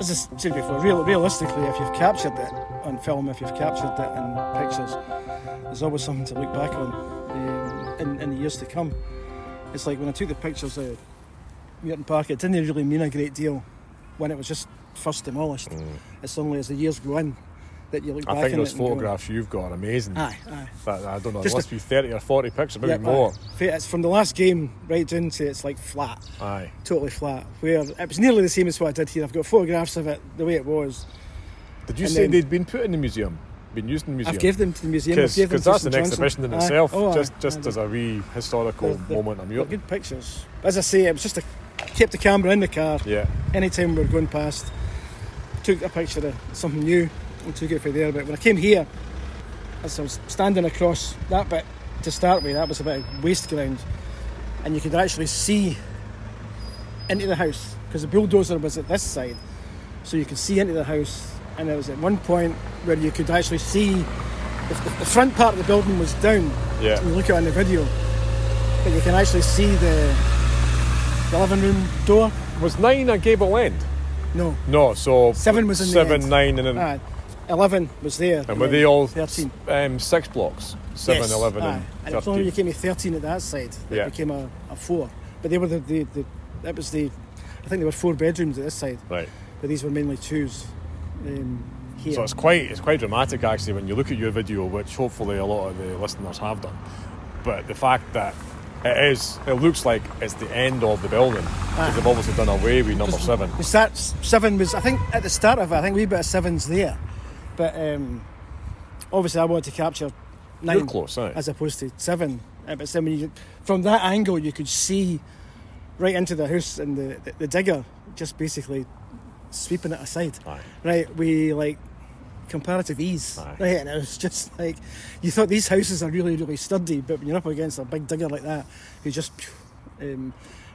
Speaker 3: As I said before, real, realistically, if you've captured it on film, if you've captured it in pictures, there's always something to look back on um, in, in the years to come. It's like when I took the pictures of Muirton Park, it didn't really mean a great deal when it was just first demolished. It's only as the years go in that you look
Speaker 1: Mm. I
Speaker 3: back
Speaker 1: think
Speaker 3: on
Speaker 1: those
Speaker 3: it and go,
Speaker 1: photographs you've got are amazing.
Speaker 3: Aye, aye.
Speaker 1: That, I don't know, there
Speaker 3: Just
Speaker 1: must be 30 or 40 pictures, maybe
Speaker 3: Yeah,
Speaker 1: more.
Speaker 3: aye. It's from the last game right down to it's like flat,
Speaker 1: Aye.
Speaker 3: totally flat. Where it was nearly the same as what I did here. I've got photographs of it the way it was.
Speaker 1: Did you
Speaker 3: And
Speaker 1: say
Speaker 3: then-
Speaker 1: they'd been put in the museum? Been used in the museum?
Speaker 3: I've gave them to the museum. I've gave them
Speaker 1: Because
Speaker 3: to
Speaker 1: that's
Speaker 3: St
Speaker 1: an
Speaker 3: Johnson.
Speaker 1: exhibition in
Speaker 3: Aye.
Speaker 1: itself,
Speaker 3: Oh, aye,
Speaker 1: just just
Speaker 3: aye,
Speaker 1: as a wee historical
Speaker 3: they're- they're-
Speaker 1: moment. I'm
Speaker 3: they're
Speaker 1: Muirton.
Speaker 3: good pictures. As I say, it was just a kept the camera in the car.
Speaker 1: Yeah.
Speaker 3: Anytime we were going past, took a picture of something new and took it from there. But when I came here, as I was standing across that bit to start with, that was a bit of waste ground, and you could actually see into the house because the bulldozer was at this side, so you could see into the house. And there was at one point where you could actually see if the, the front part of the building was down.
Speaker 1: Yeah.
Speaker 3: And you look at it on the video, but you can actually see the the living room door.
Speaker 1: Was nine a gable end?
Speaker 3: No,
Speaker 1: No, so
Speaker 3: Seven was in the
Speaker 1: seven,
Speaker 3: end.
Speaker 1: nine, and then
Speaker 3: aye, eleven was there.
Speaker 1: and were they all
Speaker 3: thirteen?
Speaker 1: um, six blocks? Seven,
Speaker 3: yes,
Speaker 1: eleven,
Speaker 3: aye.
Speaker 1: and
Speaker 3: it was only
Speaker 1: thirteen.
Speaker 3: became a thirteen at that side. It
Speaker 1: Yeah.
Speaker 3: became a, a four, but they were the, the, the that was the I think there were four bedrooms at this side,
Speaker 1: Right.
Speaker 3: but these were mainly twos. Um, here.
Speaker 1: So it's quite it's quite dramatic actually when you look at your video, which hopefully a lot of the listeners have done. But the fact that it is, it looks like it's the end of the building because they've obviously done away with number seven.
Speaker 3: The start s- seven was I think at the start of it, I think we bit of sevens there, but um, obviously I wanted to capture nine
Speaker 1: You're close, aye.
Speaker 3: as opposed to seven. Uh, But seven, you, from that angle, you could see right into the house and the, the, the digger just basically sweeping it aside.
Speaker 1: Aye.
Speaker 3: Right, we like comparative ease.
Speaker 1: Aye.
Speaker 3: Right, and it was just like you thought these houses are really, really sturdy, but when you're up against a big digger like that, who just um,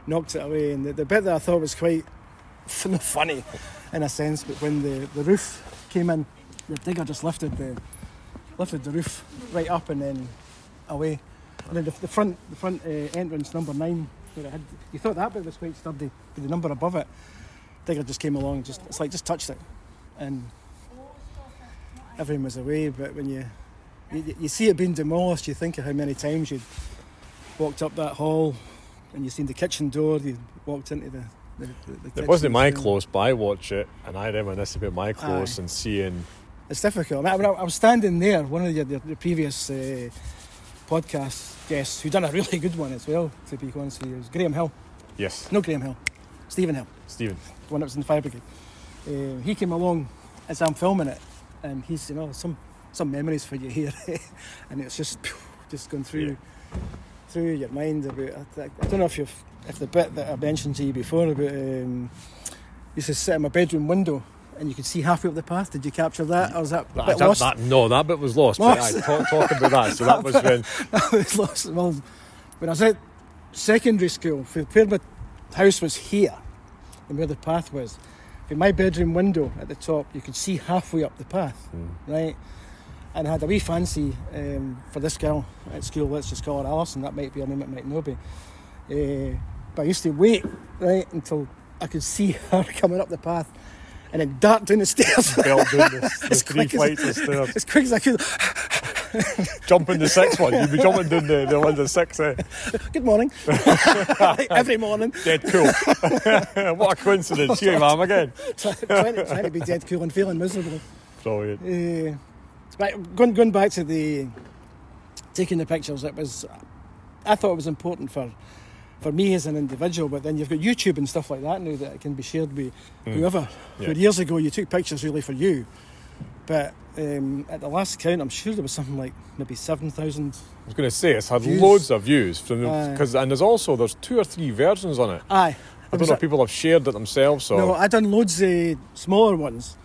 Speaker 3: knocked it away. And the, the bit that I thought was quite fun- funny, in a sense, but when the, the roof came in, the digger just lifted the lifted the roof right up and then away. And then the, the front the front uh, entrance number nine, where it had, you thought that bit was quite sturdy, but the number above it, digger just came along, just it's like just touched it, and everyone was away. But when you you, you see it being demolished, you think of how many times you'd walked up that hall, and you seen the kitchen door, you walked into the. the, the, the
Speaker 1: It wasn't
Speaker 3: kitchen,
Speaker 1: my
Speaker 3: you know.
Speaker 1: close, but I watch it and I reminisce about my close and seeing.
Speaker 3: It's difficult. I, mean, I, I was standing there, one of the, the, the previous uh, podcast guests, who done a really good one as well, to be honest with you, it was Graham Hill.
Speaker 1: Yes,
Speaker 3: No, Graham Hill. Stephen Hill,
Speaker 1: Stephen.
Speaker 3: the one that was in the fire brigade. Um, he came along as I'm filming it, and he's, you know, some, some memories for you here. and it's just, just going through through your mind about. I, I- I don't know if you've if the bit that I mentioned to you before about um, used to sit in my bedroom window and you could see halfway up the path. Did you capture that? Or was that
Speaker 6: That,
Speaker 3: bit
Speaker 6: that-
Speaker 3: lost?
Speaker 6: that- no, that bit was lost. but
Speaker 3: Lost.
Speaker 6: aye, talk, talk about that. So that was when
Speaker 3: I was lost. Well, when I was at secondary school, if where my house was here and where the path was, from my bedroom window at the top, you could see halfway up the path,
Speaker 6: Hmm.
Speaker 3: right? And I had a wee fancy um, for this girl at school, let's just call her Alison, that might be her name, it might not be. Uh, but I used to wait, right, until I could see her coming up the path and then dart down the stairs
Speaker 6: built down the, the
Speaker 3: As
Speaker 6: three
Speaker 3: quick as-
Speaker 6: flights of stairs,
Speaker 3: as quick as I could.
Speaker 6: jumping the sixth one. You'd be jumping down the, the one the six. Eh?
Speaker 3: Good morning. Every morning.
Speaker 6: Dead cool. what a coincidence. Here I am again.
Speaker 3: trying, trying to, trying to be dead cool and feeling miserable.
Speaker 6: Brilliant.
Speaker 3: Uh, right, going, going back to the taking the pictures, it was I thought it was important for for me as an individual, but then you've got YouTube and stuff like that now that it can be shared with whoever.
Speaker 6: Mm. Yeah.
Speaker 3: But years ago, you took pictures really for you, but um, at the last count, I'm sure there was something like maybe seven thousand.
Speaker 6: I was going to say it's had
Speaker 3: Views.
Speaker 6: loads of views from
Speaker 3: Aye.
Speaker 6: because and there's also there's two or three versions on it.
Speaker 3: Aye,
Speaker 6: I don't know if people have shared it themselves or
Speaker 3: No, I done loads of smaller ones,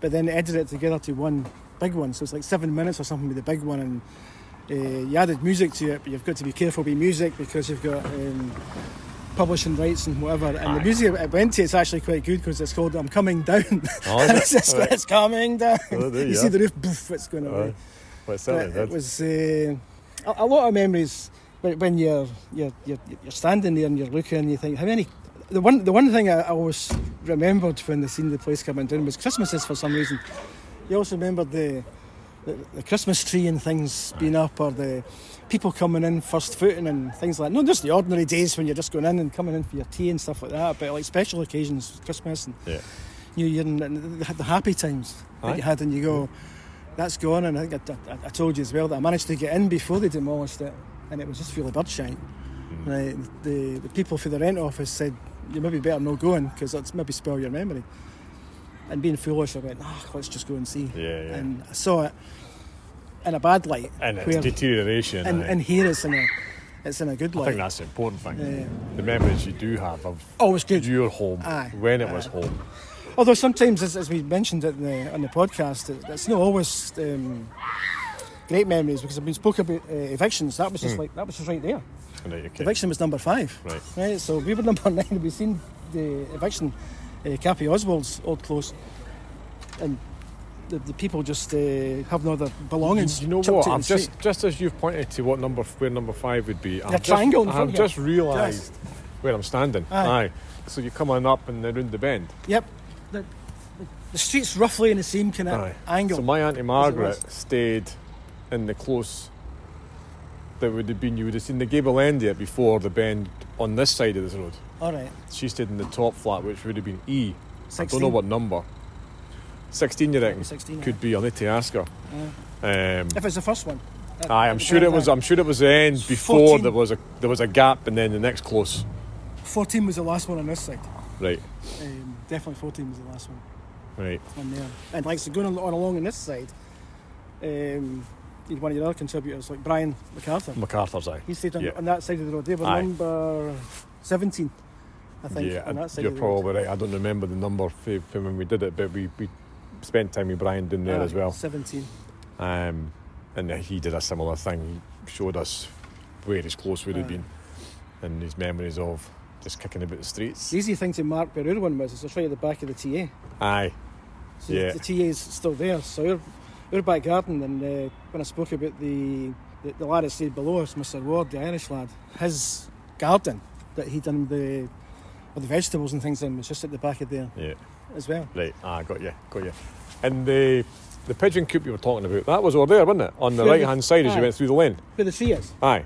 Speaker 3: but then edited it together to one big one. So it's like seven minutes or something with the big one, and uh, you added music to it. But you've got to be careful with music because you've got um, publishing rights and whatever. And the music it went to it's actually quite good because it's called "I'm Coming Down."
Speaker 6: Oh,
Speaker 3: and
Speaker 6: is it?
Speaker 3: it's, just,
Speaker 6: Right.
Speaker 3: it's coming down.
Speaker 6: Oh, there
Speaker 3: you
Speaker 6: you
Speaker 3: see
Speaker 6: are.
Speaker 3: the roof, boof, it's going away.
Speaker 6: Aye. Well, it certainly
Speaker 3: But
Speaker 6: did.
Speaker 3: it was uh, a, a lot of memories when, when you're, you're you're you're standing there and you're looking and you think how many. The one the one thing I, I always remembered when the seen the place coming down was Christmases for some reason. You also remembered the. The, the Christmas tree and things being up, or the people coming in first footing and things like not just the ordinary days when you're just going in and coming in for your tea and stuff like that, but like special occasions, Christmas and
Speaker 6: yeah.
Speaker 3: New Year and, and the, the happy times
Speaker 6: Aye.
Speaker 3: that you had, and you go, that's gone. And I think I, I, I told you as well that I managed to get in before they demolished it, and it was just full of birdshite.
Speaker 6: Mm.
Speaker 3: Right, the the people for the rent office said you maybe better not go in because that's maybe spoil your memory. And being foolish, I went, ah, let's just go and see.
Speaker 6: Yeah, yeah.
Speaker 3: And I saw it in a bad light.
Speaker 6: and it's
Speaker 3: where-
Speaker 6: deterioration.
Speaker 3: and,
Speaker 6: aye.
Speaker 3: and here it's in a it's in a good
Speaker 6: I
Speaker 3: light.
Speaker 6: think that's the important thing.
Speaker 3: Yeah.
Speaker 6: The memories you do have of
Speaker 3: Oh, it's good.
Speaker 6: your home
Speaker 3: Aye.
Speaker 6: when it was home.
Speaker 3: Although sometimes, as, as we mentioned it in the, on the podcast, it, it's not always um, great memories because when we spoke about uh, evictions, that was just like that was just right there.
Speaker 6: Right, okay.
Speaker 3: Eviction was number five,
Speaker 6: Hmm. Right.
Speaker 3: So we were number nine. and We seen the eviction, uh, Cappy Oswald's old close, and the, the people just uh, have no other belongings.
Speaker 6: You know
Speaker 3: chucked
Speaker 6: what?
Speaker 3: out in
Speaker 6: I'm
Speaker 3: the
Speaker 6: just
Speaker 3: street.
Speaker 6: just as you've pointed to what number where number five would be. I've
Speaker 3: triangle in front
Speaker 6: Just, I've
Speaker 3: of you.
Speaker 6: just realised where I'm standing.
Speaker 3: Aye.
Speaker 6: Aye. So you're coming up and then round the bend.
Speaker 3: Yep. The, the- the street's roughly in the same kind of
Speaker 6: Aye.
Speaker 3: angle.
Speaker 6: So my auntie
Speaker 3: As
Speaker 6: Margaret
Speaker 3: it
Speaker 6: stayed in the close that would have been you would have seen the gable end here before the bend on this side of this road.
Speaker 3: All right.
Speaker 6: She stayed in the top flat, which would have been E. I don't
Speaker 3: 16.
Speaker 6: know what number. Sixteen, you reckon?
Speaker 3: 16,
Speaker 6: Could be. I need to ask her. Um,
Speaker 3: If it's the first one. at-
Speaker 6: aye,
Speaker 3: at
Speaker 6: I'm
Speaker 3: the
Speaker 6: sure it
Speaker 3: very
Speaker 6: was.
Speaker 3: back.
Speaker 6: I'm sure it was the end before
Speaker 3: 14.
Speaker 6: there was a there was a gap, and then the next close.
Speaker 3: 14 was the last one on this side.
Speaker 6: Right,
Speaker 3: Um, definitely 14 was the last one
Speaker 6: right.
Speaker 3: on there. And like so going on, on along on this side, um, you'd one of your other contributors like Brian MacArthur.
Speaker 6: MacArthur's eye.
Speaker 3: He stayed on,
Speaker 6: Yeah.
Speaker 3: on that side of the road. They were
Speaker 6: Aye.
Speaker 3: number 17, I think,
Speaker 6: Yeah,
Speaker 3: on
Speaker 6: I-
Speaker 3: that side
Speaker 6: you're
Speaker 3: of the road.
Speaker 6: probably right. I don't remember the number f- from when we did it, but we, we spent time with Brian down there
Speaker 3: Aye,
Speaker 6: as well.
Speaker 3: 17.
Speaker 6: Um, and he did a similar thing. He showed us where his close would have
Speaker 3: Aye.
Speaker 6: been, and his memories of just kicking about the
Speaker 3: It's
Speaker 6: streets.
Speaker 3: the easy thing to mark where our one was. It's right at the back of the TA.
Speaker 6: Aye,
Speaker 3: So
Speaker 6: Yeah.
Speaker 3: the TA is still there. So our, our back garden, and uh, when I spoke about the, the, the lad that stayed below us, Mr. Ward, the Irish lad, his garden that he done the, with the vegetables and things in was just at the back of there
Speaker 6: yeah.
Speaker 3: as well.
Speaker 6: Right, ah, got you, got you. And the the pigeon coop you were talking about, that was over there, wasn't it? On the
Speaker 3: Yeah,
Speaker 6: right hand side as
Speaker 3: aye.
Speaker 6: you went through the lane.
Speaker 3: Where the tree is.
Speaker 6: Aye.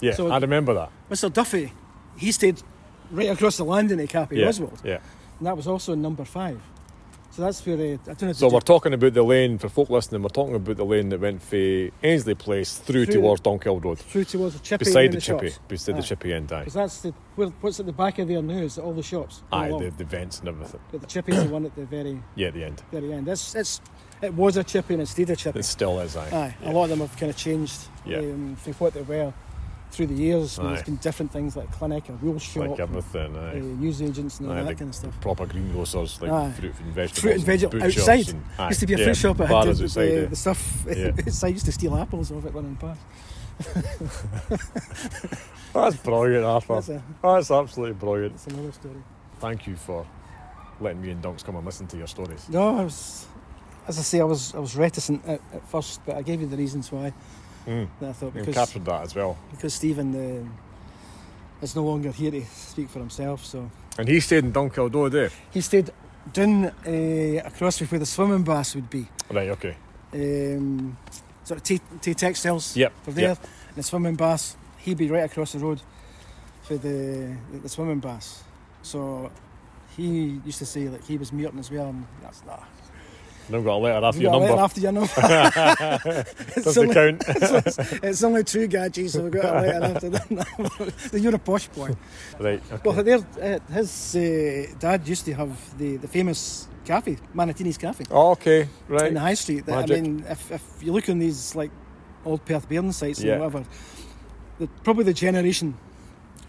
Speaker 6: Yeah,
Speaker 3: So-
Speaker 6: I remember that.
Speaker 3: Mr. Duffy, he stayed right across the landing at Cappy
Speaker 6: Yeah,
Speaker 3: Oswald,
Speaker 6: Yeah.
Speaker 3: and that was also in number five. So that's where uh, I don't know. if
Speaker 6: So
Speaker 3: you
Speaker 6: we're
Speaker 3: did-
Speaker 6: talking about the lane, for folk listening, we're talking about the lane that went from Ainsley Place through,
Speaker 3: Through-
Speaker 6: towards Donkill Road.
Speaker 3: through towards the chippy
Speaker 6: Beside
Speaker 3: and
Speaker 6: the,
Speaker 3: the
Speaker 6: chippy,
Speaker 3: shops.
Speaker 6: beside
Speaker 3: Aye.
Speaker 6: the chippy end, aye.
Speaker 3: Because that's the well, what's at the back of there now is all the shops. all
Speaker 6: Aye,
Speaker 3: along.
Speaker 6: the, the vents and everything.
Speaker 3: But the chippy's the one at the very,
Speaker 6: Yeah, the end.
Speaker 3: very end. That's it's it was a chippy and it's stayed a chippy.
Speaker 6: It still is, aye.
Speaker 3: Aye, a lot of them have kind of changed
Speaker 6: Yeah.
Speaker 3: um, from what they were through the years. where There's been different things like clinic and wheel shop,
Speaker 6: Like everything,
Speaker 3: uh,
Speaker 6: aye.
Speaker 3: news agents and all
Speaker 6: Aye,
Speaker 3: that
Speaker 6: the
Speaker 3: kind of stuff.
Speaker 6: Proper greengrocers, like
Speaker 3: Aye.
Speaker 6: fruit and vegetables.
Speaker 3: Fruit and veg
Speaker 6: butchers
Speaker 3: outside.
Speaker 6: and- aye,
Speaker 3: used to be a
Speaker 6: yeah,
Speaker 3: fruit shop. I uh, had
Speaker 6: Bars
Speaker 3: to,
Speaker 6: outside.
Speaker 3: the,
Speaker 6: eh.
Speaker 3: the stuff
Speaker 6: Yeah.
Speaker 3: outside used to steal apples off it running past.
Speaker 6: That's brilliant, Arthur.
Speaker 3: That's
Speaker 6: That's,
Speaker 3: a-
Speaker 6: absolutely brilliant.
Speaker 3: That's another story.
Speaker 6: Thank you for letting me and Dunks come and listen to your stories.
Speaker 3: No, I was, as I say, I was I was reticent at, at first, but I gave you the reasons why.
Speaker 6: Mm.
Speaker 3: That I thought
Speaker 6: We've
Speaker 3: because
Speaker 6: captured that as well.
Speaker 3: because Stephen um is no longer here to speak for himself, so
Speaker 6: And he stayed in Dunkildore, did
Speaker 3: he stayed down uh, across from where the swimming baths would be.
Speaker 6: he? Right, okay.
Speaker 3: Um, sort of T, T textiles
Speaker 6: Yep,
Speaker 3: for there, and the swimming baths. He'd be right across the road for the the, the swimming baths. So he used to say like he was muting as well, and that's not.
Speaker 6: Now got a letter after
Speaker 3: You
Speaker 6: your
Speaker 3: got a letter
Speaker 6: number.
Speaker 3: after your number. It's
Speaker 6: Doesn't
Speaker 3: only-
Speaker 6: count.
Speaker 3: It's only two gadgets, so we got a letter after that. You're a posh boy.
Speaker 6: right, okay.
Speaker 3: Well, there, uh, his uh, dad used to have the, the famous cafe, Manatini's Cafe,
Speaker 6: Oh, okay, right.
Speaker 3: in the high street. That, I
Speaker 6: Magic.
Speaker 3: mean, if, if you look on these like old Perth Bairn sites
Speaker 6: Yeah.
Speaker 3: and whatever, the, probably the generation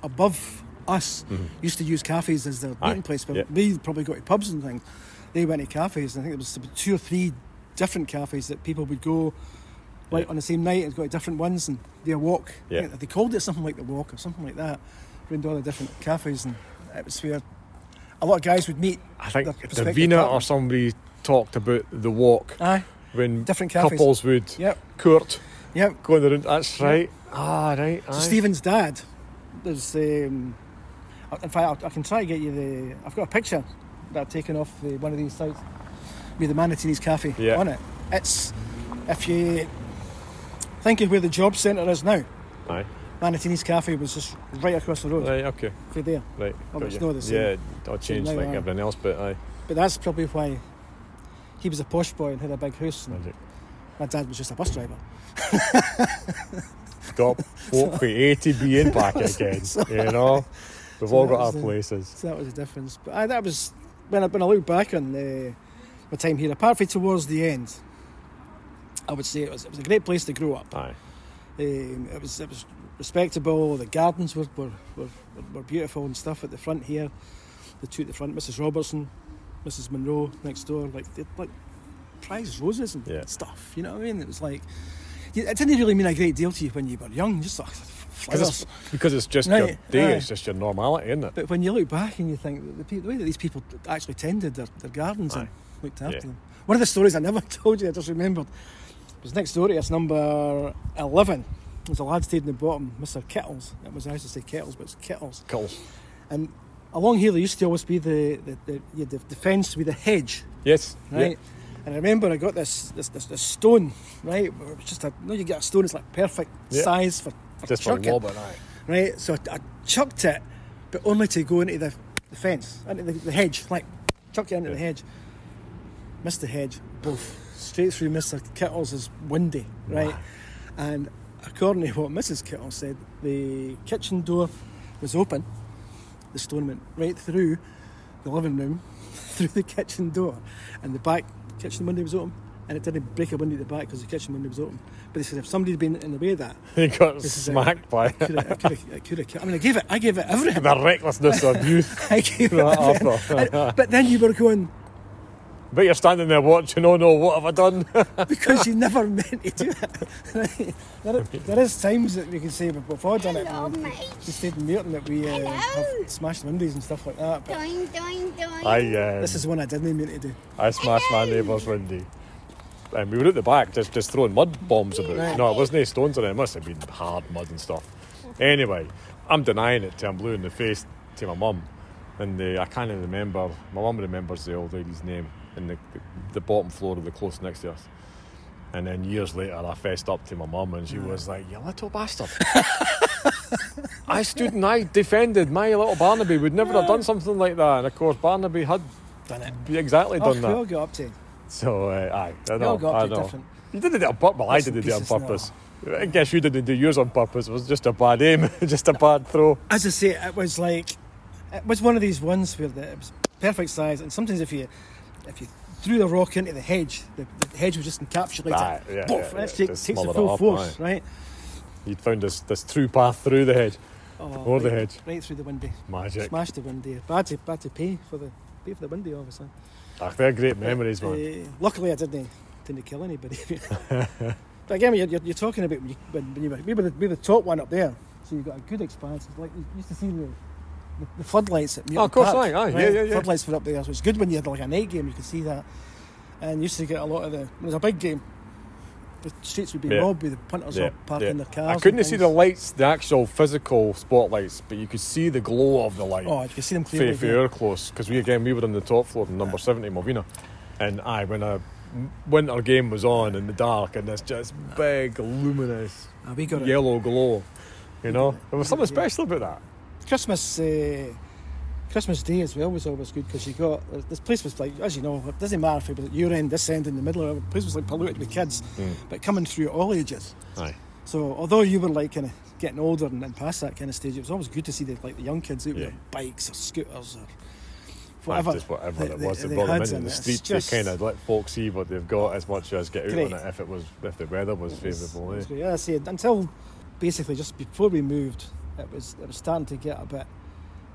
Speaker 3: above us used to use cafes as their
Speaker 6: Mm-hmm. Aye,
Speaker 3: meeting place. But
Speaker 6: yeah.
Speaker 3: we probably go to pubs and things. They went to cafes, and I think there was about two or three different cafes that people would go like on the same night and go to different ones and their walk. I
Speaker 6: Yeah.
Speaker 3: think They called it something like the walk or something like that. Round all the different cafes, and it was where a lot of guys would meet.
Speaker 6: I
Speaker 3: their
Speaker 6: think
Speaker 3: prospective
Speaker 6: Davina
Speaker 3: partner.
Speaker 6: or somebody talked about the walk
Speaker 3: Aye,
Speaker 6: when
Speaker 3: different cafes.
Speaker 6: couples would
Speaker 3: Yep,
Speaker 6: court
Speaker 3: yep.
Speaker 6: going around. That's right. Ah, right.
Speaker 3: So
Speaker 6: aye.
Speaker 3: Stephen's dad, there's um, in fact I'll- I can try to get you the. I've got a picture that I've taken off the, one of these sites with the Manatini's Cafe
Speaker 6: Yeah.
Speaker 3: on it. It's if you think of where the job centre is now.
Speaker 6: Aye.
Speaker 3: Manatini's Cafe was just right across the road,
Speaker 6: Right, okay.
Speaker 3: through there.
Speaker 6: Right.
Speaker 3: Well,
Speaker 6: got
Speaker 3: it's
Speaker 6: you.
Speaker 3: not the same.
Speaker 6: Yeah, I'll change
Speaker 3: now,
Speaker 6: like
Speaker 3: aye.
Speaker 6: everything else, but aye.
Speaker 3: But that's probably why he was a posh boy and had a big house, and
Speaker 6: Magic.
Speaker 3: my dad was just a bus driver.
Speaker 6: Stop. Walk from A to B and back again. You know? We've all
Speaker 3: that
Speaker 6: got our
Speaker 3: was the-
Speaker 6: places.
Speaker 3: So that was the difference. But I, that was when I, when I look back on the, my time here, apart from towards the end, I would say it was, it was a great place to grow up.
Speaker 6: Aye.
Speaker 3: Um, it was it was respectable. The gardens were were, were, were beautiful and stuff at the front here. The two at the front, Mrs. Robertson, Mrs. Monroe next door, like they like prize roses and
Speaker 6: Yeah.
Speaker 3: stuff. You know what I mean? It was like you- it didn't really mean a great deal to you when you were young. You just thought, flowers.
Speaker 6: Because it's, because it's just your
Speaker 3: Right,
Speaker 6: day,
Speaker 3: aye.
Speaker 6: it's just your normality, isn't it?
Speaker 3: But when you look back and you think that the, pe- the way that these people actually tended their, their gardens and
Speaker 6: Aye.
Speaker 3: looked after
Speaker 6: Yeah.
Speaker 3: them. One of the stories I never told you, I just remembered, was next door to us, number 11. There's a lad stayed in the bottom, Mr. Kettles. It was, I used to say Kettles, but it's Kettles.
Speaker 6: Cool.
Speaker 3: And along here, there used to always be the, the, the, you had the, the fence with the hedge,
Speaker 6: Yes.
Speaker 3: right? And I remember I got this this, this, this stone, right? where It was just a, no, you get a stone, it's like perfect
Speaker 6: Yeah.
Speaker 3: size for, for
Speaker 6: Yeah. Just for
Speaker 3: chucking
Speaker 6: lobbing, aye.
Speaker 3: right? So I, I chucked it, but only to go into the, the fence, into the, the hedge, like chucked it into the
Speaker 6: Yeah.
Speaker 3: hedge. Missed the hedge, both straight through Mr. Kittles' window, right? And according to what Mrs. Kittles said, the kitchen door was open, the stone went right through the living room, through the kitchen door, and the back kitchen window was open. And it didn't break a window at the back because the kitchen window was open. But they said if somebody had been in the way of that,
Speaker 6: He got
Speaker 3: This is a-
Speaker 6: smacked by
Speaker 3: I could have, I could have, I could have killed. I mean, I gave it, I gave it everything.
Speaker 6: the recklessness of youth.
Speaker 3: I gave it
Speaker 6: Right,
Speaker 3: everything.
Speaker 6: Arthur.
Speaker 3: And- but then you were going
Speaker 6: But you're standing there watching, oh no, what have I done?
Speaker 3: because you never meant to do it. there, is, there is times that we can say, but we've all done it.
Speaker 7: Hello,
Speaker 3: we-
Speaker 7: mate.
Speaker 3: We stayed in Merton that we uh,
Speaker 7: Hello.
Speaker 3: have smashed windows and stuff like that. But
Speaker 7: Doing, doing, doing.
Speaker 6: I, um,
Speaker 3: this is one I didn't mean to do.
Speaker 6: I smashed my neighbour's window. And we were at the back just, just throwing mud bombs about. No, it wasn't any stones or it must have been hard mud and stuff. Anyway, I'm denying it till I'm blue in the face to my mum. And uh, I can't even remember, my mum remembers the old lady's name in the, the, bottom floor of the close next to us. And then years later, I fessed up to my mum and she was like, You little bastard. I stood and I defended my little Barnaby, would never have done something like that. And of course, Barnaby had
Speaker 3: Done it.
Speaker 6: exactly
Speaker 3: Oh,
Speaker 6: done
Speaker 3: we
Speaker 6: that.
Speaker 3: all got up to it.
Speaker 6: So, uh, aye, I
Speaker 3: all
Speaker 6: know,
Speaker 3: got
Speaker 6: I
Speaker 3: to
Speaker 6: know.
Speaker 3: different-
Speaker 6: You didn't do it on purpose. Well, I
Speaker 3: Bits and
Speaker 6: didn't do it on
Speaker 3: pieces,
Speaker 6: purpose. I guess you didn't do yours on purpose. It was just a bad aim, just a bad throw.
Speaker 3: As I say, it was like it was one of these ones where the, it was perfect size, and sometimes if you if you threw the rock into the hedge, the, the hedge would just encapsulate
Speaker 6: Aye,
Speaker 3: it.
Speaker 6: yeah,
Speaker 3: Poof,
Speaker 6: yeah,
Speaker 3: and it
Speaker 6: yeah,
Speaker 3: take-
Speaker 6: just
Speaker 3: takes the
Speaker 6: smothered it
Speaker 3: full
Speaker 6: up,
Speaker 3: force,
Speaker 6: aye.
Speaker 3: right?
Speaker 6: You'd found this, this true path through the hedge,
Speaker 3: Oh,
Speaker 6: or the
Speaker 3: right,
Speaker 6: hedge.
Speaker 3: right through the windy.
Speaker 6: Magic.
Speaker 3: Smashed the windy. But I had to, I had to pay for the pay for the windy, obviously.
Speaker 6: Ah, they're great memories, man.
Speaker 3: Uh, luckily, I didn't didn't kill anybody. but again, you're, you're, you're talking about when you, when, when you were, we were the, we were the top one up there, so you've got a good expanse. It's like you used to see the. the- The floodlights at Muir
Speaker 6: Oh, of course,
Speaker 3: Park,
Speaker 6: aye, aye, yeah, yeah, yeah.
Speaker 3: Floodlights were up there, so it's good when you had like a night game. You could see that, and you used to get a lot of the. When it was a big game, the streets would be
Speaker 6: Yeah.
Speaker 3: robbed with the punters
Speaker 6: Yeah,
Speaker 3: all parking
Speaker 6: yeah.
Speaker 3: their cars.
Speaker 6: I
Speaker 3: and
Speaker 6: couldn't see the
Speaker 3: things.
Speaker 6: lights, the actual physical spotlights, but you could see the glow of the light.
Speaker 3: Oh, you could see them clearly.
Speaker 6: fair, fair close because we again we were on the top floor in number 70 Malvina and aye when a winter game was on in the dark and this just big luminous
Speaker 3: Ah, we got a-
Speaker 6: yellow glow you know there was something special about that
Speaker 3: Christmas uh, Christmas Day as well was always good because you got this place was like as you know it doesn't matter if it was at your end this end in the middle or whatever, the place was like polluted with kids but coming through at all ages
Speaker 6: aye
Speaker 3: so although you were like kind of getting older and, and past that kind of stage it was always good to see the like the young kids out
Speaker 6: Yeah.
Speaker 3: with their bikes or scooters or whatever
Speaker 6: just whatever
Speaker 3: they-
Speaker 6: it was
Speaker 3: they-
Speaker 6: that
Speaker 3: they
Speaker 6: brought them
Speaker 3: had
Speaker 6: in in the
Speaker 3: it. It's
Speaker 6: streets
Speaker 3: just-
Speaker 6: they kind of let folks see what they've got as much as get out
Speaker 3: Great.
Speaker 6: on it if it was if the weather was favourable eh?
Speaker 3: It was great. Yeah, I see. Until basically just before we moved, it was it was starting to get a bit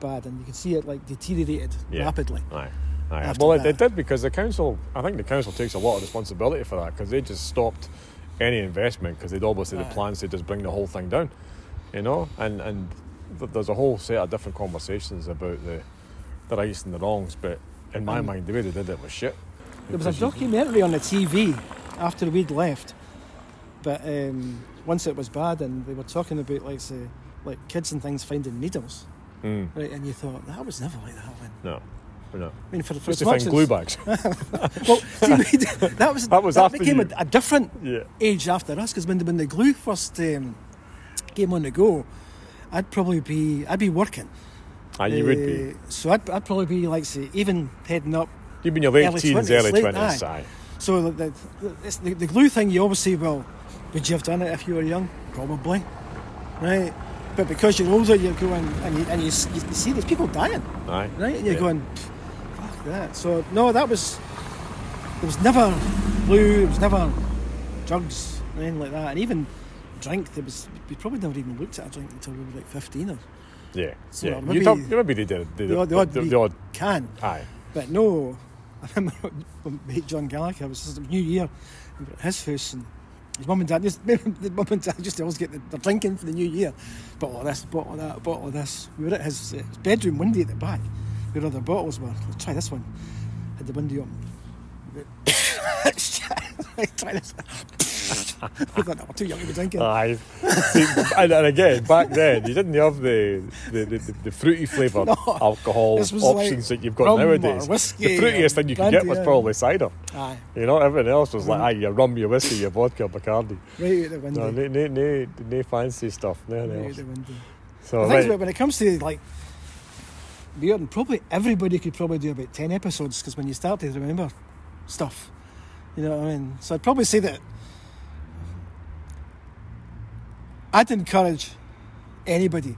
Speaker 3: bad, and you could see it like deteriorated
Speaker 6: Yeah.
Speaker 3: rapidly.
Speaker 6: Aye. Aye.
Speaker 3: After
Speaker 6: Well, it,
Speaker 3: that.
Speaker 6: it did because the council, I think the council takes a lot of responsibility for that because they just stopped any investment because they'd obviously the
Speaker 3: Aye.
Speaker 6: plans to just bring the whole thing down, you know? And and th- there's a whole set of different conversations about the, the rights and the wrongs, but in my mind, the way they did it was shit.
Speaker 3: There was a documentary on the TV after we'd left, but um, once it was bad, and they were talking about like say, like kids and things finding needles,
Speaker 6: Mm,
Speaker 3: right? And you thought that was never like that when.
Speaker 6: no. No.
Speaker 3: I mean, for the
Speaker 6: Just
Speaker 3: first
Speaker 6: to find glue bags.
Speaker 3: Well, see, we did- that was
Speaker 6: That was
Speaker 3: that
Speaker 6: after
Speaker 3: became
Speaker 6: you.
Speaker 3: A, a different
Speaker 6: yeah.
Speaker 3: age after us because when the, when the glue first um, came on the go, I'd probably be I'd be working.
Speaker 6: Aye, Ah, you would be.
Speaker 3: Uh, So I'd, I'd probably be like say even heading up.
Speaker 6: You'd be in your late
Speaker 3: early
Speaker 6: teens,
Speaker 3: 20s,
Speaker 6: early
Speaker 3: late-
Speaker 6: 20s.
Speaker 3: aye.
Speaker 6: Aye.
Speaker 3: So the the, it's the the glue thing you always say, well, would you have done it if you were young? Probably, right? But because you're older, you're going and you and you, s- you see there's people dying,
Speaker 6: Aye.
Speaker 3: right? And you're
Speaker 6: Yeah.
Speaker 3: going, "Pff, fuck that. So no, that was there was never glue. It was never drugs, or anything like that, and even. Drink. There was. We probably never even looked at a drink until we were like fifteen or
Speaker 6: Yeah.
Speaker 3: So
Speaker 6: Yeah.
Speaker 3: maybe-
Speaker 6: you don't, you maybe they did. They,
Speaker 3: the odd, the odd,
Speaker 6: the-
Speaker 3: wee
Speaker 6: the odd
Speaker 3: can.
Speaker 6: aye.
Speaker 3: But no, I remember my mate John Gallagher was just New Year, we were at his house and his mum and dad just the mum and dad used to always get the, the drinking for the New Year. Bottle of this, bottle of that, bottle of this. We were at his, uh, his bedroom window at the back, where all the bottles were. Let's try this one. Had the window open. Shit. try this. I thought, no, we're too young to be drinking.
Speaker 6: Aye. See, and, and again, back then you didn't have the the, the, the, the fruity flavoured
Speaker 3: No.
Speaker 6: alcohol
Speaker 3: This was
Speaker 6: options
Speaker 3: like
Speaker 6: that you've got
Speaker 3: rum or
Speaker 6: nowadays.
Speaker 3: whiskey
Speaker 6: the fruitiest
Speaker 3: or
Speaker 6: thing you could get
Speaker 3: brandy,
Speaker 6: was
Speaker 3: aye.
Speaker 6: probably cider.
Speaker 3: Aye,
Speaker 6: You know, everything else was
Speaker 3: Mm.
Speaker 6: like, aye, your rum, your whiskey, your vodka, Bacardi.
Speaker 3: right out the
Speaker 6: No,
Speaker 3: window.
Speaker 6: no, no, no, no fancy stuff. Nothing
Speaker 3: right out
Speaker 6: else.
Speaker 3: the window.
Speaker 6: So,
Speaker 3: The thing is
Speaker 6: right,
Speaker 3: about when it comes to like beer, and probably everybody could probably do about ten episodes because when you start to remember stuff, you know what I mean. So I'd probably say that I'd encourage anybody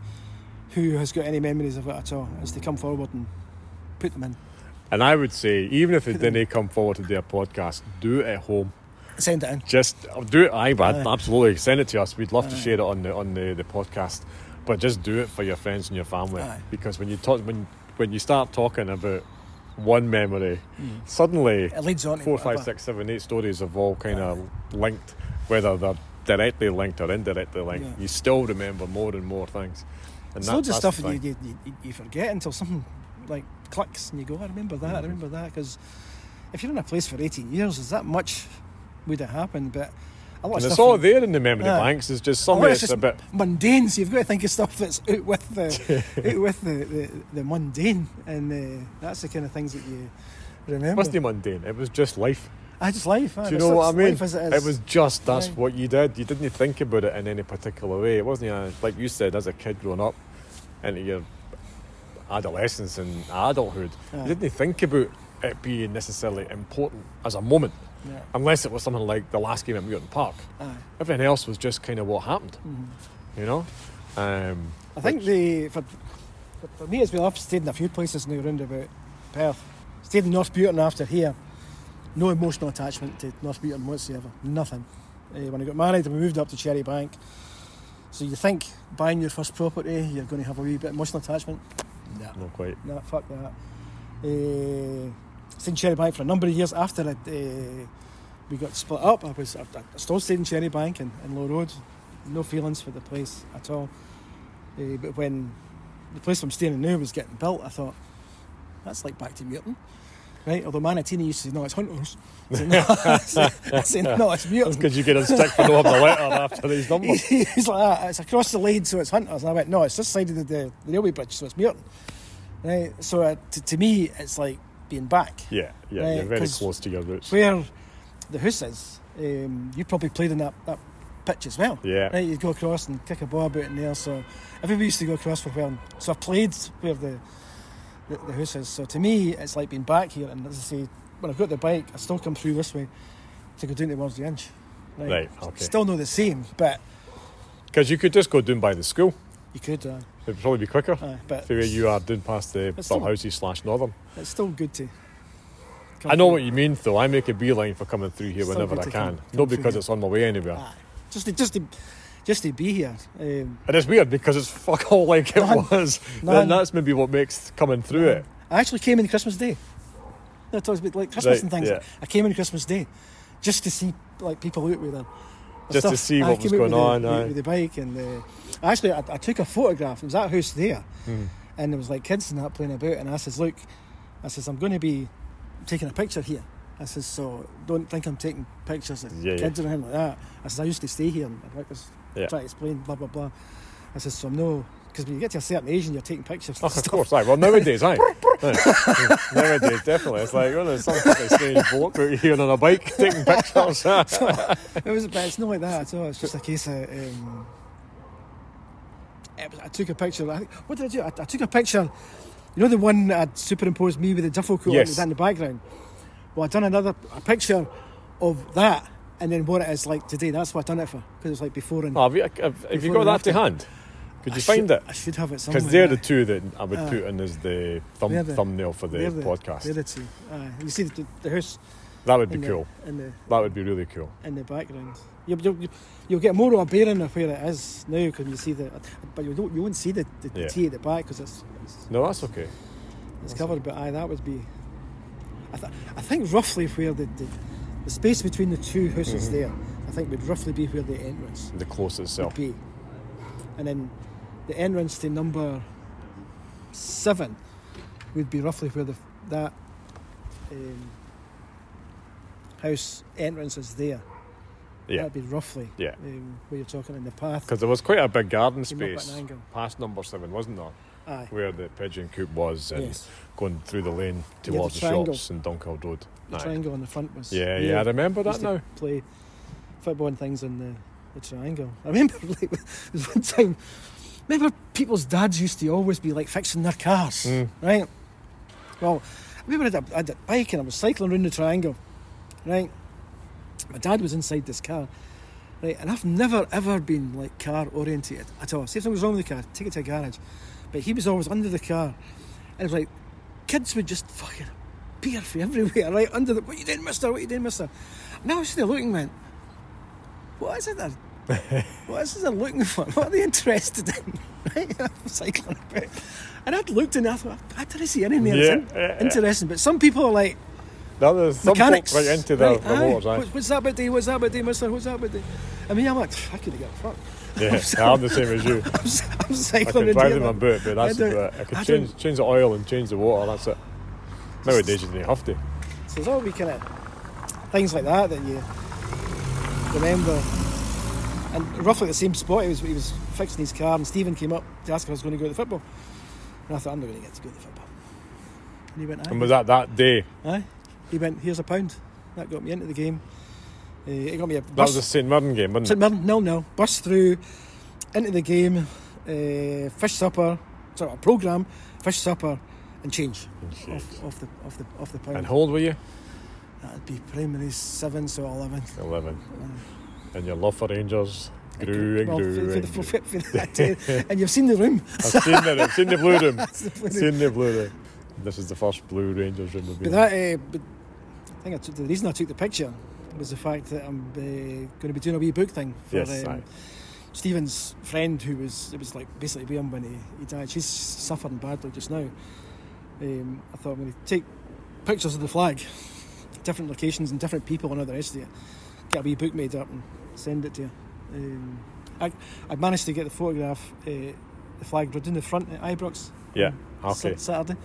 Speaker 3: who has got any memories of it at all is to come forward and put them in.
Speaker 6: and I would say, even if they didn't come forward to do a podcast, do it at home.
Speaker 3: Send it in.
Speaker 6: Just do it, aye, but
Speaker 3: Aye.
Speaker 6: absolutely send it to us. We'd love to share it on the on the, the podcast, but just do it for your friends and your family
Speaker 3: Aye.
Speaker 6: because when you talk when when you start talking about one memory, suddenly
Speaker 3: It leads on to
Speaker 6: four, five,
Speaker 3: Mm. whatever.
Speaker 6: six, seven, eight stories have all kind of linked, whether they're directly linked or indirectly linked.
Speaker 3: Yeah.
Speaker 6: You still remember more and more things. And
Speaker 3: It's
Speaker 6: that-
Speaker 3: loads of
Speaker 6: that's
Speaker 3: stuff
Speaker 6: the
Speaker 3: that
Speaker 6: thing.
Speaker 3: you, you, you, you forget until something like clicks and you go, "Oh, I remember that, I
Speaker 6: Mm-hmm.
Speaker 3: remember that. Because if you're in a place for 18 years, is that much would have happened? But a lot
Speaker 6: And
Speaker 3: of
Speaker 6: it's
Speaker 3: stuff
Speaker 6: all there in the memory
Speaker 3: Aye.
Speaker 6: banks. It's just
Speaker 3: a
Speaker 6: some
Speaker 3: lot
Speaker 6: of
Speaker 3: of
Speaker 6: it's
Speaker 3: just
Speaker 6: a bit
Speaker 3: mundane, so you've got to think of stuff that's out with the, out with the, the, the mundane. And uh, that's the kind of things that you
Speaker 6: it
Speaker 3: remember.
Speaker 6: wasn't mundane. It was just life.
Speaker 3: I just life. aye,
Speaker 6: Do you
Speaker 3: that's-
Speaker 6: know what I
Speaker 3: that's
Speaker 6: mean?
Speaker 3: life as it,
Speaker 6: It,
Speaker 3: is.
Speaker 6: was just that's
Speaker 3: Aye.
Speaker 6: what you did. You didn't think about it in any particular way. It wasn't uh, like you said as a kid growing up into your adolescence and adulthood.
Speaker 3: Aye.
Speaker 6: You didn't think about it being necessarily important as a moment,
Speaker 3: Yeah. Ah.
Speaker 6: unless it was something like the last game at Muirton Park.
Speaker 3: Aye.
Speaker 6: Everything else was just kind of what happened, you know. Um,
Speaker 3: Mm-hmm. I think the for, for- for me as well. I've stayed in a few places now round about Perth. Stayed in North Buton after here. No emotional attachment to North Buton whatsoever. Nothing. Eh, when I got married and we moved up to Cherry Bank, So you think buying your first property, you're going to have a wee bit of emotional attachment? No.
Speaker 6: Not quite.
Speaker 3: No, fuck that. Uh, I stayed in Cherry Bank for a number of years after it, uh, we got split up. I was I, I still stayed in Cherry Bank in, in Low Road. No feelings for the place at all. Uh, but when the place I'm staying in now was getting built, I thought, that's like back to Muirton. Right? Although Manatini used to say, no, it's Hunters. I said, no, I said, no it's Muirton.
Speaker 6: Because you get a stick for no having a letter after these
Speaker 3: He-
Speaker 6: numbers.
Speaker 3: He's like, ah, it's across the lane, so it's Hunters. And I went, no, it's this side of the, the, the railway bridge, so it's Muirton. Right? So uh, to, to me, it's like being back.
Speaker 6: Yeah, yeah,
Speaker 3: Right,
Speaker 6: you're very
Speaker 3: 'cause
Speaker 6: close to your roots.
Speaker 3: Where the house is, um, you probably played in that, that pitch as well.
Speaker 6: Yeah.
Speaker 3: Right? You'd go across and kick a ball about in there. So everybody used to go across for a while. So I played where the, the, the house is. So to me, it's like being back here. And as I say, when I've got the bike, I still come through this way to go down towards the inch.
Speaker 6: Right, okay.
Speaker 3: Still no the same, but
Speaker 6: Because you could just go down by the school.
Speaker 3: you could. Uh,
Speaker 6: It'd probably be quicker.
Speaker 3: Aye, but
Speaker 6: The way you are down past the
Speaker 3: It's
Speaker 6: Bill
Speaker 3: still-
Speaker 6: Houses slash Northern.
Speaker 3: it's still good to. come
Speaker 6: I know
Speaker 3: through.
Speaker 6: what you mean, though. I make a beeline for coming through here
Speaker 3: Still
Speaker 6: whenever
Speaker 3: good
Speaker 6: I
Speaker 3: to
Speaker 6: can.
Speaker 3: come- come
Speaker 6: Not
Speaker 3: through
Speaker 6: because
Speaker 3: here.
Speaker 6: it's on my way anywhere.
Speaker 3: Aye. Just to just to just to be here. Um,
Speaker 6: And it's weird because it's fuck all like it
Speaker 3: None.
Speaker 6: was.
Speaker 3: None.
Speaker 6: And that's maybe what makes coming through it.
Speaker 3: I actually came in Christmas Day. No, it was about like Christmas
Speaker 6: Right,
Speaker 3: and things.
Speaker 6: yeah.
Speaker 3: I came in Christmas Day just to see like people out with them.
Speaker 6: Just to see what was going
Speaker 3: With
Speaker 6: on,
Speaker 3: the,
Speaker 6: aye.
Speaker 3: with the bike and the, actually, I, I took a photograph. It was that house there,
Speaker 6: Hmm.
Speaker 3: and there was like kids and that playing about. And I says, "Look, I says I'm going to be taking a picture here." I says, "So don't think I'm taking pictures of
Speaker 6: Yeah, yeah.
Speaker 3: kids or anything like that." I says, "I used to stay here and I was
Speaker 6: Yeah.
Speaker 3: trying to explain blah blah blah." I says, "So I'm no." Because when you get to a certain age and you're taking pictures, and
Speaker 6: Oh, of
Speaker 3: stuff.
Speaker 6: course, aye. Well, nowadays, aye. Aye. nowadays, definitely. It's like, well, there's some fucking strange bloke out here on a bike taking pictures.
Speaker 3: it was, but it's not like that at all. It's just a case of. Um, it was- I took a picture. I think, what did I do? I, I took a picture. You know the one that I'd superimposed me with a duffel coat on
Speaker 6: Yes.
Speaker 3: that was in the background. Well, I done another a picture of that, and then what it is like today. That's what I done it for because it was like before and.
Speaker 6: Oh, have you, have, have you
Speaker 3: Before
Speaker 6: got
Speaker 3: and
Speaker 6: that to
Speaker 3: after.
Speaker 6: hand? Could
Speaker 3: I
Speaker 6: you
Speaker 3: should-
Speaker 6: find it?
Speaker 3: I should have it somewhere.
Speaker 6: Because they're
Speaker 3: yeah.
Speaker 6: the two that I would
Speaker 3: Aye.
Speaker 6: put in as the, thumb,
Speaker 3: They're the-
Speaker 6: thumbnail for the
Speaker 3: They're
Speaker 6: podcast.
Speaker 3: They're the two. Aye. you see the, the house
Speaker 6: that would be
Speaker 3: in the,
Speaker 6: cool.
Speaker 3: in the
Speaker 6: That would be really cool.
Speaker 3: in the background. You'll, you'll, you'll get more of a bearing of where it is now because you see the, but you don't you won't see the, the, the
Speaker 6: Yeah.
Speaker 3: tea at the back because it's, it's
Speaker 6: No, that's okay.
Speaker 3: it's covered. But aye, that would be. I, th- I think roughly where the, the the space between the two houses there, I think would roughly be where the entrance
Speaker 6: The close itself.
Speaker 3: would be, and then the entrance to number seven would be roughly where the that um, house entrance is there.
Speaker 6: Yeah.
Speaker 3: That'd be roughly
Speaker 6: Yeah.
Speaker 3: um, where you're talking in the path.
Speaker 6: Because there was quite a big garden
Speaker 3: Came up at an
Speaker 6: space
Speaker 3: angle.
Speaker 6: past number seven, wasn't there?
Speaker 3: Aye.
Speaker 6: Where the pigeon coop was and
Speaker 3: Yes.
Speaker 6: going through the lane towards the,
Speaker 3: triangle.
Speaker 6: shops and Dunkeld Road.
Speaker 3: The
Speaker 6: Aye.
Speaker 3: triangle on the front was.
Speaker 6: Yeah, yeah, I remember that
Speaker 3: used to
Speaker 6: now.
Speaker 3: Play football and things in the, the triangle. I remember like there was one time. Remember people's dads used to always be like fixing their cars,
Speaker 6: Mm.
Speaker 3: right? Well, I remember I had, a, I had a bike and I was cycling around the triangle, right? My dad was inside this car, right? And I've never ever been like car orientated at all. See if something was wrong with the car, take it to a garage. But he was always under the car, and it was like kids would just fucking peer for you everywhere, right? Under the what you doing, mister? What you doing, mister? And I was sitting there looking, man. What is it they're what is it they're looking for? What are they interested in? Right? I'm cycling about. And I'd looked and I thought, I didn't see anything there.
Speaker 6: Yeah,
Speaker 3: that's in-
Speaker 6: yeah, yeah.
Speaker 3: interesting. But some people are like,
Speaker 6: Now there's some folk
Speaker 3: mechanics.
Speaker 6: right into the,
Speaker 3: Right,
Speaker 6: the
Speaker 3: aye.
Speaker 6: motors, aye.
Speaker 3: What- What's that about day? What's that about day, mister? What's that about day? I mean, I'm like, I couldn't get a fuck.
Speaker 6: Yeah, I'm the same as you.
Speaker 3: I'm, s- I'm
Speaker 6: I
Speaker 3: cycling
Speaker 6: can
Speaker 3: in
Speaker 6: drive
Speaker 3: here,
Speaker 6: them
Speaker 3: man.
Speaker 6: and boot, but that's
Speaker 3: I don't-
Speaker 6: about it. I
Speaker 3: I
Speaker 6: could
Speaker 3: don't-
Speaker 6: change, change the oil and change the water, that's it. Nowadays you don't have to.
Speaker 3: So there's all we kind of things like that that you remember. And roughly the same spot, he was, he was fixing his car, and Stephen came up to ask if I was going to go to the football. And I thought, I'm not going to get to go to the football. And he went,
Speaker 6: And
Speaker 3: aye.
Speaker 6: was that that day?
Speaker 3: aye. He went, here's a pound. That got me into the game. Uh, it got me a
Speaker 6: That
Speaker 3: bus.
Speaker 6: was a St Mirren game,
Speaker 3: St
Speaker 6: wasn't it?
Speaker 3: Mirren, nil nil. Bus through into the game, uh, fish supper, sort of a programme, fish supper, and change, Off, off the off the off the pound.
Speaker 6: And how old were you?
Speaker 3: That'd be primary seven, so eleven.
Speaker 6: 11. And your love for Rangers grew and
Speaker 3: Well,
Speaker 6: grew.
Speaker 3: for- for
Speaker 6: and
Speaker 3: the-
Speaker 6: grew.
Speaker 3: for- for that, uh, and you've seen the room.
Speaker 6: I've seen the, I've seen the blue room.
Speaker 3: That's the blue room.
Speaker 6: seen the blue room. This is the first blue Rangers room we've
Speaker 3: But
Speaker 6: been
Speaker 3: that, uh, but I think I took, the eh, reason I took the picture was the fact that I'm uh, going to be doing a wee book thing for
Speaker 6: Yes, aye.
Speaker 3: Stephen's friend, who was it was like basically with him when he, he died, she's suffering badly just now. Um, I thought I'm going to take pictures of the flag, different locations and different people and all the rest of it. Get a wee book made up and send it to you. Um, I, I managed to get the photograph, uh, the flag in the front at Ibrox
Speaker 6: Yeah.
Speaker 3: Sa-
Speaker 6: Okay.
Speaker 3: Saturday.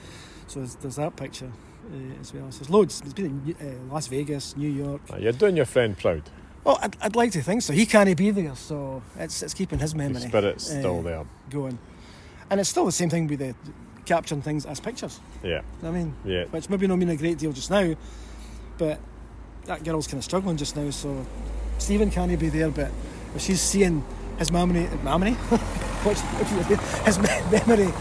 Speaker 3: So there's, there's that picture uh, as well. So there's loads. It's been in uh, Las Vegas, New York.
Speaker 6: Ah, You're doing your friend proud.
Speaker 3: Well, I'd, I'd like to think so. He can't be there, so it's it's keeping his memory
Speaker 6: Your spirit's
Speaker 3: uh,
Speaker 6: still there.
Speaker 3: going. And it's still the same thing with the capturing things as pictures.
Speaker 6: Yeah.
Speaker 3: You know what I mean,
Speaker 6: Yeah.
Speaker 3: which maybe not mean a great deal just now, but that girl's kind of struggling just now. So Stephen can't be there, but if she's seeing his memory, memory, what's- his me- memory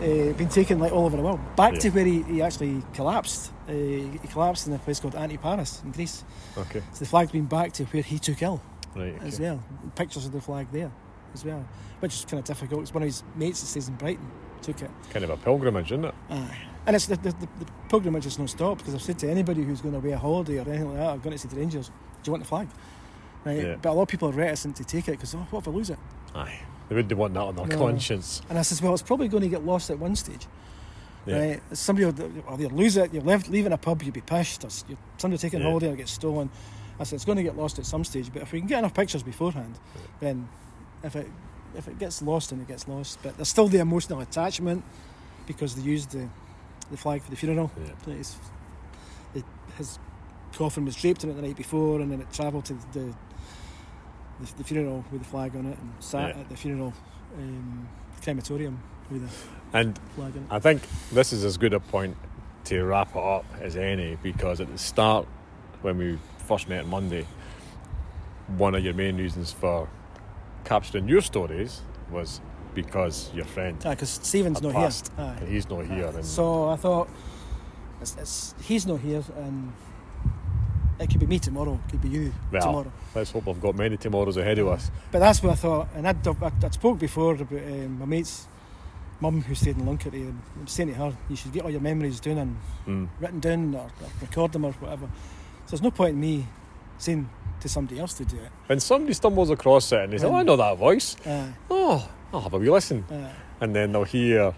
Speaker 3: uh, been taken like all over the world, back to
Speaker 6: Yeah.
Speaker 3: where he, he actually collapsed. Uh, he collapsed in a place called Antiparis in Greece.
Speaker 6: Okay.
Speaker 3: So the flag's been back to where he took ill
Speaker 6: Right. Okay.
Speaker 3: as well. Pictures of the flag there as well, which is kind of difficult. It's one of his mates that stays in Brighton took it.
Speaker 6: Kind of a pilgrimage, isn't it?
Speaker 3: Aye. And it's the, the, the, the pilgrimage has not stopped because I've said to anybody who's going away a holiday or anything like that, I've gone to see the Rangers, do you want the flag? Right?
Speaker 6: Yeah.
Speaker 3: But a lot of people are reticent to take it because, oh, what if I lose it?
Speaker 6: Aye. They wouldn't want that on their
Speaker 3: No.
Speaker 6: conscience.
Speaker 3: And I says, well, it's probably going to get lost at one stage.
Speaker 6: Yeah.
Speaker 3: Right? Somebody will or they'll lose it, you're left leaving a pub, you'll be pissed, or s- you're, somebody will take it on
Speaker 6: Yeah.
Speaker 3: holiday or get stolen. I said, it's going to get lost at some stage, but if we can get enough pictures beforehand, then if it if it gets lost, then it gets lost. But there's still the emotional attachment because they used the, the flag for the funeral.
Speaker 6: Yeah.
Speaker 3: So it's- the- his coffin was draped in it the night before, and then it travelled to the, the the funeral with the flag on it, and sat
Speaker 6: Yeah.
Speaker 3: at the funeral um, crematorium with the
Speaker 6: And
Speaker 3: flag on it.
Speaker 6: I think this is as good a point to wrap it up as any because at the start, when we first met on Monday, one of your main reasons for capturing your stories was because your friend
Speaker 3: because Stephen's
Speaker 6: had
Speaker 3: not
Speaker 6: passed
Speaker 3: here. Aye.
Speaker 6: and he's not here. And
Speaker 3: So I thought, it's, it's, he's not here, and it could be me tomorrow, it could be you
Speaker 6: well,
Speaker 3: tomorrow.
Speaker 6: let's hope I've got many tomorrows ahead of us.
Speaker 3: But that's what I thought, and I'd, I'd, I'd spoke before about um, my mate's mum who stayed in Lunkerty, and I'm saying to her, you should get all your memories down and
Speaker 6: Mm.
Speaker 3: written down or, or record them or whatever. So there's no point in me saying to somebody else to do it.
Speaker 6: And somebody stumbles across it and they say, oh, I know that voice.
Speaker 3: Uh,
Speaker 6: Oh, I'll have a wee listen.
Speaker 3: uh,
Speaker 6: and then they'll hear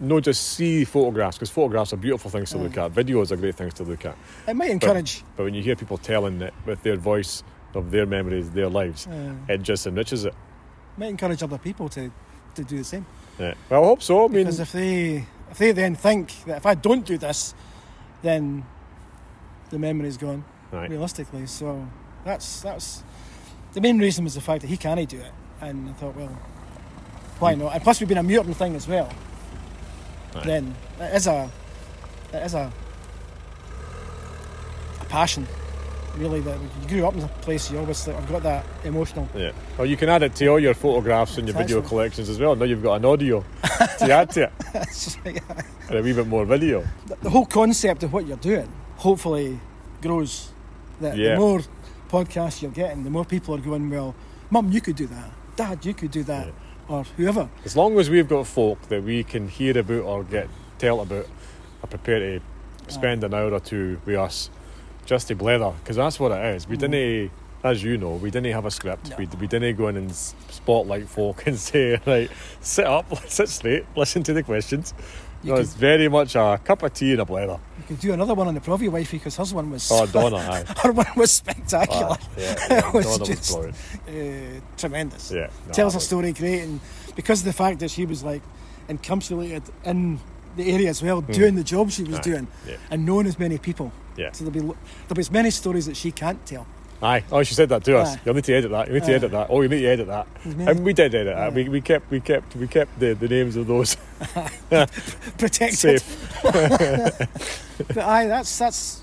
Speaker 6: not just see photographs because photographs are beautiful things to look
Speaker 3: Aye.
Speaker 6: at videos are great things to look at
Speaker 3: it might encourage.
Speaker 6: but when you hear people telling it with their voice of their memories their lives
Speaker 3: Uh,
Speaker 6: it just enriches it
Speaker 3: might encourage other people to, to do the same.
Speaker 6: yeah. well I hope so I mean
Speaker 3: Because if they if they then think that if I don't do this, then the memory's gone.
Speaker 6: Right.
Speaker 3: Realistically, so that's that's the main reason was the fact that he can't do it, and I thought, well, why not? And plus, we've been a mutant thing as well.
Speaker 6: Hmm. Right.
Speaker 3: Then it is a it is a a passion, really. That when you grew up in a place, you always think, I've got that emotional.
Speaker 6: yeah. well you can add it to all your photographs and your video
Speaker 3: Exactly.
Speaker 6: collections as well now you've got an audio to add to it and a wee bit more video
Speaker 3: the- the whole concept of what you're doing hopefully grows. That
Speaker 6: Yeah.
Speaker 3: the more podcasts you're getting, the more people are going, Well, Mum, you could do that. Dad, you could do that. Or whoever.
Speaker 6: as long as we've got folk that we can hear about or get tell about are prepared to spend an hour or two with us just to blether because that's what it is we
Speaker 3: Mm.
Speaker 6: didn't as you know we didn't have a script we, we didn't go in and s- spotlight folk and say right sit up sit straight listen to the questions
Speaker 3: You
Speaker 6: no, it's very much a cup of tea and a blether
Speaker 3: You could do another one on the Provy wifey because hers one was
Speaker 6: oh Donna aye
Speaker 3: her one was spectacular.
Speaker 6: Aye, yeah, yeah.
Speaker 3: It was
Speaker 6: Donna was
Speaker 3: just-
Speaker 6: brilliant.
Speaker 3: uh, tremendous.
Speaker 6: Yeah, no,
Speaker 3: tells
Speaker 6: I
Speaker 3: her story great, and because of the fact that she was like encapsulated in the area as well, doing the job she was
Speaker 6: Hmm. Aye,
Speaker 3: doing,
Speaker 6: yeah.
Speaker 3: and knowing as many people.
Speaker 6: Yeah.
Speaker 3: So there'll be lo- there'll be as many stories that she can't tell.
Speaker 6: Aye. Oh, she said that to us.
Speaker 3: Aye.
Speaker 6: You'll need to edit that. You need to
Speaker 3: Aye.
Speaker 6: edit that. Oh, you need to edit that.
Speaker 3: Mhm.
Speaker 6: And we did edit that. We, we kept we kept we kept the, the names of those
Speaker 3: Protected.
Speaker 6: safe.
Speaker 3: But aye, that's that's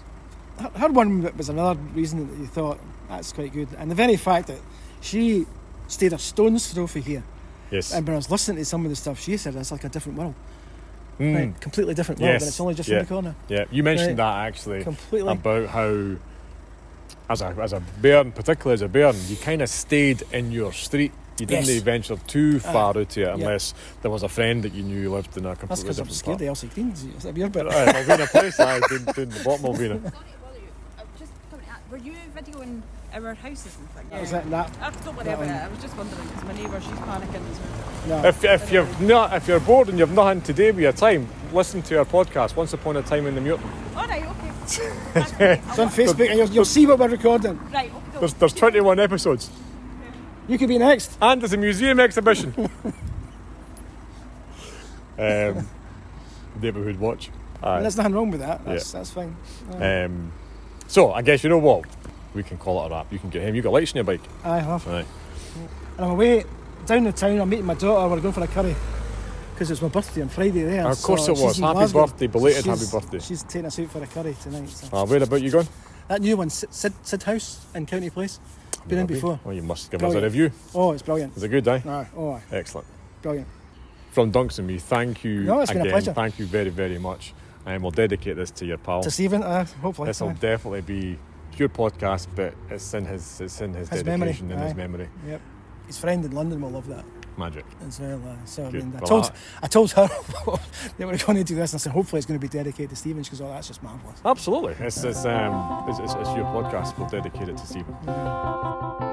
Speaker 3: her- her one was another reason that you thought that's quite good, and the very fact that she stayed a stone's throw from here,
Speaker 6: Yes.
Speaker 3: and when I was listening to some of the stuff she said, it's like a different world,
Speaker 6: Mm.
Speaker 3: right? Completely different world,
Speaker 6: Yes,
Speaker 3: and it's only just
Speaker 6: yeah.
Speaker 3: in the corner,
Speaker 6: Yeah, you mentioned
Speaker 3: Right.
Speaker 6: that actually
Speaker 3: completely.
Speaker 6: about how, as a as a bairn, particularly as a bairn, you kind of stayed in your street. You didn't
Speaker 3: Yes.
Speaker 6: venture too far out to it unless there was a friend that you knew lived in a
Speaker 3: that's
Speaker 6: completely
Speaker 3: because I'm
Speaker 6: different
Speaker 3: scared of Elsie Green's. That'd be her bit.
Speaker 6: part. Aye, Malvina place, aye, down, down the bottom of Malvina.
Speaker 8: Sorry, Willie, I'm just coming at, were you videoing our houses and things.
Speaker 3: Is that that?
Speaker 8: I don't worry about it. I was just wondering because my neighbour, she's panicking as well.
Speaker 3: No.
Speaker 6: If, if you've not, if you're bored and you've nothing to do with your time, listen to our podcast. Once upon a time in the Mutant.
Speaker 8: All right, okay.
Speaker 3: It's on Facebook and you'll, you'll see what we're recording.
Speaker 8: right, okay.
Speaker 6: There's, there's 21 episodes,
Speaker 3: You could be next.
Speaker 6: and there's a museum exhibition. um, neighborhood watch.
Speaker 3: And
Speaker 6: Aye.
Speaker 3: there's nothing wrong with that. That's, that's fine.
Speaker 6: Um, so I guess you know what we can call it a wrap. You can get him. You got lights on your bike.
Speaker 3: I have.
Speaker 6: Aye.
Speaker 3: And I'm away down the town. I'm meeting my daughter. We're going for a curry because it's my birthday on Friday. There.
Speaker 6: Of course
Speaker 3: so
Speaker 6: it was.
Speaker 3: she's in
Speaker 6: Happy
Speaker 3: Glasgow.
Speaker 6: birthday, belated
Speaker 3: She's-
Speaker 6: happy birthday.
Speaker 3: She's taking us out for a curry tonight. So.
Speaker 6: Uh, where about you going?
Speaker 3: That new one, Sid, Sid, Sid House in County Place. Been in before.
Speaker 6: Oh, you must give us a
Speaker 3: Brilliant.
Speaker 6: review.
Speaker 3: Oh, it's brilliant.
Speaker 6: Is it good, aye?
Speaker 3: No, oh, aye,
Speaker 6: Excellent.
Speaker 3: brilliant.
Speaker 6: From Dunks and me, thank you
Speaker 3: No, it's been
Speaker 6: again.
Speaker 3: a pleasure.
Speaker 6: Thank you very, very much. And we'll dedicate this to your pal.
Speaker 3: To Stephen, uh, hopefully.
Speaker 6: This will
Speaker 3: aye.
Speaker 6: definitely be your podcast, but it's in his it's in his,
Speaker 3: His memory,
Speaker 6: dedication and his
Speaker 3: aye.
Speaker 6: memory.
Speaker 3: Yep. His friend in London will love that
Speaker 6: Magic.
Speaker 3: as well. Uh, so I
Speaker 6: Good.
Speaker 3: mean, I
Speaker 6: Well,
Speaker 3: told
Speaker 6: that-
Speaker 3: I told her they were going to do this, and I said hopefully it's going to be dedicated to Stephen. She goes, "Oh, that's just marvelous."
Speaker 6: Absolutely. It's it's um it's, it's, it's your podcast. We'll dedicate it to Stephen.